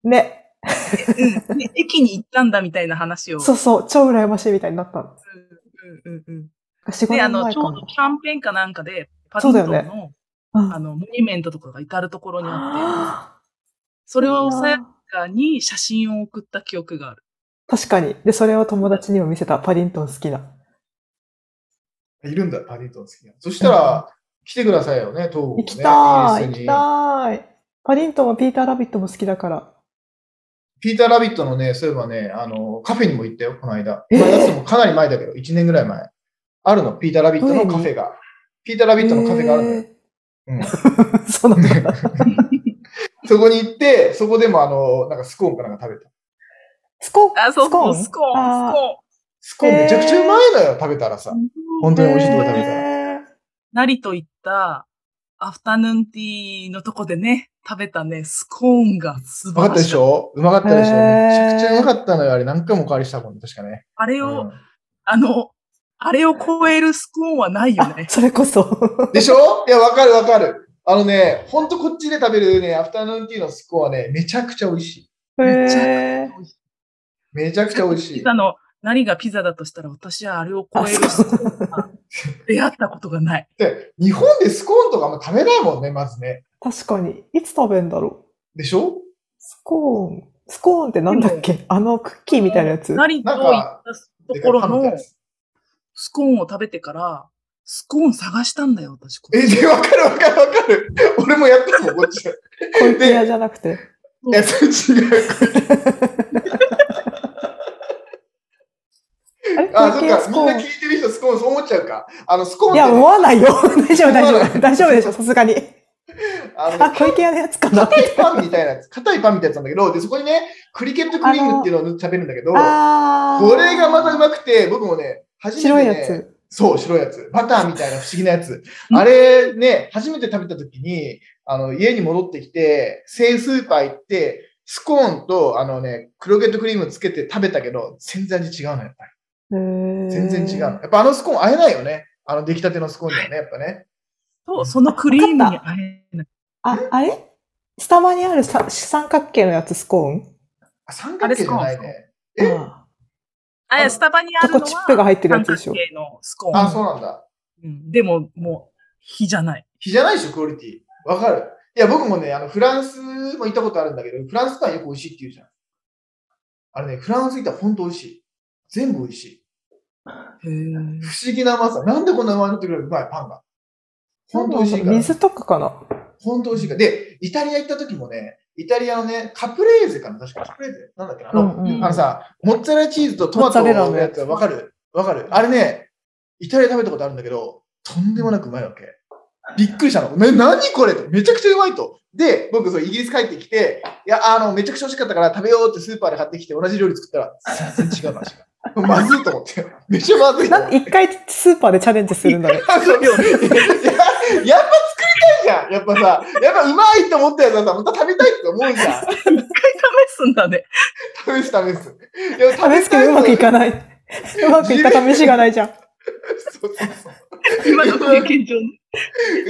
Speaker 2: うんね駅に行ったんだみたいな話を。
Speaker 1: そうそう、超羨ましいみたいになったの。
Speaker 2: うんうんうんうん。
Speaker 1: 4、5
Speaker 2: で、あ
Speaker 1: 年
Speaker 2: の、
Speaker 1: 前
Speaker 2: ち
Speaker 1: か
Speaker 2: ょ
Speaker 1: も
Speaker 2: うど。キャンペーンかなんかで、パデ
Speaker 1: そ
Speaker 2: ィ
Speaker 1: う
Speaker 2: ン
Speaker 1: だ
Speaker 2: ト
Speaker 1: よね
Speaker 2: ンの
Speaker 1: うん
Speaker 2: あの、モニュメントとかが至るところにあって、
Speaker 1: あ
Speaker 2: それを
Speaker 1: ー
Speaker 2: さやかに写真を送った記憶がある。
Speaker 1: 確かに。で、それを友達にも見せた。パディントン好きだ。
Speaker 3: いるんだ、パディントン好きな。そしたら、来てくださいよね、東郷
Speaker 1: 行
Speaker 3: ね。
Speaker 1: きたい、
Speaker 3: イギ
Speaker 1: 行
Speaker 3: リス
Speaker 1: き
Speaker 3: に
Speaker 1: たい。パディントンもピーター・ラビットも好きだから。
Speaker 3: ピーター・ラビットのね、そういえばね、あの、カフェにも行ったよ、この間。
Speaker 1: えー
Speaker 3: 前出してもかなり前だけど、1年ぐらい前。あるの、ピーター・ラビットのカフェが。ピーター・ラビットのカフェがあるのよ。
Speaker 1: へー そうなん だ。
Speaker 3: そこに行って、そこでもあの、なんかスコーンかなんか食べた。
Speaker 1: スコーン
Speaker 2: あ、そうそう、ス
Speaker 1: ス
Speaker 2: コーン、スコ
Speaker 1: あ
Speaker 2: ーン。
Speaker 3: スコーンめちゃくちゃうまいのよ、食べたらさ。本当に美味しいとこ食べたら。
Speaker 1: へー
Speaker 2: なりといったアフタヌーンティーのとこでね、食べたね、スコーンが素
Speaker 3: 分
Speaker 2: 晴
Speaker 3: か
Speaker 2: ら
Speaker 3: ったで
Speaker 2: し
Speaker 3: し
Speaker 2: い。
Speaker 3: ょうまかったでし
Speaker 1: へ
Speaker 3: ょ
Speaker 1: ー
Speaker 3: めちゃくちゃうまかったのよ、あれ。何回もおかわりしたもんね、確かね。
Speaker 2: あれ
Speaker 3: う
Speaker 2: を、
Speaker 3: ん
Speaker 2: あの、あれを超えるスコーンはないよ
Speaker 1: あ
Speaker 2: ね、。
Speaker 1: それこそ。
Speaker 3: でしょいや、わかるわかる。あのね、ほんとこっちで食べるね、アフタヌーンティーのスコーンはね、めちゃくちゃ美味しい。
Speaker 2: めちゃくちゃ
Speaker 1: へー
Speaker 3: めちゃくちゃ美味し
Speaker 2: ピ
Speaker 3: い。
Speaker 2: ザの、何がピザだとしたら私はあれを超える
Speaker 1: あそ
Speaker 2: ス
Speaker 1: う
Speaker 2: コーンは出会ったことがない。
Speaker 3: で、日本でスコーンとかあんま食べないもんね、まずね。
Speaker 1: 確かに。いつ食べんだろう。
Speaker 3: でしょ
Speaker 1: スコーン。スコーンってなんだっけあのクッキーみたいなやつ。
Speaker 2: なりといったところ
Speaker 3: でかいパンみたいな
Speaker 2: の
Speaker 3: やつ
Speaker 2: スコーンを食べてから、スコーン探したんだよ、私。
Speaker 3: え、で、わかるわかるわかる。俺もやってたもん、こっちで。
Speaker 1: 小池屋じゃなくて。
Speaker 3: いや、それ違う。
Speaker 1: あれ
Speaker 3: あ、
Speaker 1: 小
Speaker 3: そ
Speaker 1: 池
Speaker 3: っ
Speaker 1: 屋
Speaker 3: か。
Speaker 1: ス
Speaker 3: み
Speaker 1: コ
Speaker 3: んな
Speaker 1: ー
Speaker 3: 聞いてる人、スコーンそう思っちゃうか。あの、スコー
Speaker 1: ン。い
Speaker 3: ンって
Speaker 1: や、
Speaker 3: ね、
Speaker 1: 思わ ないよ。大丈夫、大
Speaker 3: 思
Speaker 1: 丈
Speaker 3: わな
Speaker 1: 夫。大丈夫でしょ、さすがに。
Speaker 3: あの
Speaker 1: あ、小池屋のやつかな。
Speaker 3: 硬いパンみたいなやつ、硬いパンみたいなやつなんだけど、で、そこにね、クリケットクリームっていうのを塗って食べるんだけど、こ
Speaker 1: あー
Speaker 3: れがまたうまくて、僕もね、初めて、ね、
Speaker 1: 白いやつ。
Speaker 3: そう、白いやつ。バターみたいな不思議なやつ。
Speaker 2: うん
Speaker 3: あれね、初めて食べた時に、あの、家に戻ってきて、製スーパー行って、スコーンと、あのね、クロケットクリームつけて食べたけど、全然味違うの、やっぱり。全
Speaker 1: 全
Speaker 3: 然違うの。やっぱあのスコーン会えないよね。あの出来たてのスコーンにはね、やっぱね。
Speaker 2: と、そのクリームにあえない。
Speaker 1: あ、あれスタバにあるさ三角形のやつスコーン
Speaker 3: あ三角形じゃない
Speaker 2: あれ
Speaker 3: ね。え
Speaker 1: あ
Speaker 2: あいやスタバに
Speaker 1: あ
Speaker 2: あ
Speaker 1: チ
Speaker 2: る
Speaker 1: ョ
Speaker 2: の
Speaker 1: コ
Speaker 2: は
Speaker 1: チップが入ってるや
Speaker 2: 三
Speaker 1: つで
Speaker 2: 角
Speaker 1: しょ。
Speaker 2: 形のスコ
Speaker 3: あ、
Speaker 2: ー
Speaker 3: そう
Speaker 2: ン。
Speaker 3: なんだ。
Speaker 2: うん、でも、もう、火じゃない。
Speaker 3: 比じゃないでしょ、クオリティ。わかる。いや、僕もね、あの、フランスも行ったことあるんだけど、フランスパンよく美味しいって言うじゃん。あれね、フランス行ったら本当美味しい。全部美味しい。
Speaker 2: へー
Speaker 3: 不思議な甘さ。なんでこんな甘いのってくらいうまい、パンが。ほんと美味しいから。
Speaker 1: 水とかかな
Speaker 3: ほんと美味しいから。で、イタリア行った時もね、イタリアのね、カプレーゼかな確かカプレーゼなんだっけなあの、
Speaker 1: うんうん
Speaker 3: あのさ、モッツァレラチーズとトマト
Speaker 1: モッツァレラの
Speaker 3: の
Speaker 1: や
Speaker 3: や
Speaker 1: つ
Speaker 3: つわかるわかるあれね、イタリアで食べたことあるんだけど、とんでもなくうまいわけ。びっくりしたの。ね、何これと。めちゃくちゃうまいと。で、僕、そう、イギリス帰ってきて、いや、あの、めちゃくちゃ美味しかったから食べようってスーパーで買ってきて同じ料理作ったら、全然違う味が。まずいと思って。めっちゃまずいと思
Speaker 1: な
Speaker 3: っ
Speaker 1: ん
Speaker 3: て。
Speaker 1: で一回スーパーでチャレンジするん だね。
Speaker 3: あそうよややっぱ作りたいじゃん。やっぱさ、やっぱうまいって思ったやつはさ、また食べたいって思うじゃん。
Speaker 2: 試すんだね。
Speaker 3: 試す試す。いや
Speaker 1: 試すけどうまくいかない。うまくいった試しがないじゃん。
Speaker 3: そうそうそう
Speaker 2: 今の経験上ね。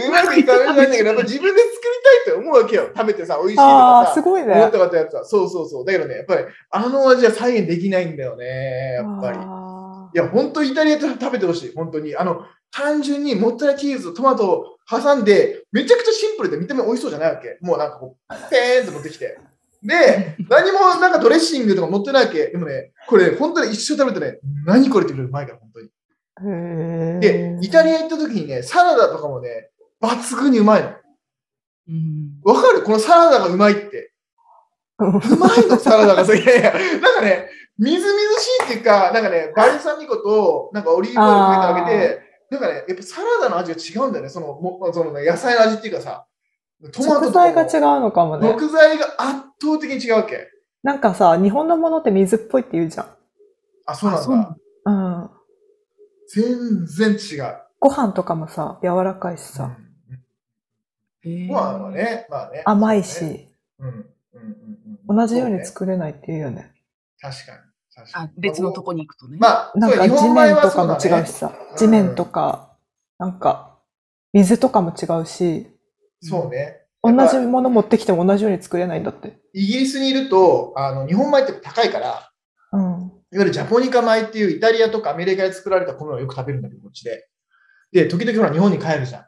Speaker 3: うまくいかないんだ けど、やっぱ自分で作りたいって思うわけよ。食べてさ、美味しいと
Speaker 1: あ
Speaker 3: か
Speaker 1: あ、す
Speaker 3: さ。
Speaker 1: ごい
Speaker 3: 思っ
Speaker 1: ね
Speaker 3: た。かったやつは。そうそうそう。だけどね、やっぱり、あの味は再現できないんだよね、やっぱり。
Speaker 1: あ
Speaker 3: いや、本当イタリアで食べてほしい。本当に。あの、単純にモッツァレラチーズとトマトを挟んで、めちゃくちゃシンプルで見た目美味しそうじゃないわけ。もうなんかこう、ペーンと持ってきて。で、何もなんかドレッシングとか持ってないわけ。でもね、これ本当に一生食べてね、何これってくらいうまいから、本当に。
Speaker 1: ーへー
Speaker 3: で、イタリア行った時にね、サラダとかもね、抜群にうまいの。
Speaker 2: うん。
Speaker 3: わかるこのサラダがうまいって。うまいの、サラダが。いやいや、なんかね、みずみずしいっていうか、なんかね、バルサミコと、なんかオリーブオイルかけてあげて、なんかね、やっぱサラダの味が違うんだよね、その、もそのね、野菜の味っていうかさ、トマト
Speaker 1: 食
Speaker 3: とか
Speaker 1: 材
Speaker 3: も
Speaker 1: が違うのかもね。
Speaker 3: 木材が圧倒的に違うわけ。
Speaker 1: なんかさ、日本のものって水っぽいって言うじゃ
Speaker 3: あ、そうなん
Speaker 2: あそうなん
Speaker 3: だ。
Speaker 1: ん。うん。
Speaker 3: 全然違う。
Speaker 1: ご飯とかもさ、柔らかいしさ、
Speaker 2: へー
Speaker 3: ご飯はね、まあね。
Speaker 1: 甘い
Speaker 3: そうね。
Speaker 1: し、
Speaker 3: うん。うんうんん
Speaker 1: 同じように
Speaker 3: そ
Speaker 1: 作れないって言うよね。
Speaker 3: うね確かに。確か
Speaker 2: あ
Speaker 3: に。
Speaker 2: 別のとこに行くとね。
Speaker 3: まあ、
Speaker 1: な
Speaker 3: まあ、
Speaker 1: ん
Speaker 3: そう
Speaker 1: か地
Speaker 3: 日本米
Speaker 1: 面
Speaker 3: は
Speaker 1: と
Speaker 3: そ
Speaker 1: か
Speaker 3: う
Speaker 1: も
Speaker 3: だ
Speaker 1: 違う
Speaker 3: ね
Speaker 1: し。さ、
Speaker 3: うん
Speaker 1: 地面とか、なんか、水とかも違うし、
Speaker 3: そうね。
Speaker 1: 同
Speaker 3: やっ
Speaker 1: じ
Speaker 3: ぱ
Speaker 1: もの持ってきても同じように作れないんだって。
Speaker 3: イギリスにいると、あの、日本米って高いから、
Speaker 1: うん。
Speaker 3: いわゆるジャポニカ米っていうイタリアとかアメリカで作られた米をよく食べるんだけど、こっちで。で、時々ほら日本に帰るじゃん。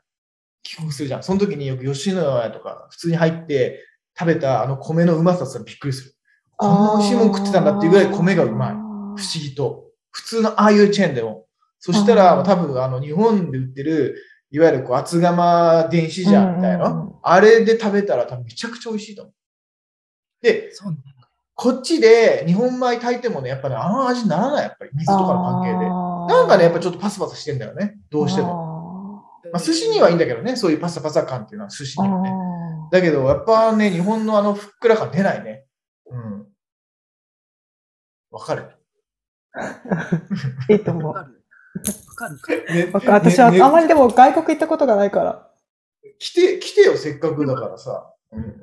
Speaker 3: 帰国するじゃん。その時によく吉野家とか普通に入って食べたあの米のうまささびっくりする。こんな美味しいもん食ってたんだっていうぐらい米がうまい。不思議と。普通のああいうチェーンでも。そしたら多分あの日本で売ってるいわゆるこう厚釜電子じゃんみたいな、
Speaker 1: うんうんうん
Speaker 3: あれで食べたら多分めちゃくちゃ美味しいと思う。で、
Speaker 2: そうなんだ。
Speaker 3: こっちで日本米炊いてもね、やっぱね、あの味にならない、やっぱり水とかの関係で。なんかね、やっぱちょっとパサパサしてんだよね、どうしても。
Speaker 1: も。
Speaker 3: まあ、寿司にはいいんだけどね、そういうパサパサ感っていうのは寿司にはね。
Speaker 1: あ
Speaker 3: だけど、やっぱね、日本のあのふっくら感出ないね。うん。わかる。
Speaker 1: ーいいと思
Speaker 2: わ
Speaker 1: う。
Speaker 2: かる。わかるか。
Speaker 3: ね
Speaker 1: わかる私はあ
Speaker 3: ねね
Speaker 1: んまりでも外国行ったことがないから。
Speaker 3: 来て、来てよ、せっかくだからさ。うん。うん。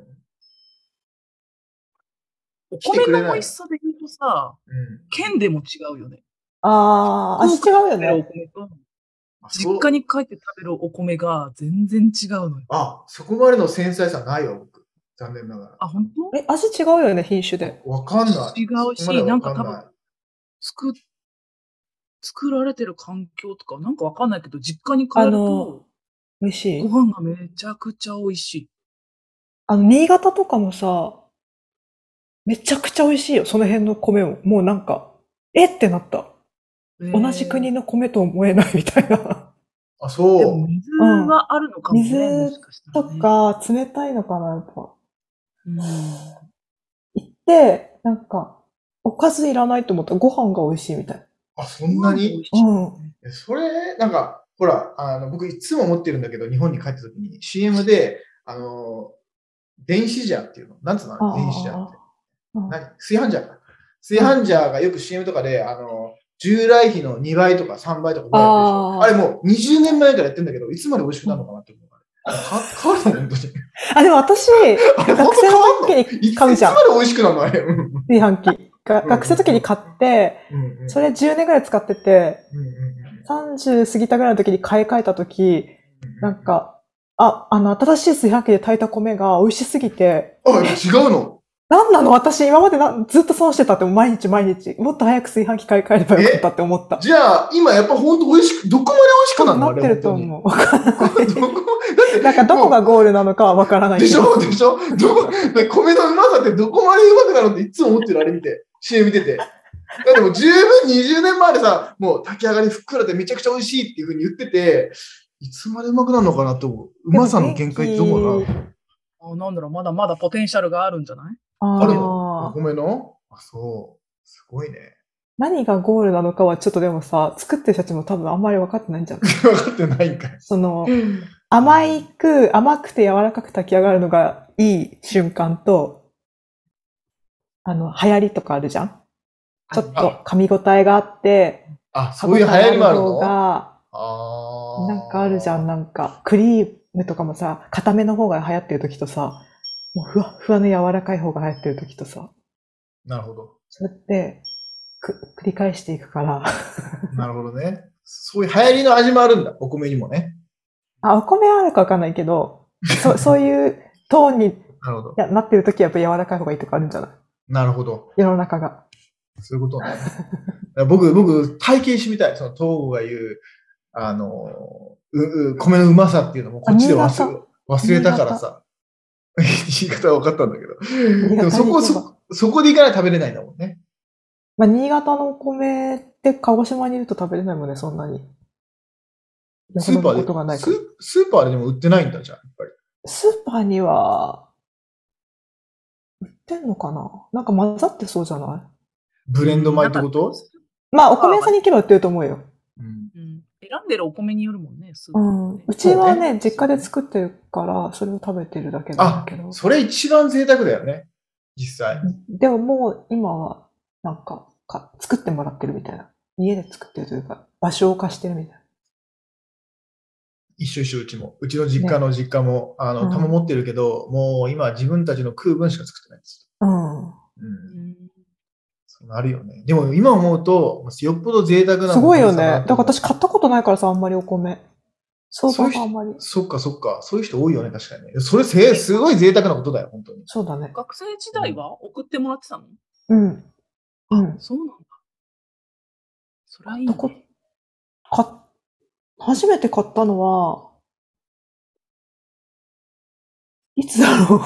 Speaker 2: お
Speaker 3: 来て
Speaker 2: 米
Speaker 3: くれない
Speaker 2: の美味しさで言うとさ、県でも違うよね。
Speaker 1: ああ、味違うよ
Speaker 2: お
Speaker 1: ね。
Speaker 2: 米と、
Speaker 3: あそう
Speaker 2: 実家に帰って食べるお米が全然違うのよ。
Speaker 3: あ、そこまでの繊細さないわ、僕。残念なが
Speaker 2: あ、本当？
Speaker 1: え、味違うよね、品種で。
Speaker 3: ら。わかんない。
Speaker 2: 違う
Speaker 3: そこまで
Speaker 2: し、なんか
Speaker 3: わ
Speaker 2: 多
Speaker 3: い
Speaker 2: 分、作っ、作られてる環境とか、なんかわかんないけど、実家に帰
Speaker 1: あ
Speaker 2: る
Speaker 1: の
Speaker 2: と、、
Speaker 1: 美味し
Speaker 2: ご
Speaker 1: い。
Speaker 2: 飯がめちゃくちゃ美味しい。
Speaker 1: あの、新潟とかもさ、めちゃくちゃ美味しいよ、その辺の米も。もうなんか、えってなった。同じ国
Speaker 2: の。
Speaker 1: の米と思えないみたい な。
Speaker 3: あ、
Speaker 2: で
Speaker 3: そう
Speaker 2: も。水はあるのかもね、
Speaker 1: うん
Speaker 2: もしかした
Speaker 1: と
Speaker 2: ら、ね。
Speaker 1: か、冷たいのかな、やっぱ。
Speaker 2: うん。
Speaker 1: 行って、なんか、おかずいらないと思ったらご飯が美味しいみたい
Speaker 3: あ、そんな
Speaker 2: 美
Speaker 3: に
Speaker 2: 味しい
Speaker 1: うん
Speaker 3: えそれ、なんか、ほら、あの、僕いつも思ってるんだけど、日本に帰った時に CM で、あの、電子ジャーっていうのなんつうの
Speaker 1: あー
Speaker 3: 電子ジャーって。
Speaker 1: な。うん
Speaker 3: 何炊飯ジャーか。炊飯ジャーがよく CM とかで、あの、従来費の2倍とか3倍とかぐらいやってるでしょ
Speaker 1: あー
Speaker 3: あれもう20年前からやってんだけど、いつまで美味しくなるのかなって思う。あれか変わるの本当 に。
Speaker 1: あ、でも 私、
Speaker 3: あれ本
Speaker 1: 学
Speaker 3: 当
Speaker 1: 生
Speaker 3: 変
Speaker 1: の
Speaker 3: わんの
Speaker 1: 時
Speaker 3: いつい
Speaker 1: に
Speaker 3: つ
Speaker 1: 買
Speaker 3: ま
Speaker 1: う
Speaker 3: で
Speaker 1: じゃん。
Speaker 3: 美味しくなるのあれ。うんうん
Speaker 1: 炊飯器。が
Speaker 3: うん
Speaker 1: 学生の時に買って、
Speaker 3: うんうん
Speaker 1: それ10年ぐらい使ってて、
Speaker 3: うんうんうん
Speaker 1: 30過ぎたぐらいの時に買い替えた時、
Speaker 3: うん
Speaker 1: なん。か、あ、あの、新しい炊飯器で炊いた米が美味しすぎて、
Speaker 3: あ、違うの
Speaker 1: なんなの私、今までなずっと損してたって、毎日毎日。もっと早く炊飯器買い替えればよかったって思った。
Speaker 3: じゃあ、今やっぱ本当美味しく、どこまで美味しくなるの
Speaker 1: なってると
Speaker 3: う。
Speaker 1: 思う。
Speaker 3: どこだっ て、
Speaker 1: なんか、どこがゴールなのかはわからない
Speaker 3: で
Speaker 1: け
Speaker 3: し
Speaker 1: ど。
Speaker 3: ょでしょどこ、 で米のうまさってどこまでうまくなるのっていつも思ってる、あれ見て。CM 見てて。だってもう十分20年前でさ、もう炊き上がりふっくらでめちゃくちゃ美味しいっていうふうに言ってて、いつまでうまくなるのかなと思う。うまさの限界ってどこだ
Speaker 2: あなんだろう、まだまだポテンシャルがあるんじゃない
Speaker 1: あ
Speaker 3: あるなお
Speaker 1: ー
Speaker 3: 米のあ、そう。すごいね。
Speaker 1: 何がゴールなのかはちょっとでもさ、作ってる人たちも多分あんまり分かってないんじゃない
Speaker 3: 分かってないんかい。
Speaker 1: その、甘いく、甘くて柔らかく炊き上がるのがいい瞬間と、あの、流行りとかあるじゃんちょっと噛み応えがあって、
Speaker 3: あ、そういう流行りもある
Speaker 1: 歯応え
Speaker 3: の
Speaker 1: が
Speaker 3: あー
Speaker 1: なんかあるじゃん、なんか。クリームとかもさ、固めの方が流行ってる時とさ、もうふわっふわの柔らかい方が流行ってる時とさ、
Speaker 3: なるほど。
Speaker 1: それって、く、繰り返していくから。
Speaker 3: なるほどね。そういう流行りの味もあるんだ、お米にもね。
Speaker 1: あ、お米あるかわかんないけど、 そそういうトーンに
Speaker 3: なるほど。
Speaker 1: なってる時はやっぱ柔らかい方がいいとかあるんじゃない
Speaker 3: なるほど。
Speaker 1: 世の中が。
Speaker 3: そういうことね。だから僕、僕、体験してみたい。その、東郷が言う、あの、うう米のうまさっていうのも、こっちで
Speaker 1: あ
Speaker 3: 忘
Speaker 1: 新
Speaker 3: れ忘れたからさ。言い方は分かったんだけど。
Speaker 1: 潟
Speaker 3: でもそ
Speaker 1: に行け
Speaker 3: こ、
Speaker 1: ば
Speaker 3: そ、そこで行かないと食べれないんだもんね。
Speaker 1: まあ、新潟のお米って鹿児島にいると食べれないもんね、そんなに。
Speaker 3: スー
Speaker 1: なかな
Speaker 3: パ
Speaker 1: かことが
Speaker 3: ー
Speaker 1: な
Speaker 3: で、
Speaker 1: い
Speaker 3: ス
Speaker 1: から
Speaker 3: ースーパーででも売ってないんだ、じゃあ、やっぱり。
Speaker 1: スーパーには、売ってんのかななんか混ざってそうじゃな
Speaker 3: ブレンド米ってこと
Speaker 1: いまあ、お米屋さんに行けば売ってると思うよ。
Speaker 3: うん。
Speaker 2: うん、選んでるお米によるもんね、スー
Speaker 1: う
Speaker 2: パー
Speaker 1: ん。
Speaker 2: ね
Speaker 1: うちはね、実家で作ってるから、それを食べてるだけなんだけど。
Speaker 3: それ一番贅沢だよね。実際。
Speaker 1: でももう今は、なんかか、作ってもらってるみたいな。家で作ってるというか、場所を貸してるみたいな。
Speaker 3: 一緒一緒うちも。うちの実家の実家も、あ
Speaker 1: うん
Speaker 3: の、玉持ってるけど、もう今は自分たちの食う分しか作ってないんです
Speaker 1: うん。
Speaker 3: よ。
Speaker 2: う
Speaker 3: うん。
Speaker 2: ん
Speaker 3: そのあるよね。でも今思うと、よっぽど贅沢な
Speaker 1: すごいよね。
Speaker 3: もの
Speaker 1: だか
Speaker 3: な
Speaker 1: ら
Speaker 3: と思う
Speaker 1: 私買ったことないからさ、あんまりお米。相場
Speaker 3: そういう
Speaker 1: が
Speaker 3: 人
Speaker 1: あんまり。
Speaker 3: そっかそっか。そういう人多いよね、確かにね。それせ、すごい贅沢なことだよ、本当に。
Speaker 1: そうだね。
Speaker 2: 学生時代は送ってもらってたの、
Speaker 1: うん。うん。
Speaker 2: そうなんだ。そりゃいい、
Speaker 1: ど
Speaker 2: ね。
Speaker 1: こ、か、初めて買ったのは、いつだろう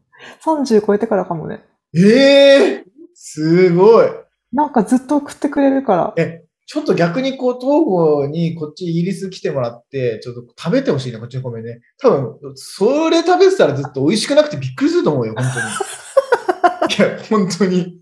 Speaker 1: ?30 超えてからかもね。
Speaker 3: ええすごい。
Speaker 1: なんかずっと送ってくれるから。
Speaker 3: ちょっと逆にこう、東郷にこっちイギリス来てもらって、ちょっと食べてほしいね、こっちの米ね。多分、それ食べてたらずっと美味しくなくてびっくりすると思うよ、本 当に。いや、本当に。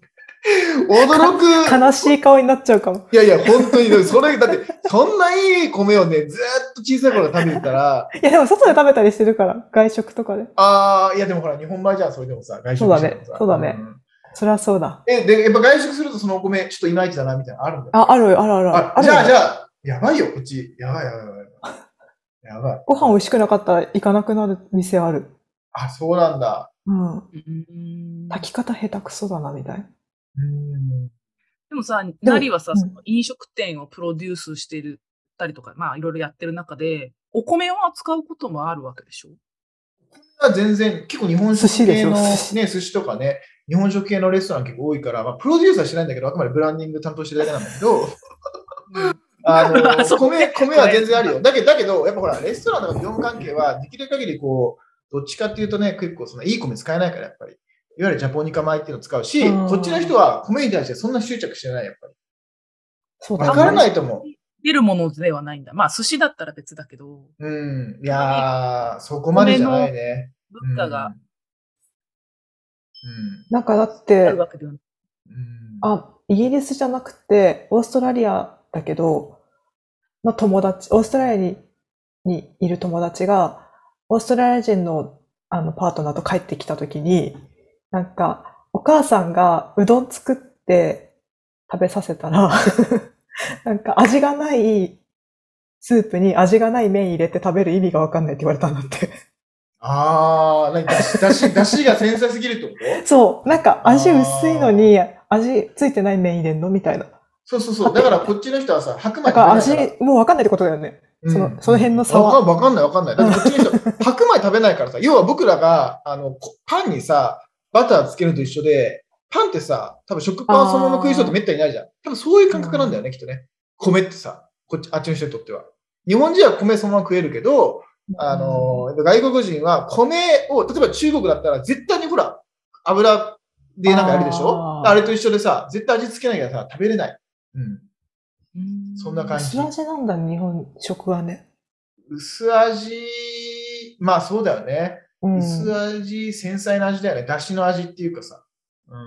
Speaker 3: 驚く。
Speaker 1: 悲しい顔になっちゃうかも。
Speaker 3: いやいや、本当に、それ、だって、そんないい米をね、ずーっと小さい頃食べてたら、
Speaker 1: いや、でも外で食べたりしてるから、外食とかで。
Speaker 3: あー、いやでもほら、日本米じゃん、それでもさ、外食してるからさ
Speaker 1: そうだねそうだね。そりゃそうだ。
Speaker 3: うんえ、で、やっぱ外食するとそのお米、ちょっといまいちだな、みたいなのあるんだよ。
Speaker 1: あ、あるよ、あるある
Speaker 3: あ
Speaker 1: ある。
Speaker 3: じゃあ、
Speaker 1: る
Speaker 3: じ
Speaker 1: よ
Speaker 3: ゃあ、やばいよ、こっち。やばい、やばい、やばい。やばい。
Speaker 1: ご飯美味しくなかったら行かなくなる店ある。
Speaker 3: あ、そうなんだ。
Speaker 1: うん。
Speaker 2: うん
Speaker 1: 炊き方下手くそだな、みたいな。
Speaker 3: うん。
Speaker 2: でもさ、なりはさ、
Speaker 1: うん
Speaker 2: その飲食店をプロデュースしてるたりとか、まあいろいろやってる中で、お米を扱うこともあるわけでしょ
Speaker 3: 全然、結構日本
Speaker 1: 寿司
Speaker 3: 食
Speaker 1: で
Speaker 3: 系
Speaker 1: しょ
Speaker 3: の
Speaker 1: 寿司
Speaker 3: ね、寿司とかね、日本食系のレストラン結構多いから、まあ、プロデュースはしてないんだけど、あくまでブランディング担当してるだけなんだけど、あ の
Speaker 2: そう
Speaker 3: 米米は全然あるよ。だけど、だけど、やっぱほら、レストランとか業務関係は、できる限りこう、どっちかっていうとね、結構そのいい米使えないから、やっぱり。いわゆるジャポニカ米っていうのを使うし、
Speaker 1: うん
Speaker 3: こっちの人は米に対してそんな執着してない、やっぱり。
Speaker 1: そうだ
Speaker 3: わからないと思
Speaker 2: 出るものではないんだ。まあ寿司だったら別だけど、
Speaker 3: う。うん。いやー、そこまでじゃないね。
Speaker 2: 文化が
Speaker 1: なんかだっ
Speaker 2: あ
Speaker 1: て
Speaker 2: る、わけではない。
Speaker 3: うん。うん。うん、
Speaker 1: あ、イギリスじゃなくて、オーストラリアだけど、の友達、オーストラリアににいる友達が、オーストラリア人のあのパートナーと帰ってきたときに、なんか、お母さんがうどん作って食べさせたら、 なんか味がないスープに味がない麺入れて食べる意味がわかんないって言われたんだって。
Speaker 3: あー、なんかだし、だし、だしが繊細すぎるってこと
Speaker 1: そう、なんか味薄いのに味ついてない麺入れんのみたいな。
Speaker 3: そうそうそう。だからこっちの人はさ、白
Speaker 1: だ
Speaker 3: 米食べ
Speaker 1: から
Speaker 3: ない
Speaker 1: 味
Speaker 3: から。、
Speaker 1: もうわかんないってことだよね。そのその辺の差は
Speaker 3: わかわかんないわかんない。だってこっちの人、白米食べないからさ、要は僕らが、あの、こパンにさ、バターつけるのと一緒で、パンってさ、多分食パンそのまま食いそうってめったにいないじゃん。多分そういう感覚なんだよね、きっとね。米ってさ、こっち、あっちの人にとっては。日本人は米そのまま食えるけど、あの、外国人は米を、例えば中国だったら絶対にほら、油でなんかやるでしょ
Speaker 1: あー
Speaker 3: あれと一緒でさ、絶対味付けなきゃさ、食べれない。うん。
Speaker 2: うん
Speaker 3: そんな感じ
Speaker 1: 薄味なんだ、日本食はね。
Speaker 3: 薄味、まあそうだよね。
Speaker 1: うん、
Speaker 3: 薄味、繊細な味だよね。だしの味っていうかさ。うん。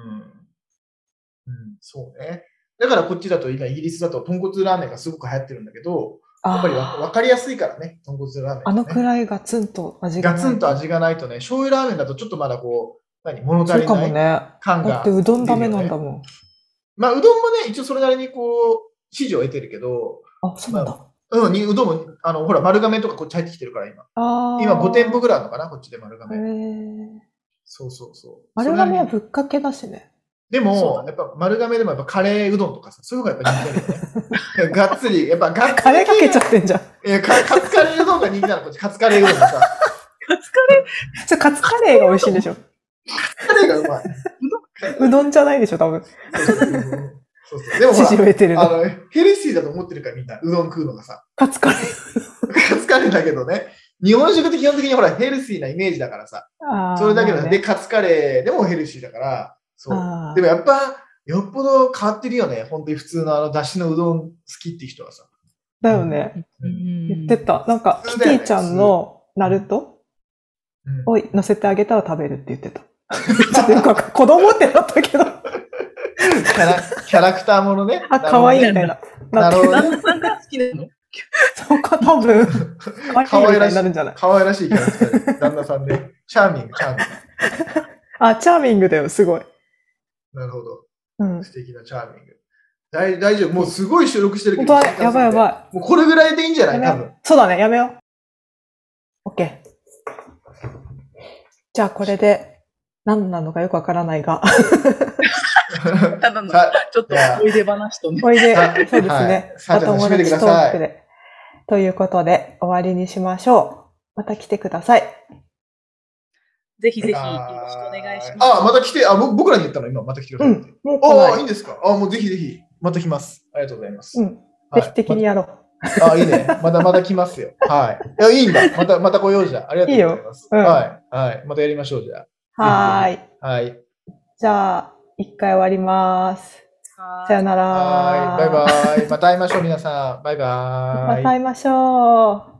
Speaker 3: うん、そうね。だからこっちだと、今イギリスだと豚骨ラーメンがすごく流行ってるんだけど、やっぱりわ
Speaker 1: あー
Speaker 3: わかりやすいからね、豚骨ラーメン、ね。
Speaker 1: あのくらいガツンと味が
Speaker 3: ガ
Speaker 1: ない。
Speaker 3: ツンと味がないとね、醤油ラーメンだとちょっとまだこう、何、物
Speaker 1: そ
Speaker 3: 足
Speaker 1: う
Speaker 3: り
Speaker 1: かも
Speaker 3: な
Speaker 1: ね。
Speaker 3: い
Speaker 1: だ
Speaker 3: 感が、
Speaker 1: ってうどんダメなんだもん。
Speaker 3: まあ、うどんもね、一応それなりにこう、支持を得てるけど、
Speaker 1: あ、そうなんだ。
Speaker 3: うん、にうどんも、あの、ほら、丸亀とかこっち入ってきてるから、今。
Speaker 1: あー
Speaker 3: 今5店舗ぐらいあるのかな、こっちで丸
Speaker 1: へ
Speaker 3: 亀。
Speaker 1: ー
Speaker 3: そうそうそう。
Speaker 1: 丸亀は
Speaker 3: それなりに
Speaker 1: ぶっかけだしね。
Speaker 3: で
Speaker 2: そう
Speaker 3: も
Speaker 2: だ、ね
Speaker 3: やっぱ丸亀でもやっぱカレーうどんとかさ、そういうのがやっぱ人気だ よね。がっつり、やっぱがっつり。
Speaker 1: カレーかけちゃって んじゃん。
Speaker 3: いや、カカツカレーうどんが人気なの、こっちカツカレーうどんがさ。
Speaker 2: カツカレー
Speaker 1: それカツカレーが美味しいんでしょ。
Speaker 3: カレーがうまい。
Speaker 1: うどんじゃないでしょ、多分。
Speaker 3: そうそうそう。でもほ
Speaker 1: 縮めてる
Speaker 3: ら、あ
Speaker 1: の。
Speaker 3: の、ヘルシーだと思ってるからみんな、うどん食うのがさ。
Speaker 1: カツカレー。
Speaker 3: カツカレーだけどね。日本食って基本的にほら、ヘルシーなイメージだからさ。
Speaker 1: あー
Speaker 3: それだけど、
Speaker 1: まあ
Speaker 3: で、カツカレーでもヘルシーだから、そう。
Speaker 1: あー
Speaker 3: でもやっぱ、よっぽど変わってるよね。本当に普通のあの、だしのうどん好きって人はさ。
Speaker 1: だよね。
Speaker 2: うん
Speaker 1: 言ってた。なんか、
Speaker 3: 普
Speaker 1: キ
Speaker 3: 通
Speaker 1: テ
Speaker 3: だよね
Speaker 1: ィちゃんのナルト
Speaker 3: うん
Speaker 1: を乗せてあげたら食べるって言ってた。ちょっとよくわかん子供ってなったけど。
Speaker 3: キャラキャラクターものね。
Speaker 1: あ、可愛いみたいな。
Speaker 3: なるほどね。なる
Speaker 2: 旦
Speaker 3: ほどね
Speaker 2: 那さんが好きなの
Speaker 1: そうか、多分。可愛いみたいになるんじゃない
Speaker 3: 可愛らしいキャラクターで、旦那さんで。チャーミング、チャーミン
Speaker 1: あ、チャーミングだよ、すごい。
Speaker 3: グ。なるほど。
Speaker 1: うん。
Speaker 3: 素敵なチャーミング。大大丈夫。もうすごい収録してる
Speaker 1: 本
Speaker 3: け
Speaker 1: 当
Speaker 3: ど。
Speaker 1: はやばいやば
Speaker 3: もうこれぐらいでいいんじゃ
Speaker 1: い。
Speaker 3: な
Speaker 1: や
Speaker 3: い
Speaker 1: め
Speaker 3: 多
Speaker 1: よ
Speaker 3: 分
Speaker 1: う。。そうだね、やめよう。OK。じゃあ、これで、何なのかよくわからないが。
Speaker 2: ただの、
Speaker 3: さ
Speaker 2: ちょっと思い出話とね。
Speaker 1: おいで、そ
Speaker 3: さ
Speaker 1: うですね。
Speaker 3: さ
Speaker 1: ま
Speaker 3: あ
Speaker 1: たお
Speaker 3: さ
Speaker 1: 友
Speaker 3: あじゃあ締めてく
Speaker 1: 達
Speaker 3: だ
Speaker 1: ト
Speaker 3: さい
Speaker 1: ークで。ということで、終わりにしましょう。また来てください。
Speaker 2: ぜひぜひよ
Speaker 3: あー
Speaker 2: ろしくお願いします。
Speaker 3: あ、また来て、あ、僕僕らに言ったの今、また来てくだ
Speaker 1: う
Speaker 3: さいって。
Speaker 1: ん。もう来
Speaker 3: ああ、
Speaker 1: ない
Speaker 3: い
Speaker 1: い。
Speaker 3: んですか。あもうぜひぜひ、また来ます。ありがとうございます。
Speaker 1: うん。定期的にやろう。
Speaker 3: あ、いいね。また、また来ますよ。はい。いや、いいんだ。また、また来ようじゃ。ありがとうございます。
Speaker 1: いいようん
Speaker 3: はい。はい。またやりましょう、じゃ
Speaker 1: はーい。
Speaker 3: あ。はい。
Speaker 1: じゃあ、一回終わります。
Speaker 2: は
Speaker 1: さよなら。
Speaker 3: はい。バイバイ。また会いましょう、皆さん。バイバイ。
Speaker 1: また会いましょう。